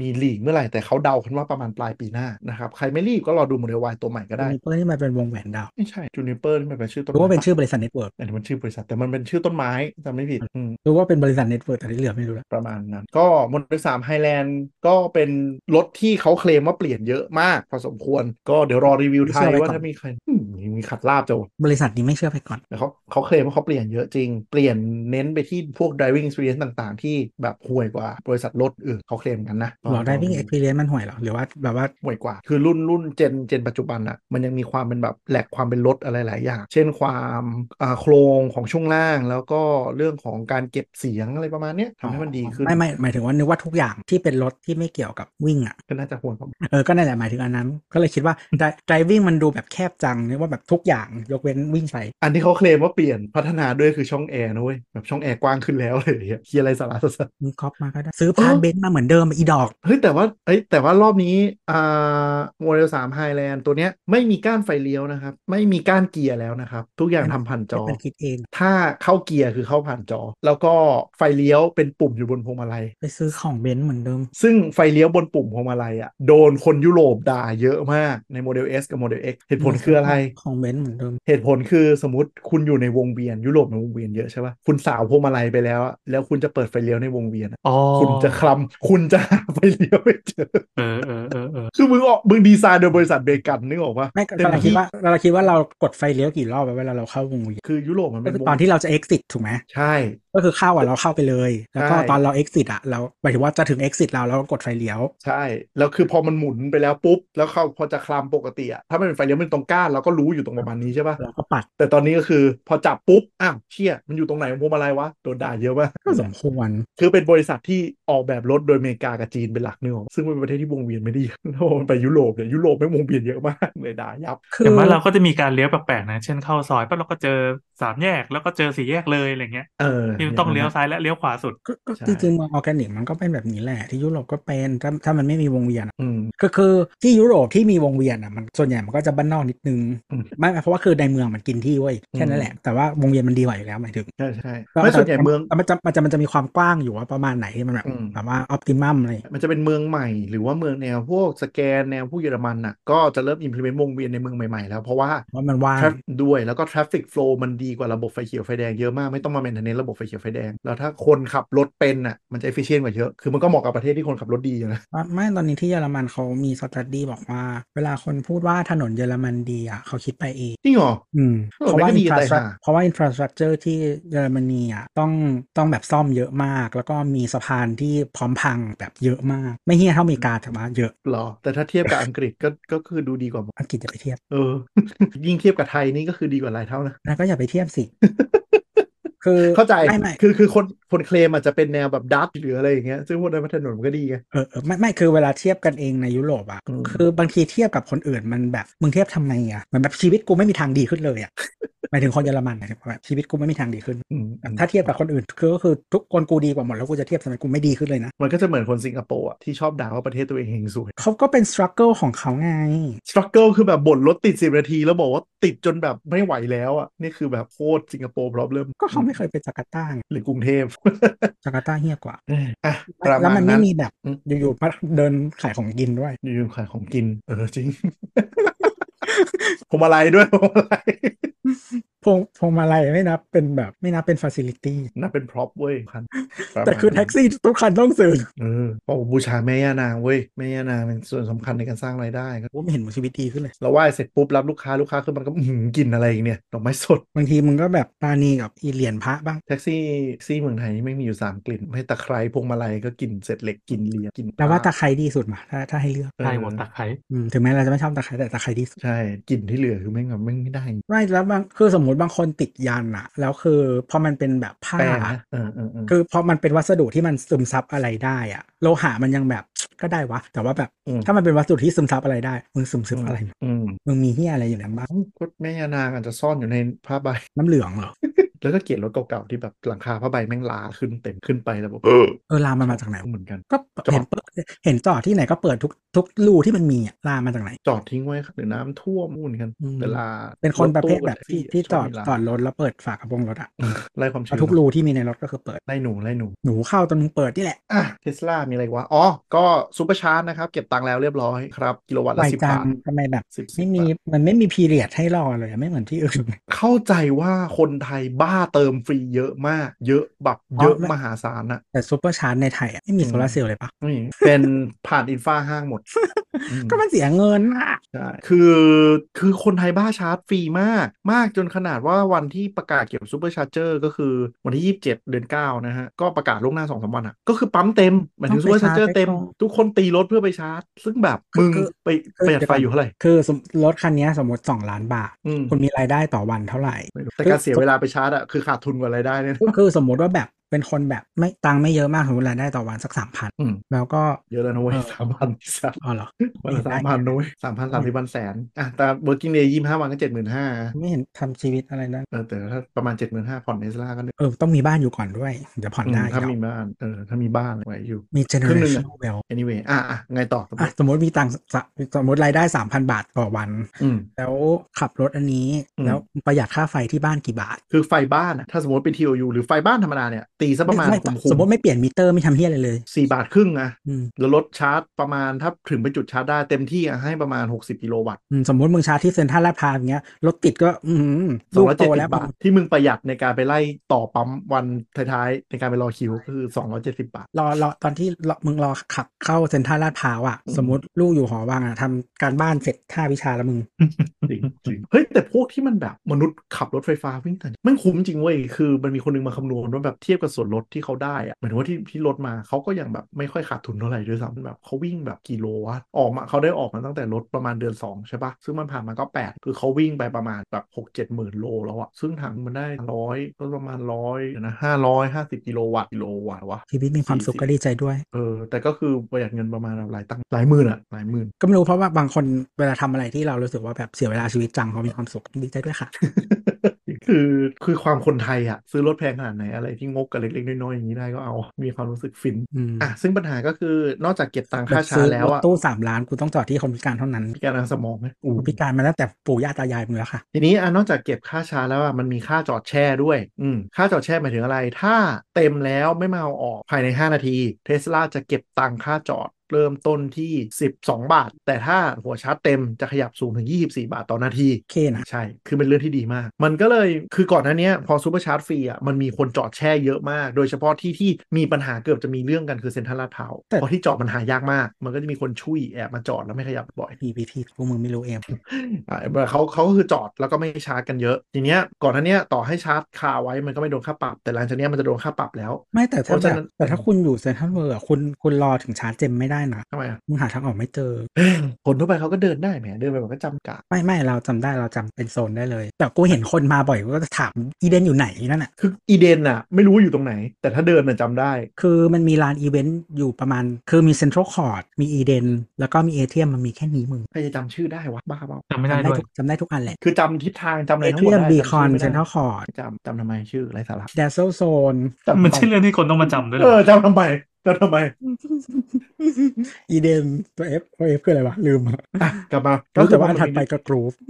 [SPEAKER 3] มีลีกเมื่อไหร่ แต่เขาเดากันว่าประมาณปลายปีหน้านะครับใครไม่รีบก็รอดูโมเดลวายตัวใหม่ก็ได้
[SPEAKER 2] เพื่อนี่มันเป็นวงแหวนดาว
[SPEAKER 3] ไม่ใช่จูนิเปอร์นี่มันเป็นชื่อต้น
[SPEAKER 2] รู้
[SPEAKER 3] ไม้
[SPEAKER 2] ว่าเป็นชื่อบริษัทเน็ตเวิร์ก
[SPEAKER 3] แต่มันชื่อบริษัทแต่มันเป็นชื่อต้นไม้จำไม่ผิดอืม
[SPEAKER 2] รู้ว่าเป็นบริษัทเน็ตเวิร์กแต่ที่เหลือไม่รู้ละ
[SPEAKER 3] ประมาณนั้น ก็มอเตอร์สามไฮแลนด์ก็เป็นรถที่เขาเคลมว่าเปลี่ยนเยอะมากพอสมควร ก็เดี๋ยวรอรีวิวไทยว่าถ้ามีใครอืมมีขัดลาบจะ
[SPEAKER 2] บริษัทนี้ไม่เชื่อไปก่อน
[SPEAKER 3] แต่เขาเขาเคลมว่าเขาเปลี่ยนเยอะจริง เปลี่ยนเน้นไปที่พวก driving experience ต่างๆ ที่แบบห่วยกว่าบริษัทรถอื่นเขาเคลมกันนะ
[SPEAKER 2] หรอ driving experience มันห่วยเหรอหรือว่าแบบว่า
[SPEAKER 3] ห่วยกว่า คือรุ่นรุ่นเจนเจนปัจจุบันอะมันยังมีความเป็นแบบแหลกความเป็นรถอะไรหลายอย่าง เช่นความอ่าโครงของช่วงล่าง แล้วก็เรื่องของการเก็บเสียงอะไรประมาณเนี้ยทำให้มันดีขึ้น
[SPEAKER 2] ไม่ไม่หมายถึงว่านึกว่าทุกอย่างที่เป็นรถที่ไม่เกี่ยวกับวิ่งอ่ะ
[SPEAKER 3] ก็น่าจะห่วงเขา
[SPEAKER 2] เออก็นั่นแหละหมายถึงอันนั้น ก็เลยคิดว่า dri- driving มันดูแบบแคบจังนึกว่าแบบทุกอย่างยกเว้นวิ่งไป
[SPEAKER 3] อันที่เขาเคลมว่าเปลี่ยนพัฒนาด้วยคือช่องแอร์นะเว้ยแบบช่องแอร์กว้างขึ้นแล้วเลยเฮียอะไรสาระสัส
[SPEAKER 2] มีคอปมาก็ได้ซื้อพาน
[SPEAKER 3] เออ
[SPEAKER 2] เบนซ์มาเหมือนเดิมอีดอก
[SPEAKER 3] ๆเฮ้ยแต่ว่าเอ้ยแต่ว่ารอบนี้อ่าโมเดลสามไฮแลนด์ตัวเนี้ยไม่มีก้านไฟเลี้ยวนะครับ ไม่มีก้านเกียร์แล้วนะครับ ทุกอย่างทำผ่านจอ
[SPEAKER 2] มันคิดเอง
[SPEAKER 3] ถ้าเข้าเกียร์คือเข้าผ่านจอ แล้วก็ไฟเลี้ยวเป็นปุ่มอยู่บนพวงมาลัย
[SPEAKER 2] ไปซื้อของเบนซ์เหมือนเดิม
[SPEAKER 3] ซึ่งไฟเลี้ยวบนปุ่มพวงมาลัยอ่ะโดนคนยุโรปด่าเยอะมากในโมเดล S กับโมเดล X เหตุผลคืออะไร
[SPEAKER 2] ของเบนซ์เหมือนเดิม
[SPEAKER 3] เหตุผลคือสมมติคุณอยู่ในวงเวียนยุโรปในวงเวียนเยอะใช่ป่ะคุณสาวพวงมาลัยไปแล้วอะแล้วคุณจะเปิดไฟเลี้ยวในวงเวียนอะ
[SPEAKER 4] อ๋อ
[SPEAKER 3] คุณจะคลำ [LAUGHS] คุณจะหาไฟเลี้ยวไม่เจอ
[SPEAKER 4] เออเออเออเออ
[SPEAKER 3] คือมึงออกมึงดีไซน์โดยบริษัทเบกันนึกออกปะ
[SPEAKER 2] ไม่ก็เราคิดว่าเราคิดว่าเรากดไฟเลี้ยวกี่รอบอะเวลาเราเข้าวงเวียน
[SPEAKER 3] คือยุโรปมัน
[SPEAKER 2] ก็คื
[SPEAKER 3] เป็น
[SPEAKER 2] อ
[SPEAKER 3] วง
[SPEAKER 2] ตอนที่เราจะ exit ถูกไหม
[SPEAKER 3] ใช่
[SPEAKER 2] ก็คือเข้าอ่ะเราเข้าไปเลย แล้วก็
[SPEAKER 3] ใช่
[SPEAKER 2] ตอนเรา exit อ่ะเราหมายถึงว่าจะถึง exit เราเราก็กดไฟเลี้ยว
[SPEAKER 3] ใช่ แล้วคือพอมันหมุนไปแล้วปุ๊บ แล้วเขาพอจะคลำปกติอะถ้ามันเป็นไฟเลี้ยวมันตรงก้านเราก็รู้อยู่ตรงประมาณนี้ใช่ป่ะ
[SPEAKER 2] เราก็ปัด
[SPEAKER 3] แต่ตอนนี้ก็คือพอจับปุ๊บอ้าวเชี่ยมันอยู่ตรงไหนของพวงมาลัยวะโดนด่าเยอะมาก [LAUGHS]
[SPEAKER 2] ก็สมควร
[SPEAKER 3] คือเป็นบริษัทที่ออกแบบรถโดยอเมริกากับจีนเป็นหลักเนื้องซึ่งมันเป็นประเทศที่วงเวี [LAUGHS] ยนไม่ได้เยอะแล้วพอมันไปยุโรปเนี่ยยุโรปไม่งวงเวียนเยอะมากเลยด่ายับ
[SPEAKER 4] [LAUGHS]
[SPEAKER 2] คือ
[SPEAKER 4] อย่างว่าเราก็จะมีการเลี้ยวแปลกๆนะ เช่นเข้าซอยปั๊บเราก็เจอสามแยกแล้วก็เจอสี่แยกเลยอะไรเงี้ย
[SPEAKER 3] เออ
[SPEAKER 4] ที่มันต้องเลี้ยวซ้ายและเลี้ยวขวาสุด
[SPEAKER 2] ก็ก็
[SPEAKER 3] ใช่
[SPEAKER 2] จริงๆเมืองออร์แกนิกมันก็เป็นแบบนี้แหละที่ยุโรปก็เป็นถ้าถ้ามันไม่มีวงเวียนอะ
[SPEAKER 3] อืม
[SPEAKER 2] ก็คือที่ยุโรปที่มีวงเวียนอ่ะมันส่วนใหญ่มันก็จะบ้านนอกนิดนึง
[SPEAKER 3] อืม
[SPEAKER 2] ไม่เพราะว่าคือในเมืองมันกินที่เว้ยแค่นั้น
[SPEAKER 3] อืม
[SPEAKER 2] แหละแต่ว่าวงเวียนมันดีกว่าอยู่แล้วหมายถึง
[SPEAKER 3] ใช่ใช่ไม่ส่วนใหญ่เมือง
[SPEAKER 2] แต่มันจะมันจะมันจะมีความกว้างอยู่ว่าประมาณไหนที่มันแบบ
[SPEAKER 3] อืม
[SPEAKER 2] แบบว่าออพติมัมอะไร
[SPEAKER 3] มันจะเป็นเมืองใหม่หรือว่าเมืองแนวพวกสแกนแนวพวกเยอรมันน่ะก็จะเริ่ม implement วงเวียนในเมืองใหม่ๆแล้วเพราะว่า
[SPEAKER 2] ว่ามันว่าง
[SPEAKER 3] traffic ด้วยแล้วก็ traffic flow มันดีกว่าระบบไฟเขียวไฟแดงเยอะมากไม่ต้องมา maintenance ระบบไฟเขียวไฟแดงแล้วถ้าคนขับรถเป็นน่ะมันจะ efficient กว่าเยอะคือมันก็เหมาะกับประเทศที่คนขับรถดีอยู่นะ
[SPEAKER 2] ว่าไม่ตอนนี้ที่เยอรมันเขามีสตัดดี้บอกว่า เวลาคนพูดว่าถนนเยอรมันดีอ่ะเขาคิดไปเอง
[SPEAKER 3] จริงเหรอ
[SPEAKER 2] อืม
[SPEAKER 3] เออ
[SPEAKER 2] เพราะว่า
[SPEAKER 3] ไม่
[SPEAKER 2] อิ
[SPEAKER 3] ดี
[SPEAKER 2] นฟรา
[SPEAKER 3] แต่
[SPEAKER 2] สตรั
[SPEAKER 3] หา
[SPEAKER 2] เพราะว่าอินฟราสตรักเจอร์ที่เยอรมนีอ่ะต้องต้องแบบซ่อมเยอะมาก แล้วก็มีสะพานที่พร้อมพังแบบเยอะมาก ไม่เฮี้ยเท่าอเมริกาแต่ว่าเยอะ
[SPEAKER 3] เหรอแต่ถ้าเทียบกับอังกฤษก็ก็คือดูดีกว่าหมด
[SPEAKER 2] อังกฤษจะไปเทียบ
[SPEAKER 3] เอ [LAUGHS] อ ยิ่งเทียบกับไทยนี่ก็คือดีกว่าหลายเท่านะ
[SPEAKER 2] นะก็อย่าไปเทียบสิ คือ
[SPEAKER 3] [LAUGHS] เข้าใจ
[SPEAKER 2] ไม่ไม่
[SPEAKER 3] คือคือคนคนเคลมอาจจะเป็นแนวแบบดับหรืออะไรอย่างเงี้ย ซึ่งพวกนั้นพัฒนนมันก็ดีไง
[SPEAKER 2] เออเออไม่ไม่คือเวลาเทียบกันเองในยุโรปอ่ะ
[SPEAKER 3] อืม
[SPEAKER 2] คือบางทีเทียบกับคนอื่นมันแบบมึงเทียบทำไมอ่ะเหมันแบบชีวิตกูไม่มีทางดีขึ้นเลยอ่ะ [LAUGHS] หมายถึงคนเยอรมันนะแบบชีวิตกูไม่มีทางดีขึ้น
[SPEAKER 3] อืม
[SPEAKER 2] แบบถ้าเทียบกับคนอื่นคือก็คือทุกคนกูดีกว่าหมดแล้วกูจะเทียบทำไมกูไม่ดีขึ้นเลยนะ
[SPEAKER 3] มันก็จะเหมือนคนสิงคโปร์อะที่ชอบด่าว่าประเทศตัวเองเฮงสวย
[SPEAKER 2] เขาก็เป็น struggle ของเขาไง
[SPEAKER 3] ส t รั g เกิลคือแบบบ่นรถติดสิบนาที แล้วบอกว่าติดจนแบบไม่ไหวแล้วอะนี่คือแบบโคตรสิงคโปร์ problem
[SPEAKER 2] ก็เขาไม่เคยไปจาการ์ตาไง
[SPEAKER 3] หรือกรุงเทพ [LAUGHS]
[SPEAKER 2] จาการ์ตาเฮี้ยกว่า
[SPEAKER 3] อ่ะประ
[SPEAKER 2] แล้ว
[SPEAKER 3] มา
[SPEAKER 2] มั
[SPEAKER 3] ณ
[SPEAKER 2] ไม่
[SPEAKER 3] นั้น
[SPEAKER 2] มีแบบ
[SPEAKER 3] อืม
[SPEAKER 2] อยู่ๆมาเดินขายของกินด้วย
[SPEAKER 3] อยู่ๆขายของกิน เออจริง [LAUGHS] ผมอะไรด้วย [LAUGHS] ผมอะไร
[SPEAKER 2] พวงพวงมาลัยไม่นับเป็นแบบไม่นับเป็นฟ a ซิลิตี้
[SPEAKER 3] น่าเป็นพร็อพเว้ยคันประมาณ
[SPEAKER 2] แต่คือ
[SPEAKER 3] นั้น
[SPEAKER 2] แท็กซี่ทุกคันต้องซื้อ
[SPEAKER 3] เออเพราะผมบูชาแม่ย่านางเว้ย แม่ย่านางเป็นส่วนสำคัญในการสร้างรายได้ครับ
[SPEAKER 2] ผมไม่เห็นชีวิตดีขึ้นเลย
[SPEAKER 3] เราไหว้เสร็จปุ๊บรับลูกค้าลูกค้าคือมันก็อื้อหือกินอะไรอีกเนี่ยดอกไม้สด
[SPEAKER 2] บางทีมึงก็แบบปราณีกับอีเหรียญพระบ้าง
[SPEAKER 3] แท็กซี่แท็กซี่เมืองไทยนี่ไม่มีอยู่สามกลิ่น ไม่ตะไคร้พวงมาลัยก็กลิ่นเสร็จเหล็กกลิ่นเลียกลิ่น
[SPEAKER 2] แล้วว่า
[SPEAKER 3] ปล
[SPEAKER 2] ตะไคร้ดีสุดมาถ้าถ้าให้เลือก
[SPEAKER 3] เออ
[SPEAKER 4] ใช่หมดตะไคร้
[SPEAKER 2] อืมถึงแม้เราจะไม่ชอบตะไคร้แต่ตะไคร้ดีสุด
[SPEAKER 3] ใช่กลิ่นที่เหลือคือแม่งแบบแม่งไม่ได้จริง
[SPEAKER 2] ไม่แล้วบางคือสมมติบางคนติดยันอะแล้วคือพอมันเป็นแบบผ้า
[SPEAKER 3] แป้งนะเออเออเออ
[SPEAKER 2] คือพอมันเป็นวัสดุที่มันซึมซับอะไรได้อะโลหะมันยังแบบก็ได้วะแต่ว่าแบบ
[SPEAKER 3] อืม
[SPEAKER 2] ถ้ามันเป็นวัสดุที่ซึมซับอะไรได้มึงซึมซับอะไร
[SPEAKER 3] อืม
[SPEAKER 2] มึงมีเฮี้ยอะไรอยู่ในนั้นบ้าง
[SPEAKER 3] ก็แม่ย่านางอาจจะซ่อนอยู่ในผ้าใบ [LAUGHS]
[SPEAKER 2] น้ำเหลืองเหรอ
[SPEAKER 3] แล้วก็เกลียดรถเก่าๆที่แบบหลังคาผ้าใบแม่งลาขึ้นเต็มขึ้นไปแล้วแบบ
[SPEAKER 2] เออลามมันมาจากไหนวะ
[SPEAKER 3] เหมือนกัน
[SPEAKER 2] ก็เห็นเปิดเห็นจอดที่ไหนก็เปิดทุกทุกรูที่มันมีอะลามมาจากไหน
[SPEAKER 3] จอดทิ้งไว้ครับหรือน้ำท่วมนู่นกัน
[SPEAKER 2] อืม
[SPEAKER 3] เวลา
[SPEAKER 2] เป็นคนประเภทแบบ
[SPEAKER 3] รถตู้
[SPEAKER 2] ที่
[SPEAKER 3] กับแท็กซี่
[SPEAKER 2] ที่จอด
[SPEAKER 3] ชบมีลา
[SPEAKER 2] จอดรถแล้วเปิดฝากระโปรงรถอะ
[SPEAKER 3] ไล่ความชื้น
[SPEAKER 2] ทุกรูที่มีในรถก็คือเปิด
[SPEAKER 3] ไล่หนูไล่หนู
[SPEAKER 2] หนูเข้าตอนมึงเปิดนี่แหละ
[SPEAKER 3] อ่ะเทสลามีอะไรวะ อ๋อ ก็ซูเปอร์ชาร์จนะครับ เก็บตังค์แล้วเรียบร้อยครับ กิโลวัตต์
[SPEAKER 2] ไว
[SPEAKER 3] ละสิบ
[SPEAKER 2] จั
[SPEAKER 3] บาง ท
[SPEAKER 2] ทำไมแบบ
[SPEAKER 3] สิบ
[SPEAKER 2] ไม่มี
[SPEAKER 3] บาท
[SPEAKER 2] มันไม่มีพีเรียดให้รอเลยอะไม่เหมือนที่อื่น
[SPEAKER 3] เข้าใจว่าคนไทยบ้าเติมฟรีเยอะมาก เยอะแบบเยอะ
[SPEAKER 2] อ๋อไม่
[SPEAKER 3] มหาศาลอะ
[SPEAKER 2] แต่ซูเปอร์ชาร์จในไทยอะไม่มีโซลาร์เซลล์เลยปะ
[SPEAKER 3] นี่เป็นผ่านอินฟาห้างหมดอืม
[SPEAKER 2] ก็มันเสียเงินอะ
[SPEAKER 3] ใช่คือ คือคนไทยบ้าชาร์จฟรีมาก มากจนขนาดว่าวันที่ประกาศเกี่ยวกับซูเปอร์ชาร์เจอร์ก็คือวันที่ 27 เดือน 9 นะฮะ ก็ประกาศล่วงหน้า2อสวันอ่ะ ก็คือปั๊มเต็ม หมายถึงซูเปอร์ชาร์เจอร์เต็ม ทุกคนตีรถเพื่อไปชาร์จ ซึ่งแบบมึงไปประหยัดไฟอยู่เท่าไหร่
[SPEAKER 2] คือสมรถคันเนี้ยสมมติสองล้านบาท
[SPEAKER 3] อืม
[SPEAKER 2] คุณมีรายได้ต่อวันเท่าไหร่
[SPEAKER 3] ไม่รู้แต่การเสียเวลาไปชาร์จอ่ะ คือขาดทุนกว่ารายได้เนี่ยนะ
[SPEAKER 2] ก็คือสมมติว่าแบบเป็นคนแบบไม่ตังค์ไม่เยอะมากสมมติรายได้ต่อวันสักสามพัน
[SPEAKER 3] อืม
[SPEAKER 2] แล้วก็
[SPEAKER 3] เยอะแล้วนะเว้ยสามพันสาม
[SPEAKER 2] อ๋อเหรอ
[SPEAKER 3] วันละสามพันนะเว้ยสามพันสามสิบวันแสนอ่ะแต่ working day ยี่ห้าวันก็เจ็ดหมื่นห้า
[SPEAKER 2] ไม่เห็นทำชีวิตอะไรนั้น
[SPEAKER 3] เออแต่ถ้าประมาณเจ็ดหมื่นห้าผ่อนเนสลาก็เนี่ย
[SPEAKER 2] เออต้องมีบ้านอยู่ก่อนด้วยเดี๋ยวผ่อน
[SPEAKER 3] อืม
[SPEAKER 2] ได้
[SPEAKER 3] ถ้า
[SPEAKER 2] เดี๋ยว
[SPEAKER 3] มีบ้านเออถ้ามีบ้านไว้อยู่
[SPEAKER 2] มี
[SPEAKER 3] ครึ่งหนึ่งอะ
[SPEAKER 2] generational wealth
[SPEAKER 3] anyway อ่ะอ่ะไงต่อสมม
[SPEAKER 2] อ่ะ
[SPEAKER 3] ติ
[SPEAKER 2] สมมติมีตังค์สะสมมติรายได้ 3,000 บาทต่อวัน
[SPEAKER 3] อืม
[SPEAKER 2] แล้วขับรถอันนี้
[SPEAKER 3] อืม
[SPEAKER 2] แล้วประหยัดค่าไฟที่บ้านกี่บาท
[SPEAKER 3] คือไฟบ้านอะถ้าสมมติเป็น TOU หรือไฟบ้านธรรมดาเนี่ย ตีซะประมาณ
[SPEAKER 2] ไไ
[SPEAKER 3] คุ้
[SPEAKER 2] สม
[SPEAKER 3] ม
[SPEAKER 2] มติไม่เปลี่ยนมิเตอร์ไม่ทำเฮียอะไรเลย
[SPEAKER 3] ๆสี่บาทครึ่งอะ
[SPEAKER 2] อืม
[SPEAKER 3] แล้วรถชาร์จประมาณถ้าถึงไปจุดชาร์จได้เต็มที่อะให้ประมาณ 60 กิโลวัตต์
[SPEAKER 2] อืมสมมติมึงชาร์จที่เซ็นทรัลลาดพร้าวอย่างเงี้ยรถติดก็อืม
[SPEAKER 3] สอง
[SPEAKER 2] ลูก
[SPEAKER 3] ร้อย
[SPEAKER 2] โต
[SPEAKER 3] เจ็ดสิ
[SPEAKER 2] แล้ว
[SPEAKER 3] บบาท ที่มึงประหยัดในการไปไล่ต่อปั๊มวันท้ายๆ ในการไปรอคิวก็คือ 270 บาท
[SPEAKER 2] รอรอตอนที่รอมึงรอขับเข้าเซ็นทรัลลาดพร้าวอ่ะ
[SPEAKER 3] อืม
[SPEAKER 2] สมมติลูกอยู่หอวังอ่ะทำการบ้านเสร็จท่าวิชาแล้วมึง
[SPEAKER 3] จริงจริงเฮ้ย แต่พวกที่มันแบบมนุษย์ขับรถไฟฟ้าวิ่งแต่มันคุ้มจริงเว้ยคือมันมีคนนึงมาคำนวณว่าแบบเทียบกับส่วนลดที่เขาได้อะเหมือนว่าที่ที่ลดมาเขาก็ยังแบบไม่ค่อยขาดทุนเท่าไหร่ด้วยซ้ำแบบเขาวิ่งแบบกิโลวัตต์ออกมาเขาได้ออกมาตั้งแต่ลดประมาณเดือน 2 ใช่ปะซึ่งมันผ่านมาก็ 8 คือเขาวิ่งไปประมาณแบบ 6 7หมื่นโลแล้วอะซึ่งถังมันได้ร้อยก็ประมาณร้อยนะห้าร้อยห้าสิบกิโลวัตต์กิโลวัตต์วะ
[SPEAKER 2] ชีวิตมีความสุขก็ดีใจด้วย
[SPEAKER 3] เออแต่ก็คือประหยัดเงินประมาณหลายตังค์หลายหมื่นอะหลายหมื่น
[SPEAKER 2] ก็ไม่รู้เพราะว่าบางคนเวลาทำอะไรที่เรารู้สึกว่าแบบเสียเวลาชีวิตจังเขามีความสุขดีใจด้วยค่ะ
[SPEAKER 3] คือคือความคนไทยอะซื้อรถแพงขนาดไหนอะไรที่งกกันเล็กๆ น้อยๆ อย่างนี้ได้ก็เอา มีความรู้สึกฟิน
[SPEAKER 2] อืม
[SPEAKER 3] อ่ะซึ่งปัญหาก็คือนอกจากเก็บตัง
[SPEAKER 2] แบ
[SPEAKER 3] ค่า
[SPEAKER 2] บ
[SPEAKER 3] ชา
[SPEAKER 2] ซื้อ
[SPEAKER 3] ร์จแล้ว
[SPEAKER 2] รถ
[SPEAKER 3] อะ
[SPEAKER 2] ตู้สามล้านกูต้องจอดที่คนพิการเท่านั้น
[SPEAKER 3] พิการทางสมองไหมอู้
[SPEAKER 2] ผมพิการมาตั้งแต่ปู่ย่าตายายมึงแล้วค่ะ
[SPEAKER 3] ทีนี้อ่ะนอกจากเก็บค่าชาร์จแล้วอะมันมีค่าจอดแช่ด้วย อืมค่าจอดแช่หมายถึงอะไร ถ้าเต็มแล้วไม่มาเอาออกภายใน 5 นาทีเทสลาจะเก็บตังค่าจอดเริ่มต้นที่ 12 บาท แต่ถ้าหัวชาร์จเต็มจะขยับสูงถึง 24 บาทต่อนาที
[SPEAKER 2] โอเคนะ
[SPEAKER 3] ใช่ คือเป็นเรื่องที่ดีมาก มันก็เลย คือก่อนหน้าเนี้ยพอซูเปอร์ชาร์จฟรีอ่ะ มันมีคนจอดแช่เยอะมาก โดยเฉพาะที่ที่มีปัญหาเกือบจะมีเรื่องกันคือเซ็นทรัลลาดพร้าว
[SPEAKER 2] แต่
[SPEAKER 3] เพราะที่จอดมันหายากมาก มันก็จะมีคนช่วยแอบมาจอดแล้วไม่ขยับบ่อย
[SPEAKER 2] พีพีพีพวกมึงไม่รู้เอง
[SPEAKER 3] อ่าเขาเขาก็คือจอดแล้วก็ไม่ชาร์จกันเยอะ ทีเนี้ยก่อนหน้าเนี้ยต่อให้ชาร์จคาไว้มันก็ไม่โดนค่าปรับ แต่หลังจากเนี้ยมันจะโดนค่าปรับแล้ว
[SPEAKER 2] ไม่แต่ถ้า
[SPEAKER 3] เพราะ
[SPEAKER 2] แบ
[SPEAKER 3] ฉะ
[SPEAKER 2] บ
[SPEAKER 3] นั้น
[SPEAKER 2] แต่ถ้าคุณอยู่เซ็นทรัลเวิร์คุณคุณรอถึงชาร์จเจมไม่ได้นะ
[SPEAKER 3] ทำไมอ่ะ
[SPEAKER 2] มึงหาทางออกไม่เจอ
[SPEAKER 3] เอ้ยคนทั่วไปเขาก็เดินได้แหมเดินไปมันก็จำกะ
[SPEAKER 2] ไม่ไม่เราจำได้เราจำเป็นโซนได้เลย แต่กูเห็นคนมาบ่อยกูก็จะถามอีเดนอยู่ไหนนั่นน่ะ
[SPEAKER 3] คืออีเดนอ่ะ ไม่รู้ว่าอยู่ตรงไหน แต่ถ้าเดินน่ะจำได้
[SPEAKER 2] คือมันมีลานอีเวนต์อยู่ประมาณ คือมีเซ็นทรัลคอร์ดมีอีเดนแล้วก็มีเอเทียมมันมีแค่นี้มึง
[SPEAKER 3] ใครจะจำชื่อได้วะบ้าเปล่า
[SPEAKER 4] จำไม่ได้
[SPEAKER 2] จำได้
[SPEAKER 4] ด้วย
[SPEAKER 2] ทุกจำได้ทุกอันแหละ
[SPEAKER 3] คือจำทิศทางจำอะไร
[SPEAKER 2] เอ
[SPEAKER 3] ทั้งห
[SPEAKER 2] เทียม
[SPEAKER 3] มดได้
[SPEAKER 2] บีค
[SPEAKER 3] จำชื่
[SPEAKER 2] อ
[SPEAKER 3] อน ไม่
[SPEAKER 2] เซ็นท
[SPEAKER 3] ได้
[SPEAKER 2] รัลคอร์ด
[SPEAKER 3] จำจำทำไมชื่อไรสาระ
[SPEAKER 2] เดซเซลโซน [LAUGHS]
[SPEAKER 4] มันใช่เรื่องที่คนต้องมาจำด้วยเหร
[SPEAKER 3] เอ
[SPEAKER 4] อ
[SPEAKER 3] อจำทำไมจำทำไม
[SPEAKER 2] อีเดนตัวเอฟตัวเอฟคืออะไรวะลืมอะ
[SPEAKER 3] อ่ะกลับมา
[SPEAKER 2] รู้แต่ว่า
[SPEAKER 3] ก็
[SPEAKER 2] อัน
[SPEAKER 3] คื
[SPEAKER 2] ถัดไป
[SPEAKER 3] มัมี
[SPEAKER 2] ก็กรูฟ [LAUGHS]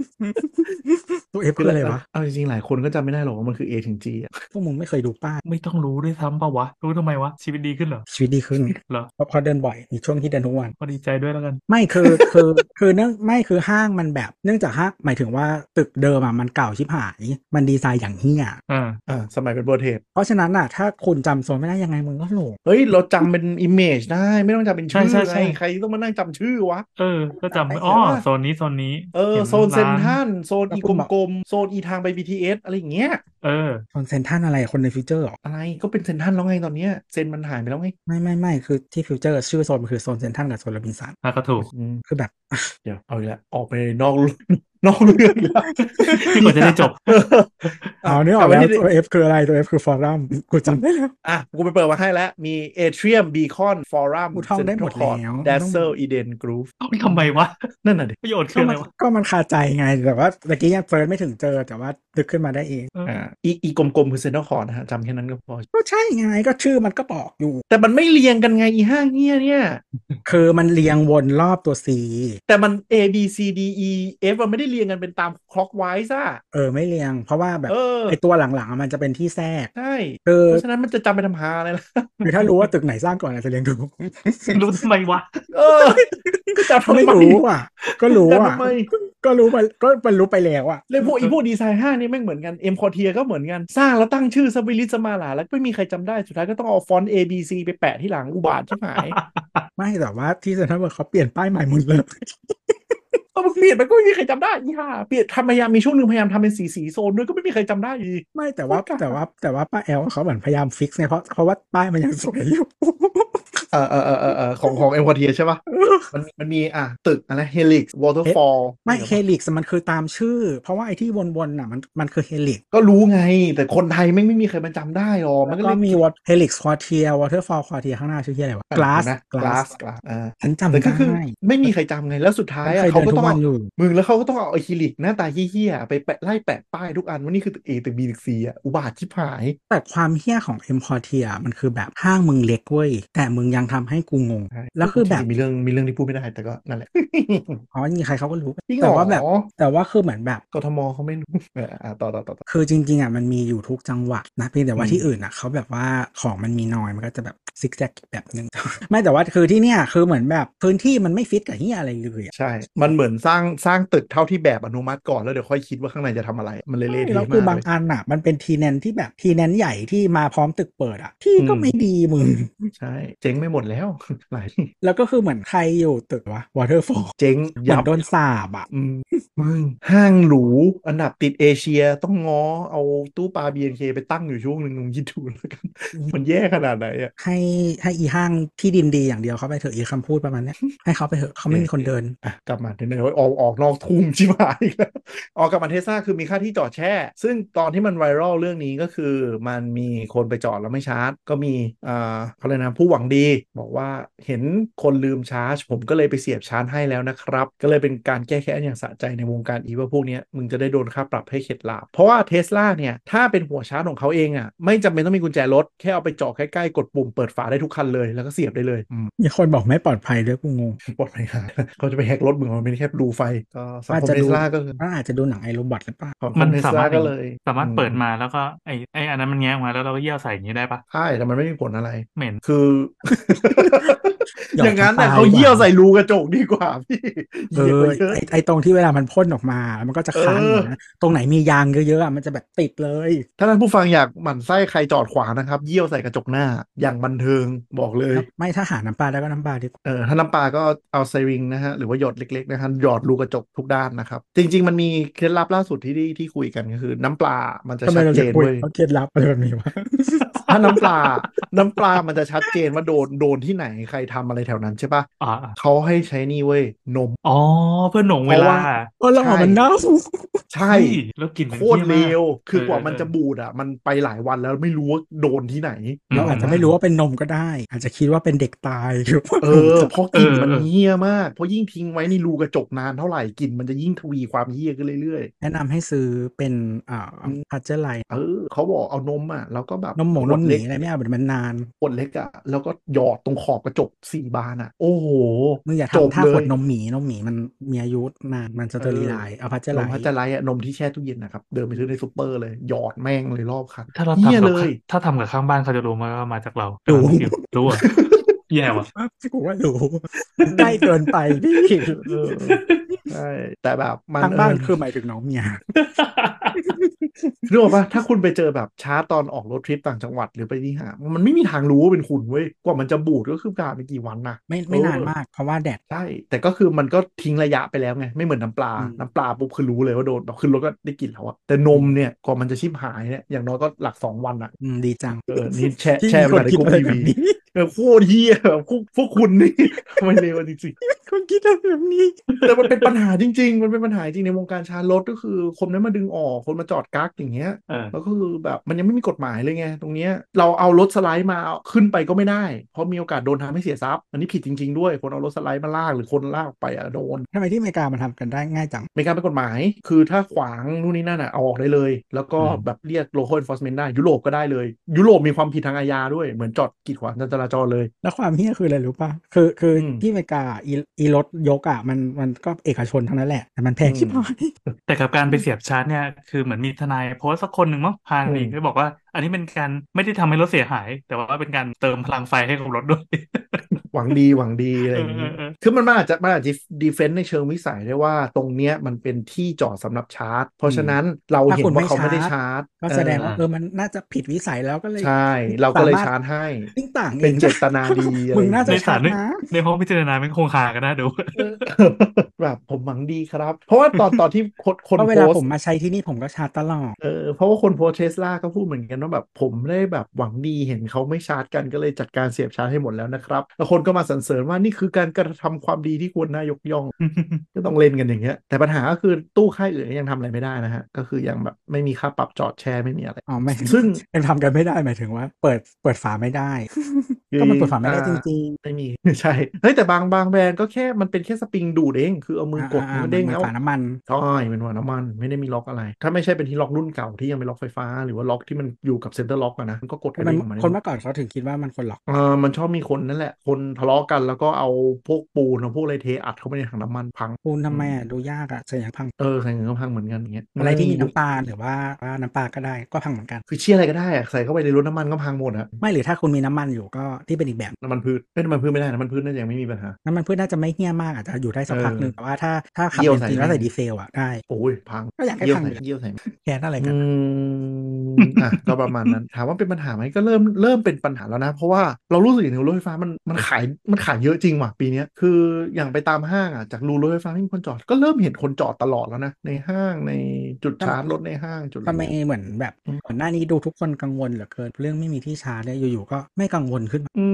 [SPEAKER 2] ตัวเอฟคืออะไรวะ
[SPEAKER 3] เอาจริงๆหลายคนก็จำไม่ได้หรอกว่ามันคือ A ถึง G อะ
[SPEAKER 2] พวกมึงไม่เคยดูป้าย
[SPEAKER 4] ไม่ต้องรู้ด้วยซ้ำปะวะ รู้ทำไมวะ ชีวิตดีขึ้นเหรอ
[SPEAKER 2] ชีวิตดีขึ้น
[SPEAKER 4] เหรอ
[SPEAKER 2] เพราะเพราะเดินบ่อย มีช่วงที่เดินทุกวัน
[SPEAKER 4] ก็ดีใจด้วยแล้วกัน
[SPEAKER 2] ไม่คือ คือ คือเนื่องไม่คือห้างมันแบบเนื่องจากห้างหมายถึงว่าตึกเดิมอ่ะมันเก่าชิบหาย มันดีไซน์อย่างเฮี้ย
[SPEAKER 4] อ่า
[SPEAKER 3] อ่าสมัยเป็นโบเทป
[SPEAKER 2] เพราะฉะนั้นอ่ะ ถ้าคุณจำโซนไม่ได้ยังไงมึงก็หลง
[SPEAKER 3] เฮ้ย เราจำเป็น image ได้ ไม่ต้องจำเป็นชื่อ
[SPEAKER 4] ใช่ใช่ใช่
[SPEAKER 3] ไงใครต้องมานั่งจำชื่อวะ
[SPEAKER 4] เออ ก็จำไม่อ๋อโซนนี้โซนนี้
[SPEAKER 3] เออ
[SPEAKER 4] ห็
[SPEAKER 3] โซนเซนทรั
[SPEAKER 4] ร้าน
[SPEAKER 3] ลโซนอีกลมๆโซนอีทางไป BTS อะไรอย่างเงี้ย
[SPEAKER 4] เออ
[SPEAKER 2] คอนเซนท่านอะไรคนในฟิวเจอร์หรอ
[SPEAKER 3] อะไรก็เป็นเซนทรันแล้วไงตอนเนี้ยเซนมันหายไปแล้วไง
[SPEAKER 2] ไม่ไม่ไม่คือที่ฟิวเจอร์ชื่อโซนมันคือโซนเซนท่านกับโซนโรบินสัน
[SPEAKER 4] อ่ะก็ถูก
[SPEAKER 3] อืม
[SPEAKER 2] คือแบบ
[SPEAKER 3] เดี๋ยวเอาอีกแล้วออกไปนอก [LAUGHS] นอกเรื่องอีกแล้ว
[SPEAKER 4] ที่กว่าจะได้จบ
[SPEAKER 3] เออ
[SPEAKER 2] อ๋อนี่ออกแล้ว
[SPEAKER 3] ต่
[SPEAKER 2] ตัว F คืออะไรตัว F คือฟอรัมกูจำได้แล้ว
[SPEAKER 3] อ่ะกูไปเปิดมาให้แล้ว มีเอเทียมบีคอนฟอรัม
[SPEAKER 2] กูท่องได้หมดแล้ว
[SPEAKER 3] เดซเซอ
[SPEAKER 2] ต้
[SPEAKER 3] ร์
[SPEAKER 2] อง
[SPEAKER 3] อีเดนกรูฟ
[SPEAKER 4] ต้องทำไมวะ
[SPEAKER 3] นั่นน่ะดิ
[SPEAKER 4] ประโยชน์คือ
[SPEAKER 2] ก็
[SPEAKER 4] อะ
[SPEAKER 2] มั
[SPEAKER 4] ไร
[SPEAKER 2] น
[SPEAKER 4] วะ
[SPEAKER 2] ก็มันคาใจไงแต่ว่าตะกี้ยังเฟิร์สไม่ถึงเจอแต่ว่าดึกขึ้นมาได้เอง
[SPEAKER 3] อ่าอีอีกลมๆคือเซนเตอร์คอร์นะฮะจำแค่นั้นก็พอ
[SPEAKER 2] ก็ใช่ไงก็ชื่อมันก็บอกอยู่
[SPEAKER 3] แต่มันไม่เรียงกันไงอีห้างเนี้ยเนี่ย
[SPEAKER 2] คือมันเรียงวนรอบตัว C
[SPEAKER 3] แต่มัน A B C D E F มันไม่ได้เรียงกันเป็นตาม clockwise อะ
[SPEAKER 2] เออไม่เรียง เพราะว่าแบบ
[SPEAKER 3] เออ
[SPEAKER 2] ไอตัวหลังๆอะมันจะเป็นที่แทรก
[SPEAKER 3] ใช่ [LAUGHS]
[SPEAKER 2] คือ
[SPEAKER 3] เพราะฉะนั้นมันจะจำไปทำหาอะไรล่ะ
[SPEAKER 2] คือถ้ารู้ว่าตึกไหนสร้างก่อนอาจจะเรียงถู
[SPEAKER 3] [LAUGHS]
[SPEAKER 2] ก
[SPEAKER 4] รู้ทำไมวะ
[SPEAKER 3] เออก็จำทำไม
[SPEAKER 2] ไม่รู้อ่ะ ก็รู้อ่ะ
[SPEAKER 3] จำทำไม
[SPEAKER 2] ก็รู้มันก็มันรู้ไปแล้วอ่ะ
[SPEAKER 3] เลยพวกอีพวกดีไซน์ห้างนี่แม่งเหมือนกัน M คอเทียก็เหมือนกัน สร้างแล้วตั้งชื่อสวิลิสมาหลาแล้วไม่มีใครจำได้สุดท้ายก็ต้องเอาฟอนต์ A B C ไปแปะที่หลังอุบาทชิบหาย
[SPEAKER 2] ไม่แต่ว่าที่เซ็นทรัลเวิร์เขาเปลี่ยนป้ายใหม่หมดเลย
[SPEAKER 3] เอามันเปลี่ยนไปก็ไม่มีใครจำได้อีห่าเปลี่ยนทำพยายามมีช่วงหนึ่งพยายามทำเป็นสีสีโซนด้วยก็ไม่มีใครจำได้อีก
[SPEAKER 2] ไม่แต่ว่า
[SPEAKER 3] โอ้ยตาย
[SPEAKER 2] แต่ว่าแต่ว่าป้าแอลเขาเหมือนพยายามฟิกซ์ไงเพราะเพราะว่าป้ายมันยังสวย
[SPEAKER 3] [LAUGHS]
[SPEAKER 2] อยู่
[SPEAKER 3] เออเออเออเออเออของของเอ็มพอเทียใช่ปะมันมันมีอ่ะตึกอะไรเฮลิกวอเตอร์ฟอล
[SPEAKER 2] ไม่เฮลิกมันคือตามชื่อ เพราะว่าไอ้ที่วนๆน่ะมันมันคือเฮลิก
[SPEAKER 3] ก็รู้ไง แต่คนไทยไม่งไม่มีใครมันจำได้หรอกมั
[SPEAKER 2] แล้
[SPEAKER 3] น
[SPEAKER 2] ว
[SPEAKER 3] ก็
[SPEAKER 2] ก็
[SPEAKER 3] เลย
[SPEAKER 2] มีวอเฮลิกควอเทียวอเตอร์ฟอลควอเทียข้างหน้าชื่อที่อะไรวะกลาส
[SPEAKER 3] นะกลาสกลาสอ่า
[SPEAKER 2] ฉันจำ
[SPEAKER 3] แต่ก็
[SPEAKER 2] ได้
[SPEAKER 3] คือไม่มีใครจำไงแล้วสุดท้าย
[SPEAKER 2] ฉั
[SPEAKER 3] อ่ะ
[SPEAKER 2] นเคย
[SPEAKER 3] เขา
[SPEAKER 2] เดินทุ
[SPEAKER 3] ก็ต้อก ง
[SPEAKER 2] วัน
[SPEAKER 3] เอา
[SPEAKER 2] อยู่
[SPEAKER 3] มึงแล้วเขาก็ต้องเอาไอคิลิกหน้าตาเฮี้ยๆไปแปะไล่แปะป้ายทุกอันว่านี่คือตึกเอตึกบีตึกซีอ่ะอุบาทชิบหาย
[SPEAKER 2] แต่ความเฮี้ยของเอ็มพอเทียมันคือแบบห้างมึงเล็กเว้ยแต่มึงยังทำให้กูงง
[SPEAKER 3] ใช่
[SPEAKER 2] แล้วคือแบบ
[SPEAKER 3] จริงๆมีเรื่องมีเรื่องที่พูดไม่ได้แต่ก็นั่นแหละ
[SPEAKER 2] อ๋อนี่ใครเขาก็รู้
[SPEAKER 3] จริงเหร
[SPEAKER 2] แต่
[SPEAKER 3] อ
[SPEAKER 2] ว่าแบบแต่ว่าคือเหมือนแบบ
[SPEAKER 3] กทมเขาไม่รู้ [LAUGHS] เอออ่ะต่อต่อต่อต่อ
[SPEAKER 2] คือจริงๆอ่ะมันมีอยู่ทุกจังหวัดนะเพียงแต่ว่า
[SPEAKER 3] อืม
[SPEAKER 2] ที่อื่นอ่ะเขาแบบว่าของมันมีน้อยมันก็จะแบบซิกแซกแบบหนึ่ง [LAUGHS] ไม่แต่ว่าคือที่เนี่ยคือเหมือนแบบพื้นที่มันไม่ฟิตกับที่อะไรเลยอ่ะ
[SPEAKER 3] ใช่ มันเหมือนสร้างสร้างตึกเท่าที่แบบอนุมัติก่อนแล้วเดี๋ยวค่อยคิดว่าข้างในจะทำอะไร มันเลยเละเทะ
[SPEAKER 2] แล้ว
[SPEAKER 3] มา
[SPEAKER 2] คือก บาง
[SPEAKER 3] เลย
[SPEAKER 2] อันอ่ะ มันเป็นทีแนนที่แบบทีแนนใหญ่ที่มาพร้อมตึกเปิดอ่ะที่ก็
[SPEAKER 3] อืม
[SPEAKER 2] ไม่ดีมึง [LAUGHS]
[SPEAKER 3] ใช่ เจ๊งไม่หมดแล้ว [LAUGHS] หลาย
[SPEAKER 2] แล้วก็คือเหมือนใครอยู่ตึกวะวอเตอร์ฟอล
[SPEAKER 3] เจ๊ง
[SPEAKER 2] เหมื
[SPEAKER 3] ยั
[SPEAKER 2] อน
[SPEAKER 3] บ
[SPEAKER 2] โดนสาบอ่ะ
[SPEAKER 3] อืมมึงห้างหรู อันดับติดเอเชียต้องง้อเอาตู้ปลา BNK ไปตั้งอยู่ช่วงหนึ่งมึงคิดดูแล้วกัน มันแย่ขนาดไหนอ่ะ
[SPEAKER 2] ให้ให้อีห้างที่ดินดีอย่างเดียวเขาไปเถอะอีคำพูดประมาณเนี้ยให้เขาไปเถอะเขาไม่มีคนเดิน
[SPEAKER 3] อ่ะกลับมาเดี๋ยวๆออกออกนอกทุ่งชิบหายอีกแล้ว [LAUGHS] ออกกลับมาเทสลาคือมีค่าที่จอดแช่ ซึ่งตอนที่มันไวรัลเรื่องนี้ก็คือมันมีคนไปจอดแล้วไม่ชาร์จ ก็มีอ่าเขาเลยกนะผู้หวังดี บอกว่าเห็นคนลืมชาร์จ ผมก็เลยไปเสียบชาร์จให้แล้วนะครับ ก็เลยเป็นการแก้แค้นอย่างสะใจในวงการอีว่าพวกเนี้ยมึงจะได้โดนค่าปรับให้เข็ดหลาบเพราะว่าเทสลาเนี่ยถ้าเป็นหัวชาร์จของเขาเองอ่ะไม่จำเป็นต้องมีกุญแจรถแค่เอาไปจอดใกล้ๆกดปุ่มเปิดฝาได้ทุกคันเลยแล้วก็เสียบได้เลยอืม
[SPEAKER 2] มีคนบอกไม่ปลอดภัยด้วยกูงง
[SPEAKER 3] ปลอดภัยหา [LAUGHS] เขาจะไปแฮกรถมึงมันไม่ได้แค่ดูไฟ ก็สัง
[SPEAKER 2] อาจ
[SPEAKER 3] คม
[SPEAKER 2] จะ
[SPEAKER 3] เท
[SPEAKER 2] ดู
[SPEAKER 3] สลาก็คือ
[SPEAKER 2] มันอาจจะดูหนังไอโรบอทหรือเปล่า
[SPEAKER 3] ของ
[SPEAKER 4] มัน
[SPEAKER 3] เทสลาม
[SPEAKER 4] สาารถ
[SPEAKER 3] ก็เลย
[SPEAKER 4] สามารถเปิด
[SPEAKER 3] อื
[SPEAKER 4] มาแล้วก็ไอไออันนั้นมันแง้มมาแล้วเราก็เยี่ยวใส่อย่างนี้ได้ปะ
[SPEAKER 3] ใช่แต่มันไม่มีผลอะไร
[SPEAKER 4] เหม็น
[SPEAKER 2] [LAUGHS]
[SPEAKER 3] คือ
[SPEAKER 2] หยอด
[SPEAKER 3] อย่างนั้นแต่ะ
[SPEAKER 2] น้ำตา
[SPEAKER 3] เขาเยี่ยวใส่รูกระจกดีกว่าพี่ [LAUGHS]
[SPEAKER 2] เอ
[SPEAKER 3] เหยียบ
[SPEAKER 2] อ
[SPEAKER 3] ไปเยอะ
[SPEAKER 2] ไอไอตรงที่เวลามันพ่นออกมาแล้วมันก็จะค้าง
[SPEAKER 3] เอออ
[SPEAKER 2] ยู่นะตรงไหนมียางเยอะๆอะมันจะแบบติดเลย
[SPEAKER 3] ถ้าท่านผู้ฟังอยากหมั่นไส้ใครจอดขวางนะครับ เยี่ยวใส่กระจกหน้า อย่างบันเทิงบอกเลย
[SPEAKER 2] ไม่ถ้าหาน้ำปลาได้ก็น้ำปลาดีกว่า
[SPEAKER 3] เออถ้าน้ำปลาก็เอาไซริงนะฮะ หรือว่าหยดเล็กๆนะฮะหยอดรูกระจกทุกด้านนะครับ จริง ๆ มันมีเคล็ดลับล่าสุดที่ได้ที่คุยกันก็คือ น้ำปลามันจะ
[SPEAKER 2] ทำไม
[SPEAKER 3] ชัด
[SPEAKER 2] เรา
[SPEAKER 3] เจ
[SPEAKER 2] จะ
[SPEAKER 3] น
[SPEAKER 2] คุย
[SPEAKER 3] เว้ย
[SPEAKER 2] เขาเคล็ดลับอะไรแบบนี้วะ
[SPEAKER 3] ถ้าน้ำปลา น้ำปลามันจะชัดเจนว่าโดนโดนที่ไหนใครทำอะไรแถวนั้นใช่ปะ
[SPEAKER 4] อ่า
[SPEAKER 3] เขาให้ใช้นี่เว้ย นม
[SPEAKER 4] อ๋อ เพื่อหน่วงเว
[SPEAKER 3] เพราะ
[SPEAKER 4] ลา
[SPEAKER 3] ว่า
[SPEAKER 2] เออเราเอามันเน่า
[SPEAKER 3] ใช่
[SPEAKER 4] เฮ้ยแล้วกลินมั
[SPEAKER 3] โคน ตร
[SPEAKER 4] หี้ย
[SPEAKER 3] เล
[SPEAKER 4] มาก
[SPEAKER 3] ว คือกว่า
[SPEAKER 4] เออ
[SPEAKER 3] มัน
[SPEAKER 4] เออ
[SPEAKER 3] จะบูดอ่ะ มันไปหลายวันแล้วไม่รู้ว่าโดนที่ไหน
[SPEAKER 4] อืม
[SPEAKER 2] เราอาจจะไม่รู้ว่าเป็นนมก็ได้ อาจจะคิดว่าเป็นเด็กตายหรือว่า
[SPEAKER 3] เออเพราะกลิ่นมัน
[SPEAKER 4] เออเออ
[SPEAKER 3] เหี้ยมาก เพราะยิ่งทิ้งไว้ในรูกระจกนานเท่าไหร่กลิ่นมันจะยิ่งทวีความเหี้ยขึ้นเรื่อย
[SPEAKER 2] แนะนำให้ซื้อเป็นอ่าพัชเจอร์ไลน์
[SPEAKER 3] ๆ เออเขาบอกเอานมอ่ะแล้วก็แบบ
[SPEAKER 2] นมหมู
[SPEAKER 3] ข
[SPEAKER 2] น
[SPEAKER 3] ว
[SPEAKER 2] ม
[SPEAKER 3] ด
[SPEAKER 2] ห
[SPEAKER 3] เล็
[SPEAKER 2] นี
[SPEAKER 3] ก
[SPEAKER 2] อะไรไม่เอาเดี๋ยวมันนาน
[SPEAKER 3] ขวดเล็กอ่ะแล้วก็หยอดตรงขอบกระจกสี่บานอ่ะ โอ้โห
[SPEAKER 2] มึงอย่า
[SPEAKER 3] จบ
[SPEAKER 2] ทำถ้า
[SPEAKER 3] เล
[SPEAKER 2] ขวด
[SPEAKER 3] ย
[SPEAKER 2] นมหมีนมหมีมันมีอายุนานมันจะเตอรีไลน์เอาพัชเจอร์
[SPEAKER 3] น
[SPEAKER 2] ไล
[SPEAKER 3] ม
[SPEAKER 2] น์
[SPEAKER 3] พัชจะไลท์อะนมที่แช่ตู้เย็นนะครับ เดินไปซื้อในซูเปอร์เลย หยอดแม่งเลยรอบคัน
[SPEAKER 4] ถ้าเรา
[SPEAKER 3] หี้ย
[SPEAKER 4] ทำกับ
[SPEAKER 3] เลย
[SPEAKER 4] ถ้าทำกับข้างบ้านเขาจะรู้ไหมว่ามาจากเรา
[SPEAKER 2] รู้
[SPEAKER 4] รู้
[SPEAKER 3] [LAUGHS]
[SPEAKER 4] อ่ะแย่ว่ะ
[SPEAKER 2] กูว่ารู้มันใกล้เกินไปพี่
[SPEAKER 3] เออใช่แต่แบบมัน
[SPEAKER 2] ทางบ้าน
[SPEAKER 3] เ
[SPEAKER 2] คือหมายถึงน้องเมีย
[SPEAKER 3] รู้ป่ะถ้าคุณไปเจอแบบชาร์จตอนออกรถทริปต่างจังหวัดหรือไปที่หาดมันไม่มีทางรู้ว่าเป็นคุณเว้ยกว่ามันจะบูดก็คือผ่านไปกี่วันนะ
[SPEAKER 2] ไม่ไม่
[SPEAKER 3] เออ
[SPEAKER 2] นานมากเพราะว่าแดด
[SPEAKER 3] ใช่ แต่ก็คือมันก็ทิ้งระยะไปแล้วไง ไม่เหมือนน้ำปลา
[SPEAKER 2] อืม
[SPEAKER 3] น้ำปลาปุ๊บคือรู้เลยว่าโดนแบบขึ้นรถก็ได้กลิ่นแล้วอะแต่นมเนี่ยกว่ามันจะชิบหายเนี่ยอย่างน้อยก็หลักสองวันอะ
[SPEAKER 2] อืมดีจัง
[SPEAKER 3] เออนี่แชร์
[SPEAKER 2] ที่
[SPEAKER 3] แช
[SPEAKER 2] มีค
[SPEAKER 3] ร์มาน ใน
[SPEAKER 2] คิด
[SPEAKER 3] กลุ่ม
[SPEAKER 2] อะไร
[SPEAKER 3] ที
[SPEAKER 2] แบบ
[SPEAKER 3] วี
[SPEAKER 2] นี้
[SPEAKER 3] เออโคตรเฮียพวกพวกคุณนี่ [LAUGHS] ทำไมเลวจริง
[SPEAKER 2] คนคิดอะไรแบบนี้
[SPEAKER 3] ๆแต่มันเป็นปัญ หาจริง ๆ มันเป็นปัญหาจริงในวงการชาร์จรถก็คือคนนั้นมาดึงออกคนมาจอดกักอย่างเงี้ย
[SPEAKER 4] เออ
[SPEAKER 3] แล้วก็คือแบบมันยังไม่มีกฎหมายเลยไงตรงเนี้ยเราเอารถสไลด์มาเอาขึ้นไปก็ไม่ได้ เพราะมีโอกาสโดนทำให้เสียทรัพย์ อันนี้ผิดจริง ๆ ด้วย คนเอารถสไลด์มาลากหรือคนลากออกไปอะโดน
[SPEAKER 2] ทำไมที่อเมริกามันทำกันได้ง่ายจัง
[SPEAKER 3] มีการเป็นกฎหมาย คือถ้าขวางนู่นนี่นั่นอะเอาออกได้เลย แล้วก็
[SPEAKER 4] อืม
[SPEAKER 3] แบบเรียก local enforcement ได้ยุโรปก็ได้เลย ยุโรปมีความผิดทางอาญาด้วยเหมือนจอดกีดขวางการจราจรเลย
[SPEAKER 2] แล้วความเฮี้ยคืออะไรรู้ป่ะ คือคืออ
[SPEAKER 3] ม
[SPEAKER 2] ที่อเมริกาอีอีรถยกอ่ะมันมันก็เอกชนทั้งนั้นแหละ แต่มันแพง
[SPEAKER 3] อืม
[SPEAKER 2] ชิบหาย
[SPEAKER 4] แต่กับการไปเสียบชาร์จเนี่ยคือเหมือนมีทนายโพสต์สักคนหนึ่งมั้งพา
[SPEAKER 3] อื
[SPEAKER 4] นี
[SPEAKER 3] ม
[SPEAKER 4] ก็บอกว่า อันนี้เป็นการไม่ได้ทำให้รถเสียหาย แต่ว่าเป็นการเติมพลังไฟให้กับรถด้วย [LAUGHS]
[SPEAKER 3] หวังดี [LAUGHS] หวังดีอะไรอย่างนี้
[SPEAKER 4] เออเออเออ
[SPEAKER 3] คือมันอาจจะมันอาจจะดีเฟนต์ในเชิงวิสัยได้ว่าตรงเนี้ยมันเป็นที่จอดสำหรับชาร์จ เพราะฉะนั้นเรา
[SPEAKER 2] ถ้า
[SPEAKER 3] เห็น
[SPEAKER 2] คุณ
[SPEAKER 3] ว่าเขาไม่ได้ชาร์จ
[SPEAKER 2] ก็แสดง
[SPEAKER 3] เอ
[SPEAKER 2] ว่า
[SPEAKER 3] อ
[SPEAKER 2] เออมันน่าจะผิดวิสัยแล้วก็เลย
[SPEAKER 3] ใช่ เราก็เลย
[SPEAKER 2] สมถ
[SPEAKER 3] ชาร์จให้
[SPEAKER 2] ติ้งต่างอง
[SPEAKER 3] เป็นเจตนาดีอะไร
[SPEAKER 2] มึงน่าจะ
[SPEAKER 4] ในศา
[SPEAKER 2] ชา
[SPEAKER 4] ล
[SPEAKER 2] ร์จ
[SPEAKER 4] นี่
[SPEAKER 2] นะ
[SPEAKER 4] ในห้องพิจารณาเป็นโครงคากันนะดู [LAUGHS]
[SPEAKER 3] [LAUGHS] แบบผมหวังดีครับ เพราะว่าตอน [LAUGHS] ตอนที่คนคน
[SPEAKER 2] เพราะเว
[SPEAKER 3] โพ
[SPEAKER 2] ลา
[SPEAKER 3] ส
[SPEAKER 2] ผม
[SPEAKER 3] ต์
[SPEAKER 2] มาใช้ที่นี่ผมก็ชาร์จตลอด
[SPEAKER 3] เออเพราะว่าคนโพสเทสลาก็พูดเหมือนกันว่าแบบผมได้แบบหวังดีเห็นเขาไม่ชาร์จกันก็เลยจัดการเสียบชาร์จให้หมดแล้วนะครับแล้วคนก็มาสรรเสริญว่านี่คือการกระทำความดีที่ควรน่ายกย่อง ก็ต้องเล่นกันอย่างเงี้ย แต่ปัญหาก็คือตู้ค่ายอื่นยังทำอะไรไม่ได้นะฮะ ก็คือยังแบบไม่มีค่าปรับจอดแชร์ไม่มีอะไร
[SPEAKER 2] อ๋อ [LAUGHS] ไม่
[SPEAKER 3] ซึ่ง [LAUGHS]
[SPEAKER 2] ยังทำกันไม่ได้หมายถึงว่า เปิดเปิดฝาไม่ได้ ก็มันเปิดฝาไม่ได้จริง
[SPEAKER 3] ไม่มี ใช่เฮ้ยแต่บางบางแบรนด์ก็แค่มันเป็นแค่สปริงดูดเอง คือเอา
[SPEAKER 2] ๆ
[SPEAKER 3] มือกด
[SPEAKER 2] อ่า
[SPEAKER 3] มัน
[SPEAKER 2] ๆ
[SPEAKER 3] ก็เด้ง
[SPEAKER 2] หมือ
[SPEAKER 3] แล้ว
[SPEAKER 2] ฝาน้ำมัน
[SPEAKER 3] ใช่เป็นหัวน้ำมันไม่ได้มีล็อกอะไร ถ้าไม่ใช่เป็นที่ล็อกรุ่นเก่าที่ยังเป็นล็อกไฟฟ้า หรือว่าล็อกที่มันอยู่กับเซ็นเตอร์ล็อกอะนะมันก็กดกระ
[SPEAKER 2] มัน
[SPEAKER 3] เด้งออกมาได้
[SPEAKER 2] คนเมื่อก่อนเขาถึงคิดว่ามันคนหลอก
[SPEAKER 3] เออมันชอบมีคนนั่นแหละ คนทะเลาะกันแล้วก็เอาพวกปูนเอาพวกอะไรเทอัดเข้าไปในถังน้ำมันพัง
[SPEAKER 2] ปูนทำไมอ่ะดูยากอ่ะเสียงพัง
[SPEAKER 3] เออใครเงินก็พังเหมือนกันอย่างเงี้ย
[SPEAKER 2] อะไรที่มี
[SPEAKER 3] ด้ว
[SPEAKER 2] น้ำ
[SPEAKER 3] ย
[SPEAKER 2] ตาลหรือว่าว่าน้ำปลาก็ได้ก็พังเหมือนกัน
[SPEAKER 3] คือเชี่ยอะไรก็ได้อะใส่เข้าไปในรถน้ำมันก็พังหมดอะ
[SPEAKER 2] ไม่หรือถ้าคุณมีน้ำมันอยู่ก็ที่เป็นอีกแบบ
[SPEAKER 3] น้ำมันพืชเอ้ยน้ำมันพืชไม่ได้น้ำมันพืชน่าจะยังไม่มีปัญหา
[SPEAKER 2] น้ำมันพืชน่าจะไม่เหี้ยมากอาจจะอยู่ได้สักพักหนึ่ง
[SPEAKER 3] เออ
[SPEAKER 2] แต่ว่าถ้าถ้าขับ
[SPEAKER 3] เยี่ยว
[SPEAKER 2] จริงๆแล้ว
[SPEAKER 3] ใส่
[SPEAKER 2] ใส่
[SPEAKER 3] ได้
[SPEAKER 2] ดีเซลอ่ะได้
[SPEAKER 3] โอ้ยพัง
[SPEAKER 2] ก็อยากให้
[SPEAKER 3] เยี่ยว
[SPEAKER 2] พังอยู่แล้
[SPEAKER 3] ใส่
[SPEAKER 2] ว
[SPEAKER 3] เยี่ยวใส่
[SPEAKER 2] แก๊สอะไรกัน
[SPEAKER 3] อืมอ่ะ ก็ประมาณนั้น ถามว่าเป็นปัญหาไหมก็เริ่มเริ่มเป็นปัญหาแล้วนะ เพราะว่าเรารู้สึกอย่างหนึ่งรถไฟฟ้ามันมันขายมันขายเยอะจริงว่ะปีเนี้ยคืออย่างไปตามห้างอ่ะจากรูรถไฟฟ้าไม่มีคนจอดก็เริ่มเห็นคนจอดตลอดแล้วนะในห้างในจุดชาร์จรถในห้างจุดอะร
[SPEAKER 2] ทำไมเหมือนแบบก่อนหน้านี้ดูทุกคนกังวลเหลือเกินเรื่องไม่มีที่ชาร์จเนี่ยอยู่ๆก็ไม่กังวลขึ้นมา
[SPEAKER 3] อื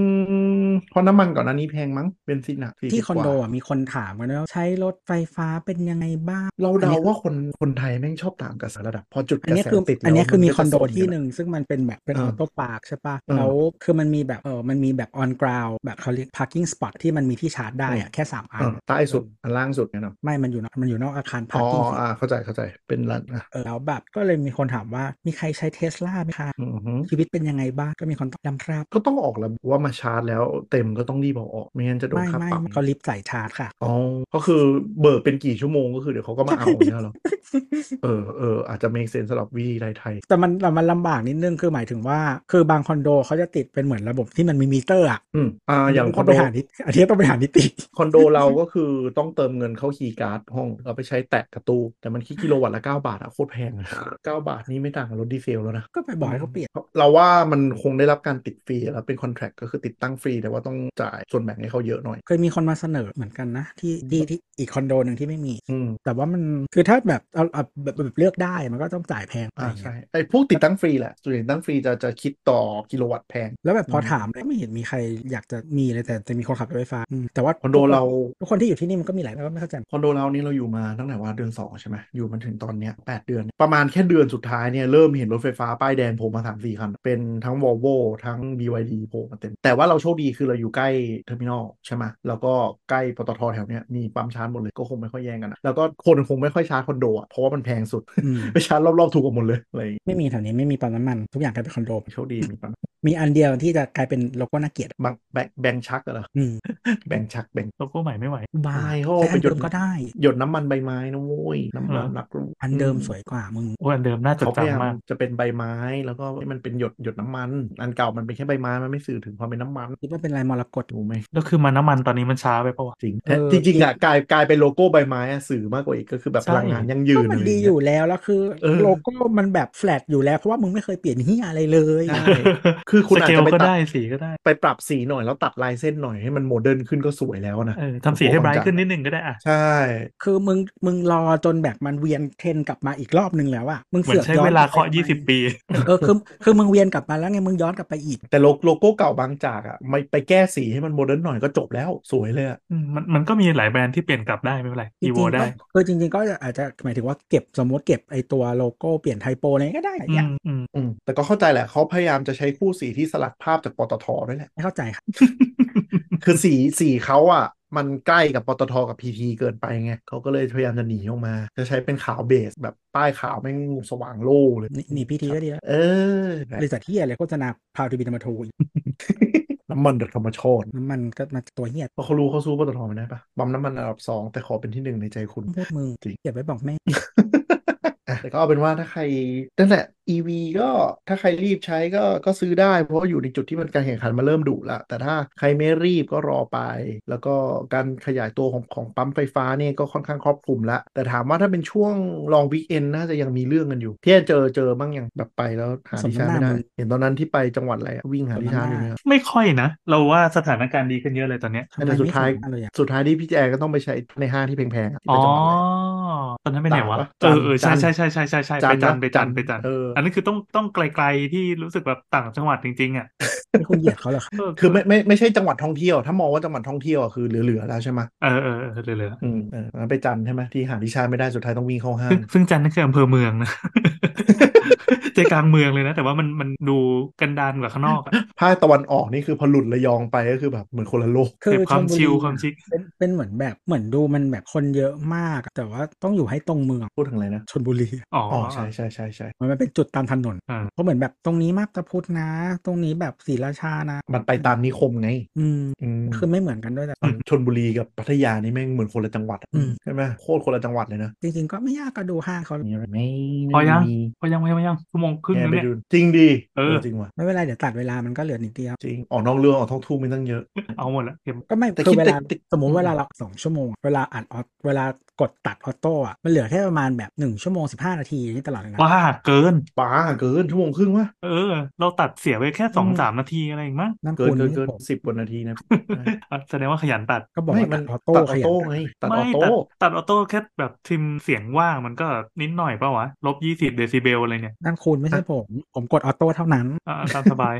[SPEAKER 3] มเพราะน้ำมันก่อนหน้านี้แพงมั้งเบนซินอะ40
[SPEAKER 2] ที่คอนโด
[SPEAKER 3] กว่า
[SPEAKER 2] อ่ะมีคนถามกันว่าใช้รถไฟฟ้าเป็นยังไงบ้าง
[SPEAKER 3] เรา
[SPEAKER 2] อัน
[SPEAKER 3] เดา
[SPEAKER 2] นี้
[SPEAKER 3] ว่าคนคนไทยแม่งชอบตามกระแสระดับ พอจุด
[SPEAKER 2] อัน
[SPEAKER 3] กระ
[SPEAKER 2] เนี้ย
[SPEAKER 3] แส
[SPEAKER 2] คือ
[SPEAKER 3] ติดแล้ว
[SPEAKER 2] อันเนี้ยคือมีคอนโด
[SPEAKER 3] ก็จะส่ง
[SPEAKER 2] ที่
[SPEAKER 3] กั
[SPEAKER 2] หนึ่งซึ่งมันเป็นแบบเป็นอ
[SPEAKER 3] อ่า
[SPEAKER 2] อโต้ปาร์คใช่ปะ
[SPEAKER 3] อ่า
[SPEAKER 2] แล้วคือมันมีแบบเออมันมีแบบออนกราวแบบเขาเรียก parking spot ที่มันมีที่ชาร์จได้
[SPEAKER 3] อืม
[SPEAKER 2] อะแค่สามอัน
[SPEAKER 3] อ่าใต้สุดอันล่างสุดเนี่ยเนาะ
[SPEAKER 2] ไม่มันอยู่นอกมันอยู่นอกอาคาร
[SPEAKER 3] อ๋อ
[SPEAKER 2] parking
[SPEAKER 3] อ่าเข้าใจเข้าใจเป็นรันอ่ะ
[SPEAKER 2] เออแล้วแบบก็เลยมีคนถามว่ามีใครใช้เทสลาไหมคะ
[SPEAKER 3] อือหือ
[SPEAKER 2] ชีวิตเป็นยังไงบ้างก็มีคนตอบดำครับ
[SPEAKER 3] ก็ต้องออกแล้วว่ามาชาร์จแล้วเต็มก็ต้องรีบเอาออก ไม่งั้นจะโดน
[SPEAKER 2] ไม่
[SPEAKER 3] ค่า
[SPEAKER 2] ไม่
[SPEAKER 3] ปรับ
[SPEAKER 2] ไม่เขาลิฟต์สายชาร์จค่ะ
[SPEAKER 3] อ๋อก็คือเบิกเป็นกี่ชั่วโมงก็คือเดี๋ยวเขาก็มาเอาเนี่ยเหรอเออเอออาจจะ make sense สำหรับวิธีไรไทย
[SPEAKER 2] แต่มันแต่มันลำบากนิดนึงคือหมายถึงว่า คือบางคอนโดเขาจะติดเป็นเหมือนระบบที่มันมีมิเตอร์อ่ะ
[SPEAKER 3] อืมอ่าอย่างค
[SPEAKER 2] ต้
[SPEAKER 3] อ
[SPEAKER 2] อน ง
[SPEAKER 3] โด
[SPEAKER 2] ไปหานิอันนี้ต้องไปหานิติ
[SPEAKER 3] คอนโดเราก็คือต้องเติมเงินเข้าคีย์การ์ดห้องเราไปใช้แตะกระตูแต่มันคิดกิโลวัตต์ละ 9 บาทอะโคตรแพงอะ9บาทนี่ไม่ต่างกับรถดีเซลแล้วนะ
[SPEAKER 2] ก็ไปบอกให้เขาเปลี่ยน
[SPEAKER 3] เราว่ามันคงได้รับการติดฟรีแล้วเป็นคอนแท c t ก็คือติดตั้งฟรี แต่ว่าต้องจ่ายส่วนแบ่งให้เขาเยอะหน่อย
[SPEAKER 2] เคยมีคนมาเสนอเหมือนกันนะ ที่ที่ที่อีกคอนโดหนึ่งที่ไม่มี
[SPEAKER 3] อืม
[SPEAKER 2] แต่ว่ามันคือถ้าแบบเอาเอาแบบแบบเลือกได้มันก็ต้องจ่ายแพงอะไร
[SPEAKER 3] อ่า
[SPEAKER 2] อย่างเงี้
[SPEAKER 3] ใช่
[SPEAKER 2] ย
[SPEAKER 3] ไอ้พวกติดตั้งฟรีแหละส่วนใหญ่ติดตั้งฟรีจะจะคิดต่อกิโลวัตต์แพง
[SPEAKER 2] แล้วแบบพออ
[SPEAKER 3] ม
[SPEAKER 2] ถามก็ไม่เห็นมีใครอยากจะมีเลยแต่แต่มีคนขับรถไฟฟ้าอืมแต่ว่า
[SPEAKER 3] คอนโดเรา
[SPEAKER 2] ทุกคนที่อยู่ที่นี่มันก็มีหลายแล้วก็ไม่เข้าใจ
[SPEAKER 3] คอนโดเรานี่เราอยู่มาตั้งแต่ว่าเดือนสองใช่ไหมอยู่มันถึงตอนเนี้ยแปดเดือน ประมาณแค่เดือนสุดท้ายเนี่ยเริ่มเห็นรถไฟฟ้าป้ายแดงโผล่มาสามสี่คัน เป็นทั้ง Volvo ทั้ง BYD โผล่มาเต็มแต่ว่าเราโชคดีคือเราอยู่ใกล้เทอร์มินอลใช่ไหมแล้วก็ใกล้ปตทแถวเนี้ยมีปั๊มชาร์จหมดเลยก็คงไม่ค่อยแย่งกันนะแล้วก็คนคงไม่ค่อยชาร์จคอนโดอะเพราะว่ามันแพงสุด [LAUGHS]
[SPEAKER 2] อืม
[SPEAKER 3] ไปชาร์จรอบๆถูกกว่าหมดเลยอะไรอย่างเงี้ย
[SPEAKER 2] ไม่มีแถวนี้ไม่มีปั๊มน้ำมันทุกอย่างกลายเป็นคอนโดหมด
[SPEAKER 3] โชคดีมีปัญหา
[SPEAKER 2] มีอันเดียวที่จะกลายเป็นโลโก้น่าเกลียด
[SPEAKER 3] แบงค์แบงค์แบงค์ชักเหรอ
[SPEAKER 2] อืม
[SPEAKER 3] แบงค์ชักแบงค์
[SPEAKER 4] โลโก้ใหม่ไม่ไหว
[SPEAKER 2] บ้า
[SPEAKER 3] ไม่
[SPEAKER 2] ย
[SPEAKER 3] เขาเอา
[SPEAKER 2] ใช้อัน
[SPEAKER 3] ไปหย
[SPEAKER 2] เดิ
[SPEAKER 3] ด
[SPEAKER 2] มก็ได้
[SPEAKER 3] หยดน้ำมันใบไม้นะโว้ยน้ำมัน
[SPEAKER 4] อ่า
[SPEAKER 3] รักรู้
[SPEAKER 2] อันเดิม
[SPEAKER 3] ม
[SPEAKER 2] สวยกว่ามึง
[SPEAKER 4] โอ้ยอันเดิมน่าจด
[SPEAKER 3] เขาพยายาม
[SPEAKER 4] จำมาก
[SPEAKER 3] จะเป็นใบไม้แล้วก็ให้มันเป็นหยดหยดน้ำมัน อันเก่ามันเป็นแค่ใบไม้มันไม่สื่อถึงความเป็นน้ำมัน
[SPEAKER 2] คิดว่าเป็นลายมรกต
[SPEAKER 3] ถูกไหม
[SPEAKER 4] แล้วคือมันน้ำมันตอนนี้มันช้าไปปะวะ
[SPEAKER 3] จริง
[SPEAKER 2] เออ
[SPEAKER 3] จริงจริงๆอ่ะกลายกลายเป็นโลโก้ใบไม้อะสื่อมากกว่าอีกก็คือแบบ
[SPEAKER 4] ใช่
[SPEAKER 3] พลังงานยั่งยื
[SPEAKER 2] ก็
[SPEAKER 3] น
[SPEAKER 2] มัน
[SPEAKER 3] อะไร
[SPEAKER 2] ดี
[SPEAKER 3] เงี้
[SPEAKER 2] อยู่
[SPEAKER 3] ย
[SPEAKER 2] แล้วแล้วคือ
[SPEAKER 3] เออ
[SPEAKER 2] โลโก้มันแบบแฟลตอยู่แล้วเพราะว่ามึงไม่เคยเปลี่ยนเฮียอะไรเลย
[SPEAKER 3] ใช่ คื คือคุณ
[SPEAKER 4] ส
[SPEAKER 3] อาจ
[SPEAKER 4] เกล
[SPEAKER 3] จะไป
[SPEAKER 4] ก็
[SPEAKER 3] ตัด
[SPEAKER 4] ได้สีก็ได้
[SPEAKER 3] ไปปรับสีหน่อยแล้วตัดลายเส้นหน่อยให้มันโมเดิร์นขึ้นก็สวยแล้วนะ
[SPEAKER 4] เออทำสีให้ไบรท์ขึ้นนิดนึงก็ได้อ่ะ
[SPEAKER 3] ใช่
[SPEAKER 2] คือมึงมึงรอจนแบบมันเวียนเทรนกลับมาอีกรอบนึงแล้วอะมึง
[SPEAKER 4] เหมือ
[SPEAKER 2] เสือก
[SPEAKER 4] นใช้
[SPEAKER 2] ย้อน
[SPEAKER 4] เวลา
[SPEAKER 2] บไป
[SPEAKER 4] กเคาะยี่สิบปี
[SPEAKER 2] เออคือคือมึงเวียนกลับมาแล้วไงมึงย้อนกลับไปอีก
[SPEAKER 3] แต่โลโก้โลโก้เก่าบางจากอ่ะไม่ไปแก้สีให้มันโมเดิร์นหน่อยก็จบแล้วสวยเลยอะ
[SPEAKER 4] อืมมันมันก็มีหลายแบรนด์ที่เปลี่ยนกลับได้ไม่เป็นไร
[SPEAKER 2] จริ
[SPEAKER 4] อี
[SPEAKER 2] ง
[SPEAKER 4] โว
[SPEAKER 2] ๆก็
[SPEAKER 4] ได้
[SPEAKER 2] คือจริง ๆ ก็อาจจะหมายถึงว่าเก็บสมมติเก็บไอตัวโลโก้เปลี่ยนไทโปอะไรก็ได้
[SPEAKER 4] อื
[SPEAKER 2] อย่าง
[SPEAKER 4] มอืม
[SPEAKER 3] อืมแต่ก็เข้าใจแหละเขาพยายามจะใช้คู่สีที่สลัดภาพจากปตทด้วยแหละ
[SPEAKER 2] ไม่เข้าใจครับ
[SPEAKER 3] คือสีสีเขาอ่ะ มันใกล้กับปตทกับพีทีเกินไปไงเขาก็เลยพยายามจะหนีออกมา จะใช้เป็นขาวเบสแบบป้ายขาวแม่งสว่างโล่เลย
[SPEAKER 2] หนีหนีพิธีก็ดีแล้ว
[SPEAKER 3] เออบ
[SPEAKER 2] ริษัทที่อะไรโฆษณาพาวทูบินมาทูอีก
[SPEAKER 3] น้ำมันจากธรรมชาติ
[SPEAKER 2] น้ำมันก็มาตัวเหี้ย
[SPEAKER 3] เพราะเขารู้เขาสู้ปตทไม่ได้ปะบัมน้ำมันอันดับสองแต่ขอเป็นที่หนึ่งในใจคุณ
[SPEAKER 2] พูดมึง
[SPEAKER 3] จริง
[SPEAKER 2] เก็บไว้บอกแม่
[SPEAKER 3] อ่ [LAUGHS] ะแต่ก็เอาเป็นว่าถ้าใครนั่นแหละ EV ก็ถ้าใครรีบใช้ก็ก็ซื้อได้ เพราะว่าอยู่ในจุดที่มันการแข่งขันมาเริ่มดุละแต่ถ้าใครไม่รีบก็รอไป แล้วก็การขยายตัวของของปั๊มไฟฟ้าเนี่ยก็ค่อนข้างครอบคลุมละแต่ถามว่าถ้าเป็นช่วงลองวีคเอนน่าจะยังมีเรื่องกันอยู่พี่เจอเจอบ้างยังแบบไปแล้วหาดิชาร์จ
[SPEAKER 2] สม
[SPEAKER 3] ไม่
[SPEAKER 2] น้ำห
[SPEAKER 3] ได้
[SPEAKER 2] น้ามึง
[SPEAKER 3] เห็นตอนนั้นที่ไปจังหวัดอะไรอะวิ่งหาดิชาร์จอยู่เนี่ย
[SPEAKER 4] ไม่ค่อยนะ เราว่าสถานการณ์ดีขึ้นเยอะเลยตอนเนี้ย
[SPEAKER 2] ทำไม
[SPEAKER 3] แต่สุด
[SPEAKER 2] ไม่
[SPEAKER 3] ท้าย
[SPEAKER 2] สมน้ำเลยอะ
[SPEAKER 3] สุดท้ายที่พี่แจก็ต้องไปใช้ในห้างที่แพงๆอะที่
[SPEAKER 4] อ๋
[SPEAKER 3] ไปจังหวัดอะไร
[SPEAKER 4] อตอนนั้นไปไหนวะ
[SPEAKER 3] ตากปะ
[SPEAKER 4] เออเออ
[SPEAKER 3] จันท
[SPEAKER 4] ใช่
[SPEAKER 3] ร์
[SPEAKER 4] ใช่ใช่ใช่ใช่ใช่ไป
[SPEAKER 3] จั
[SPEAKER 4] จั
[SPEAKER 3] นท
[SPEAKER 4] น
[SPEAKER 3] ร์
[SPEAKER 4] ไป
[SPEAKER 3] นะ
[SPEAKER 4] จันไปจัน
[SPEAKER 3] เอออั
[SPEAKER 4] อันนั้นคือต้องต้องไกลๆที่รู้สึกแบบต่างจังหวัดจริงๆอ่ะ
[SPEAKER 2] ไม่คุณเหยียดเขาเหรอครับ
[SPEAKER 4] เออ
[SPEAKER 3] คือไม่ไม่ไม่ใช่จังหวัดท่องเที่ยว ถ้ามองว่าจังหวัดท่องเที่ยวอะคือเหลือๆแล้วใช่ไหม
[SPEAKER 4] เออเออเออเหลือ
[SPEAKER 3] อืมเออแล้วไปจันทร์ใช่ไหมที่หาดิชาร์จไม่ได้สุดท้ายต้องวิ่งเข้าห้า
[SPEAKER 4] ๆซึ่
[SPEAKER 3] ง
[SPEAKER 4] งซึ่งจันนั่นคืออำเภอเมือง
[SPEAKER 3] [LAUGHS]
[SPEAKER 4] นะ ใจกลางเมืองเลยนะ แต่ว่ามันมันดูกันดานกว่าข้างนอกอะ
[SPEAKER 3] ภาคตะวันออกนี่คือพอหลุดระยองไปก็คือแบบเหมือนคนละโลก
[SPEAKER 2] คือ
[SPEAKER 4] เก็บควา
[SPEAKER 2] ชล
[SPEAKER 4] ม
[SPEAKER 2] บุรี
[SPEAKER 4] ชิลความชิค
[SPEAKER 2] เป็นเป็นเหมือนแบบเหมือนดูมันแบบคนเยอะมากอะแต่ว่าต้องอยู่ให้ตรงเมือง
[SPEAKER 3] พูดถึงอะไรนะ
[SPEAKER 2] ชนบุรี
[SPEAKER 4] อ๋อ
[SPEAKER 3] อ๋อใช่ใช่ใช่ใช่
[SPEAKER 2] มันเป็นจุดตามถนน
[SPEAKER 4] อ่า
[SPEAKER 2] เพราะเหมือนแบบตรงนี้มาบตาพุธนะ ตรงนี้แบบศรีราชานะ
[SPEAKER 3] มันไปตามนิคมไง
[SPEAKER 2] อืม
[SPEAKER 3] อืม
[SPEAKER 2] คือไม่เหมือนกันด้วยแต่
[SPEAKER 3] ชนบุรีกับพัทยานี่แม่งเหมือนคนละจังหวัดอะ
[SPEAKER 2] อืม
[SPEAKER 3] ใช่ไหมโคตรคนละจังหวัดเลยนะ
[SPEAKER 2] จริง ๆ ก็ไม่ยากก็ดูห้างเขา
[SPEAKER 3] นี่ไม่
[SPEAKER 4] พอยัง
[SPEAKER 3] มี
[SPEAKER 4] พอยังไม่พอยังชั่วโมงครึ่ง
[SPEAKER 3] แก
[SPEAKER 4] แล้ว
[SPEAKER 3] ไป
[SPEAKER 4] เนี่ย
[SPEAKER 3] ดูจริงดี
[SPEAKER 4] เออ
[SPEAKER 3] จริงว่ะ
[SPEAKER 2] ไม่เป็นไรเดี๋ยวตัดเวลามันก็เหลือนิดเดียว
[SPEAKER 3] จริงออกนอกเรื่องออกท่องทุ่งไม่ตั้งเยอะ
[SPEAKER 4] เอาหมดละเก็บ
[SPEAKER 2] ก็ไม่
[SPEAKER 3] แต่
[SPEAKER 2] คื
[SPEAKER 3] คิ
[SPEAKER 2] อ
[SPEAKER 3] ด
[SPEAKER 2] เวลา
[SPEAKER 3] แต่แต่
[SPEAKER 2] สมมติ
[SPEAKER 3] อืม
[SPEAKER 2] เวลาเราสองชั่วโมงอะเวลาอัดออเวลากดตัดออโต้อะมันเหลือแค่ประมาณแบบหนึ่งชั่วโมงสิบห้านาทีนี่ตลอดเลยนะ
[SPEAKER 4] ว่าเกิน
[SPEAKER 3] ป้าเกินชั่วโมงครึ่งวะ
[SPEAKER 4] เออ เราตัดเสียไปแค่สอง
[SPEAKER 3] อืม
[SPEAKER 4] สามนาทีอะไรเองมั้ง
[SPEAKER 2] นั่น
[SPEAKER 3] เกิน
[SPEAKER 2] คุณ
[SPEAKER 3] เกิน
[SPEAKER 2] นี่
[SPEAKER 3] เกิน
[SPEAKER 2] ผม
[SPEAKER 3] สิบกว่านา
[SPEAKER 4] [LAUGHS]
[SPEAKER 3] ทีนะ
[SPEAKER 4] อ่ะแสดงว่าขยันตัด
[SPEAKER 2] ก็บอก
[SPEAKER 3] ไม่
[SPEAKER 2] ว่า
[SPEAKER 3] มั
[SPEAKER 2] ตัด
[SPEAKER 3] น
[SPEAKER 2] ออโต้
[SPEAKER 3] ตัดอ
[SPEAKER 2] ข
[SPEAKER 3] อ
[SPEAKER 2] ยัน
[SPEAKER 3] โต้
[SPEAKER 2] ตัด
[SPEAKER 3] ไงตัดอ
[SPEAKER 4] ไม่
[SPEAKER 3] อโต้
[SPEAKER 4] ตัดตัดออโต้แค่แบบทิมเสียงว่างมันก็นิดหน่อยเปล่าวะลบยี่สิบเดซิเบลอะไรเนี่ย
[SPEAKER 2] นั่นคุณไม่ใช่ผม ผมกดออโต้เท่านั้น
[SPEAKER 4] อ่ะตามสบาย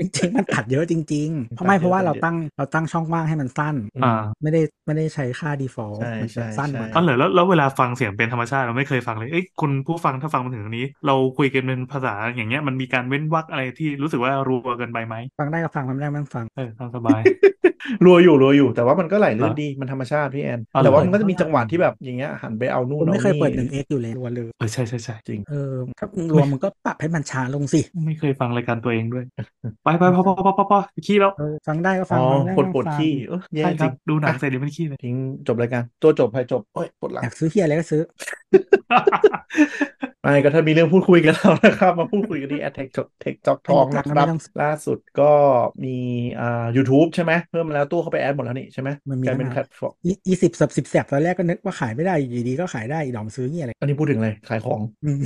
[SPEAKER 2] จริงๆ มันตัดเยอะจริงๆ เพราะ
[SPEAKER 3] ตัดเยอะ
[SPEAKER 2] ไม่เพราะว่า
[SPEAKER 3] ตัด
[SPEAKER 2] เรา
[SPEAKER 3] เยอะ
[SPEAKER 2] ตั้งเราตั้งช่องว่างให้มันสั้น
[SPEAKER 4] อ่า
[SPEAKER 2] ไม่ได้ไม่ได้ใช้ค่า default
[SPEAKER 3] ใช่
[SPEAKER 2] มั
[SPEAKER 3] ใช่
[SPEAKER 2] จะสั้นกว่า
[SPEAKER 3] ใช่
[SPEAKER 4] อ๋อเหรอแล้วแล้วเวลาฟังเสียงเป็นธรรมชาติเราไม่เคยฟังเลยเอ้ยคุณผู้ฟังถ้าฟังมาถึงตรงนี้ เราคุยกันเป็นภาษาอย่างเงี้ยมันมีการเว้นวรรคอะไรที่รู้สึกว่ารัวเกันไปไหม
[SPEAKER 2] ฟังได้ก็ฟังฟังไม่ได้ก็ไม่ต้องฟัง
[SPEAKER 4] เออตามสบาย
[SPEAKER 3] รวยอยู่รวยอยู่แต่ว่ามันก็ไหลลื่น
[SPEAKER 4] เหรอ
[SPEAKER 3] ดีมันธรรมชาติพี่แอน
[SPEAKER 4] อ๋อเหรอ
[SPEAKER 3] แต่ว่ามันก็จะมีจังหวะที่แบบอย่างเงี้ยหันไปเอานู่
[SPEAKER 2] คุ
[SPEAKER 3] น
[SPEAKER 2] ณไม่
[SPEAKER 3] อา
[SPEAKER 2] เคยเปิดหนึ่
[SPEAKER 3] นี่
[SPEAKER 2] งเอ็กอยู่เลยรัวเลย
[SPEAKER 4] เออใช่ใช่ใช่
[SPEAKER 3] จริง
[SPEAKER 2] เออก็รวมมันก็ปรับให้มันช้าลงสิ
[SPEAKER 4] ไม่เคยฟังรายการตัวเองด้วย ไปไปพอพอพอพอพอขี้แล้ว
[SPEAKER 2] เออฟังได้ก็
[SPEAKER 3] อ๋
[SPEAKER 2] ฟัง
[SPEAKER 3] อ
[SPEAKER 2] ฟังไม่ได้
[SPEAKER 3] ปวด
[SPEAKER 2] ก็
[SPEAKER 3] ปวด
[SPEAKER 2] ฟัง
[SPEAKER 3] ขี้เออแย่
[SPEAKER 4] ใช่ค
[SPEAKER 3] จริ
[SPEAKER 4] รับ
[SPEAKER 3] ง
[SPEAKER 4] ดูหนัง
[SPEAKER 3] อ่ะ
[SPEAKER 4] เสร็จเดี๋ยวมัน
[SPEAKER 3] [LAUGHS]
[SPEAKER 4] ขี้เลย
[SPEAKER 3] ทิ้งจบรายการตัวจบใครจบโอ้ยปวดหลัง
[SPEAKER 2] อยากซื้อเฮียอะไรก็ซื้อ
[SPEAKER 3] ไม่ก็ถ้ามีเรื่องพูดคุยกันแล้วนะครับ มาพูดคุยกันที่ Attack Tech Talk ทองนะค
[SPEAKER 2] ไม่
[SPEAKER 3] รับ
[SPEAKER 2] ต้อง
[SPEAKER 3] ล่าสุดก็มีอ่า YouTube ใช่ไหมเพิ่มมาแล้วตู้เข้าไปแอดหมดแล้วนี่ใช่ไหม
[SPEAKER 2] มันมี
[SPEAKER 3] กลายเป็น
[SPEAKER 2] ตั้งนาน
[SPEAKER 3] แพลตฟอร์ม
[SPEAKER 2] ยี่สิบสับสิบแสบตอนแรกก็นึกว่าขายไม่ได้อยู่ดีๆก็ขายได้อีดอมซื้อเฮียอะไร [LAUGHS]
[SPEAKER 3] อันนี้พูดถึงอะไรขายของ
[SPEAKER 2] อืม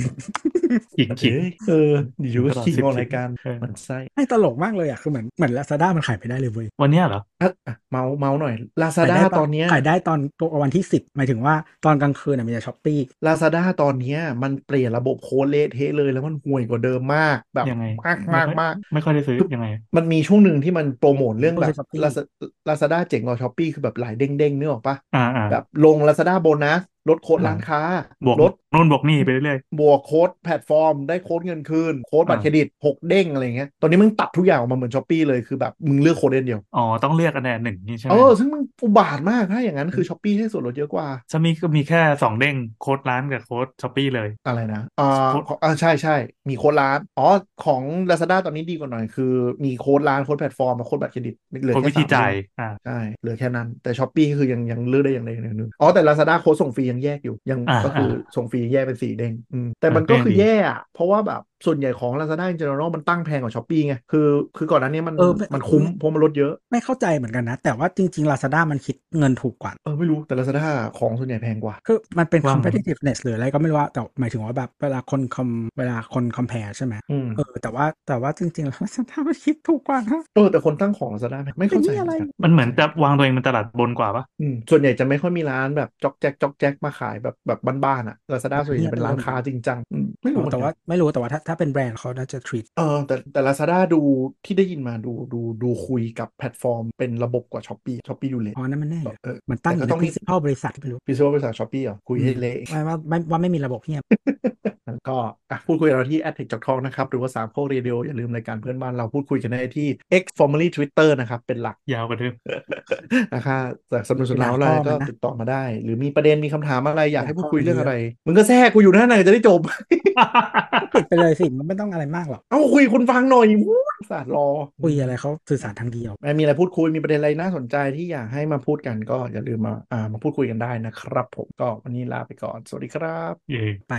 [SPEAKER 4] ขิงขิง
[SPEAKER 3] เอ้ยเอออยู่ก็
[SPEAKER 4] ตลอด
[SPEAKER 3] ขี้
[SPEAKER 4] สิบ
[SPEAKER 3] งอน
[SPEAKER 4] สิบ
[SPEAKER 3] รายการ
[SPEAKER 4] เออ
[SPEAKER 3] มันไส้
[SPEAKER 2] ไม่ตลกมากเลยอ่ะ คือเหมือนเหมือนลาซาด้ามันขายไปได้เลยเว้ย
[SPEAKER 4] วันเนี้ยเหรอ
[SPEAKER 3] อ่ะอ่ะเมาส์เมาส์หน่อยลาซา
[SPEAKER 2] ขาย
[SPEAKER 3] ด้า
[SPEAKER 2] ได้ปะ
[SPEAKER 3] ตอนเนี้ย
[SPEAKER 2] ขายได้ตอนตัววันที่สิบหมายถึงว่าตอนกลางคืนน่ะมันจะช้อปปี้
[SPEAKER 3] ลาซาด้าตอนเนี้ยมันเปลี่ยนระบบโค้ดเละเทะเลยแล้วมันห่วยกว่าเดิมมากแบบ
[SPEAKER 4] ยังไง
[SPEAKER 3] มาก
[SPEAKER 4] ไม่
[SPEAKER 3] มาก
[SPEAKER 4] ค่อย
[SPEAKER 3] มาก
[SPEAKER 4] ไม่ค่อยได้ซื้อยังไง
[SPEAKER 3] มันมีช่วงหนึ่งที่มันโปรโมทเรื่องแบบ
[SPEAKER 2] โปรโมท Shopee
[SPEAKER 3] ลาซาลาซาด้าเจ๋งกว่าช้อปปี้คือแบบหลายเด้งๆเนื้อออกปะ
[SPEAKER 4] อ่าอ่า
[SPEAKER 3] แบบลงลาซาด้าโบนัสลดโค้ด
[SPEAKER 4] อ่า
[SPEAKER 3] ร้านค้า
[SPEAKER 4] บวก
[SPEAKER 3] ลด
[SPEAKER 4] นู่นบวกนี่ไปเรื่อย
[SPEAKER 3] บวกโค้ดแพลตฟอร์ม ได้โค้ดเงินคืน โค้ดบัตร
[SPEAKER 4] อ่า
[SPEAKER 3] เครดิตหกเด้งอะไรเงี้ยตอนนี้มึงตัดทุกอย่างออกมาเหมือนช้อปปี้เลยคือแบบมึงเลือกโค้ดเด้งเดียว
[SPEAKER 4] ๆอ๋อต้องเลือกอันใดอันหนึ่งนี่ใช่ไห
[SPEAKER 3] เอ
[SPEAKER 4] ม
[SPEAKER 3] อซึ่งมึงอุบาทมากถ้าอย่างนั้นคือช้อปปี้ให้ส่วนลดเยอะกว่า
[SPEAKER 4] จะมีก็มีแค่สองเด้งโค้ดร้านกับโค้ดช้อปปี้เลย
[SPEAKER 3] อะไรนะอ่า
[SPEAKER 4] โค้ด
[SPEAKER 3] ของอ่าใช่ใช่มีโค้ดร้านอ๋อของ Lazada ตอนนี้ดีกว่าหน่อยคือมีโค้ดร้านโค้ดแพลตฟอร์มกับโค้ดบัตรเครดิตเหลือ
[SPEAKER 4] โค้ด
[SPEAKER 3] แค่
[SPEAKER 4] วิธี
[SPEAKER 3] สาม
[SPEAKER 4] จ่าย
[SPEAKER 3] เล่ม
[SPEAKER 4] อ่า
[SPEAKER 3] ใช่เหลือแค่นั้นแต่ช้อปปี้คือยังยังเลือกได้อย่างใดอย่างหนึ่งอ๋อแต่ Lazada โค้ดส่งฟรียังแยกอยู่ยัง
[SPEAKER 4] อ่า
[SPEAKER 3] ก็คืออา ส่งฟรีแยกเป็นสีเด้งอืมแต่
[SPEAKER 4] อ่ามั
[SPEAKER 3] มันก็
[SPEAKER 4] ก็ยัง
[SPEAKER 3] คือ
[SPEAKER 4] ดี
[SPEAKER 3] แย่อะเพราะว่าแบบ ส่วนใหญ่ของ Lazada จริงๆมันตั้งแพงกว่าช้อปปีไงคือคือก่อนหน้านี้มัน
[SPEAKER 2] เออ
[SPEAKER 3] มันคุ้มเพราะมันลดเยอะ
[SPEAKER 2] ไม่เข้าใจเหมือนกันนะ แต่ว่าจริง ๆ Lazada มันคิดเงินถูกกว่า
[SPEAKER 3] เออไม่รู้แต่ Lazada ของส่วนใหญ่แพงกว่า
[SPEAKER 2] คือมันเป็น
[SPEAKER 4] ว่า
[SPEAKER 2] competitiveness หรืออะไรก็ไม่รู้ว่าแต่หมายถึงว่าแบบเวลาคนคอมเวลาคน compare ใช่ไหม
[SPEAKER 3] อืม
[SPEAKER 2] เออแต่ว่าแต่ว่าจริง ๆ แล้ว [LAUGHS] Lazada มันคิดถูกกว่านะ
[SPEAKER 3] เออแต่คนตั้งของ Lazada แพงไม่เข้า
[SPEAKER 2] เป็น
[SPEAKER 3] ใจ
[SPEAKER 2] ที่อะไร
[SPEAKER 3] เหมือนกัน
[SPEAKER 4] มันเหมือนจะวางตัวเองเป็นตลาดบนกว่าปะ
[SPEAKER 3] อืมส่วนใหญ่จะไม่ค่อยมีร้านแบบจอกแจ๊กจอกแจ๊กมาขายแบบแบบบ้านๆอ่ะ Lazada ส่วนใหญ่จะเป็นร้านค้าจริงจังอืมไม่รู้เหมือน
[SPEAKER 2] แต่
[SPEAKER 3] กัน
[SPEAKER 2] ว่าไม่รู้แต่ว่าถ้าถ้าเป็นแบรนด์เขาน่าจะ treat
[SPEAKER 3] เออแต่แต่ Lazada ดูที่ได้ยินมาดูดูดูคุยกับแพลตฟอร์มเป็นระบบกว่า s h อ p e e s h อ p e e ดูเลย
[SPEAKER 2] อ๋อนั่นมันแน่อยู่แล้ว
[SPEAKER 3] เออ
[SPEAKER 2] มันตั้งอยู่
[SPEAKER 3] แต่ก็ต้
[SPEAKER 2] ใน
[SPEAKER 3] องมี
[SPEAKER 2] principal บริษัทไม่รู้
[SPEAKER 3] พิซซ่าบริษัทช้อปปี้อ่ะคุยให้เละ
[SPEAKER 2] ไม่ว่าไม่ว่าไม่มีระบบเงียบ [LAUGHS]
[SPEAKER 3] ก็อ่ะพูดคุยกับเราที่ a d t e c h จอกทองนะครับ หรือว่าสามโคกเรดิโออย่าลืมรายการเพื่อนบ้านเราพูดคุยกันได้ที่ X formerly Twitter นะครับ เป็นหลัก [LAUGHS]
[SPEAKER 4] ยาวกว่าเดิม
[SPEAKER 3] นะคะจากสำนวนสุน
[SPEAKER 2] มีห
[SPEAKER 3] ทร
[SPEAKER 2] ลาย
[SPEAKER 3] อะไร
[SPEAKER 2] ข้อมั
[SPEAKER 3] ก็
[SPEAKER 2] นนะ
[SPEAKER 3] ติดต่อมาได้ หรือมีประเด็นมีคำถามอะไรอยากให้
[SPEAKER 2] หลาย
[SPEAKER 3] พูด
[SPEAKER 2] ข้อ
[SPEAKER 3] คุยเรื่อง
[SPEAKER 2] เยอะ
[SPEAKER 3] อะไรมึงก็แทรกกูอยู่นั่นน่ะจะได้จบ
[SPEAKER 2] ปิดไปเลยสิมันไม่ต้องอะไรมากหรอก
[SPEAKER 3] เอ้าคุยคุณฟังหน่อยวู้ยสาดรอ
[SPEAKER 2] คุยอะไรเขาสื่อสารทางเดียว
[SPEAKER 3] มีอะไรพูดคุยมีประเด็นอะไรน่าสนใจที่อยากให้มาพูดกันก็อย่าลืมมาอ่ามาพูดคุยกันได้นะครับ ผมก็วันนี้ลาไปก่อน สวัสดีครับ
[SPEAKER 4] เย้
[SPEAKER 2] ไป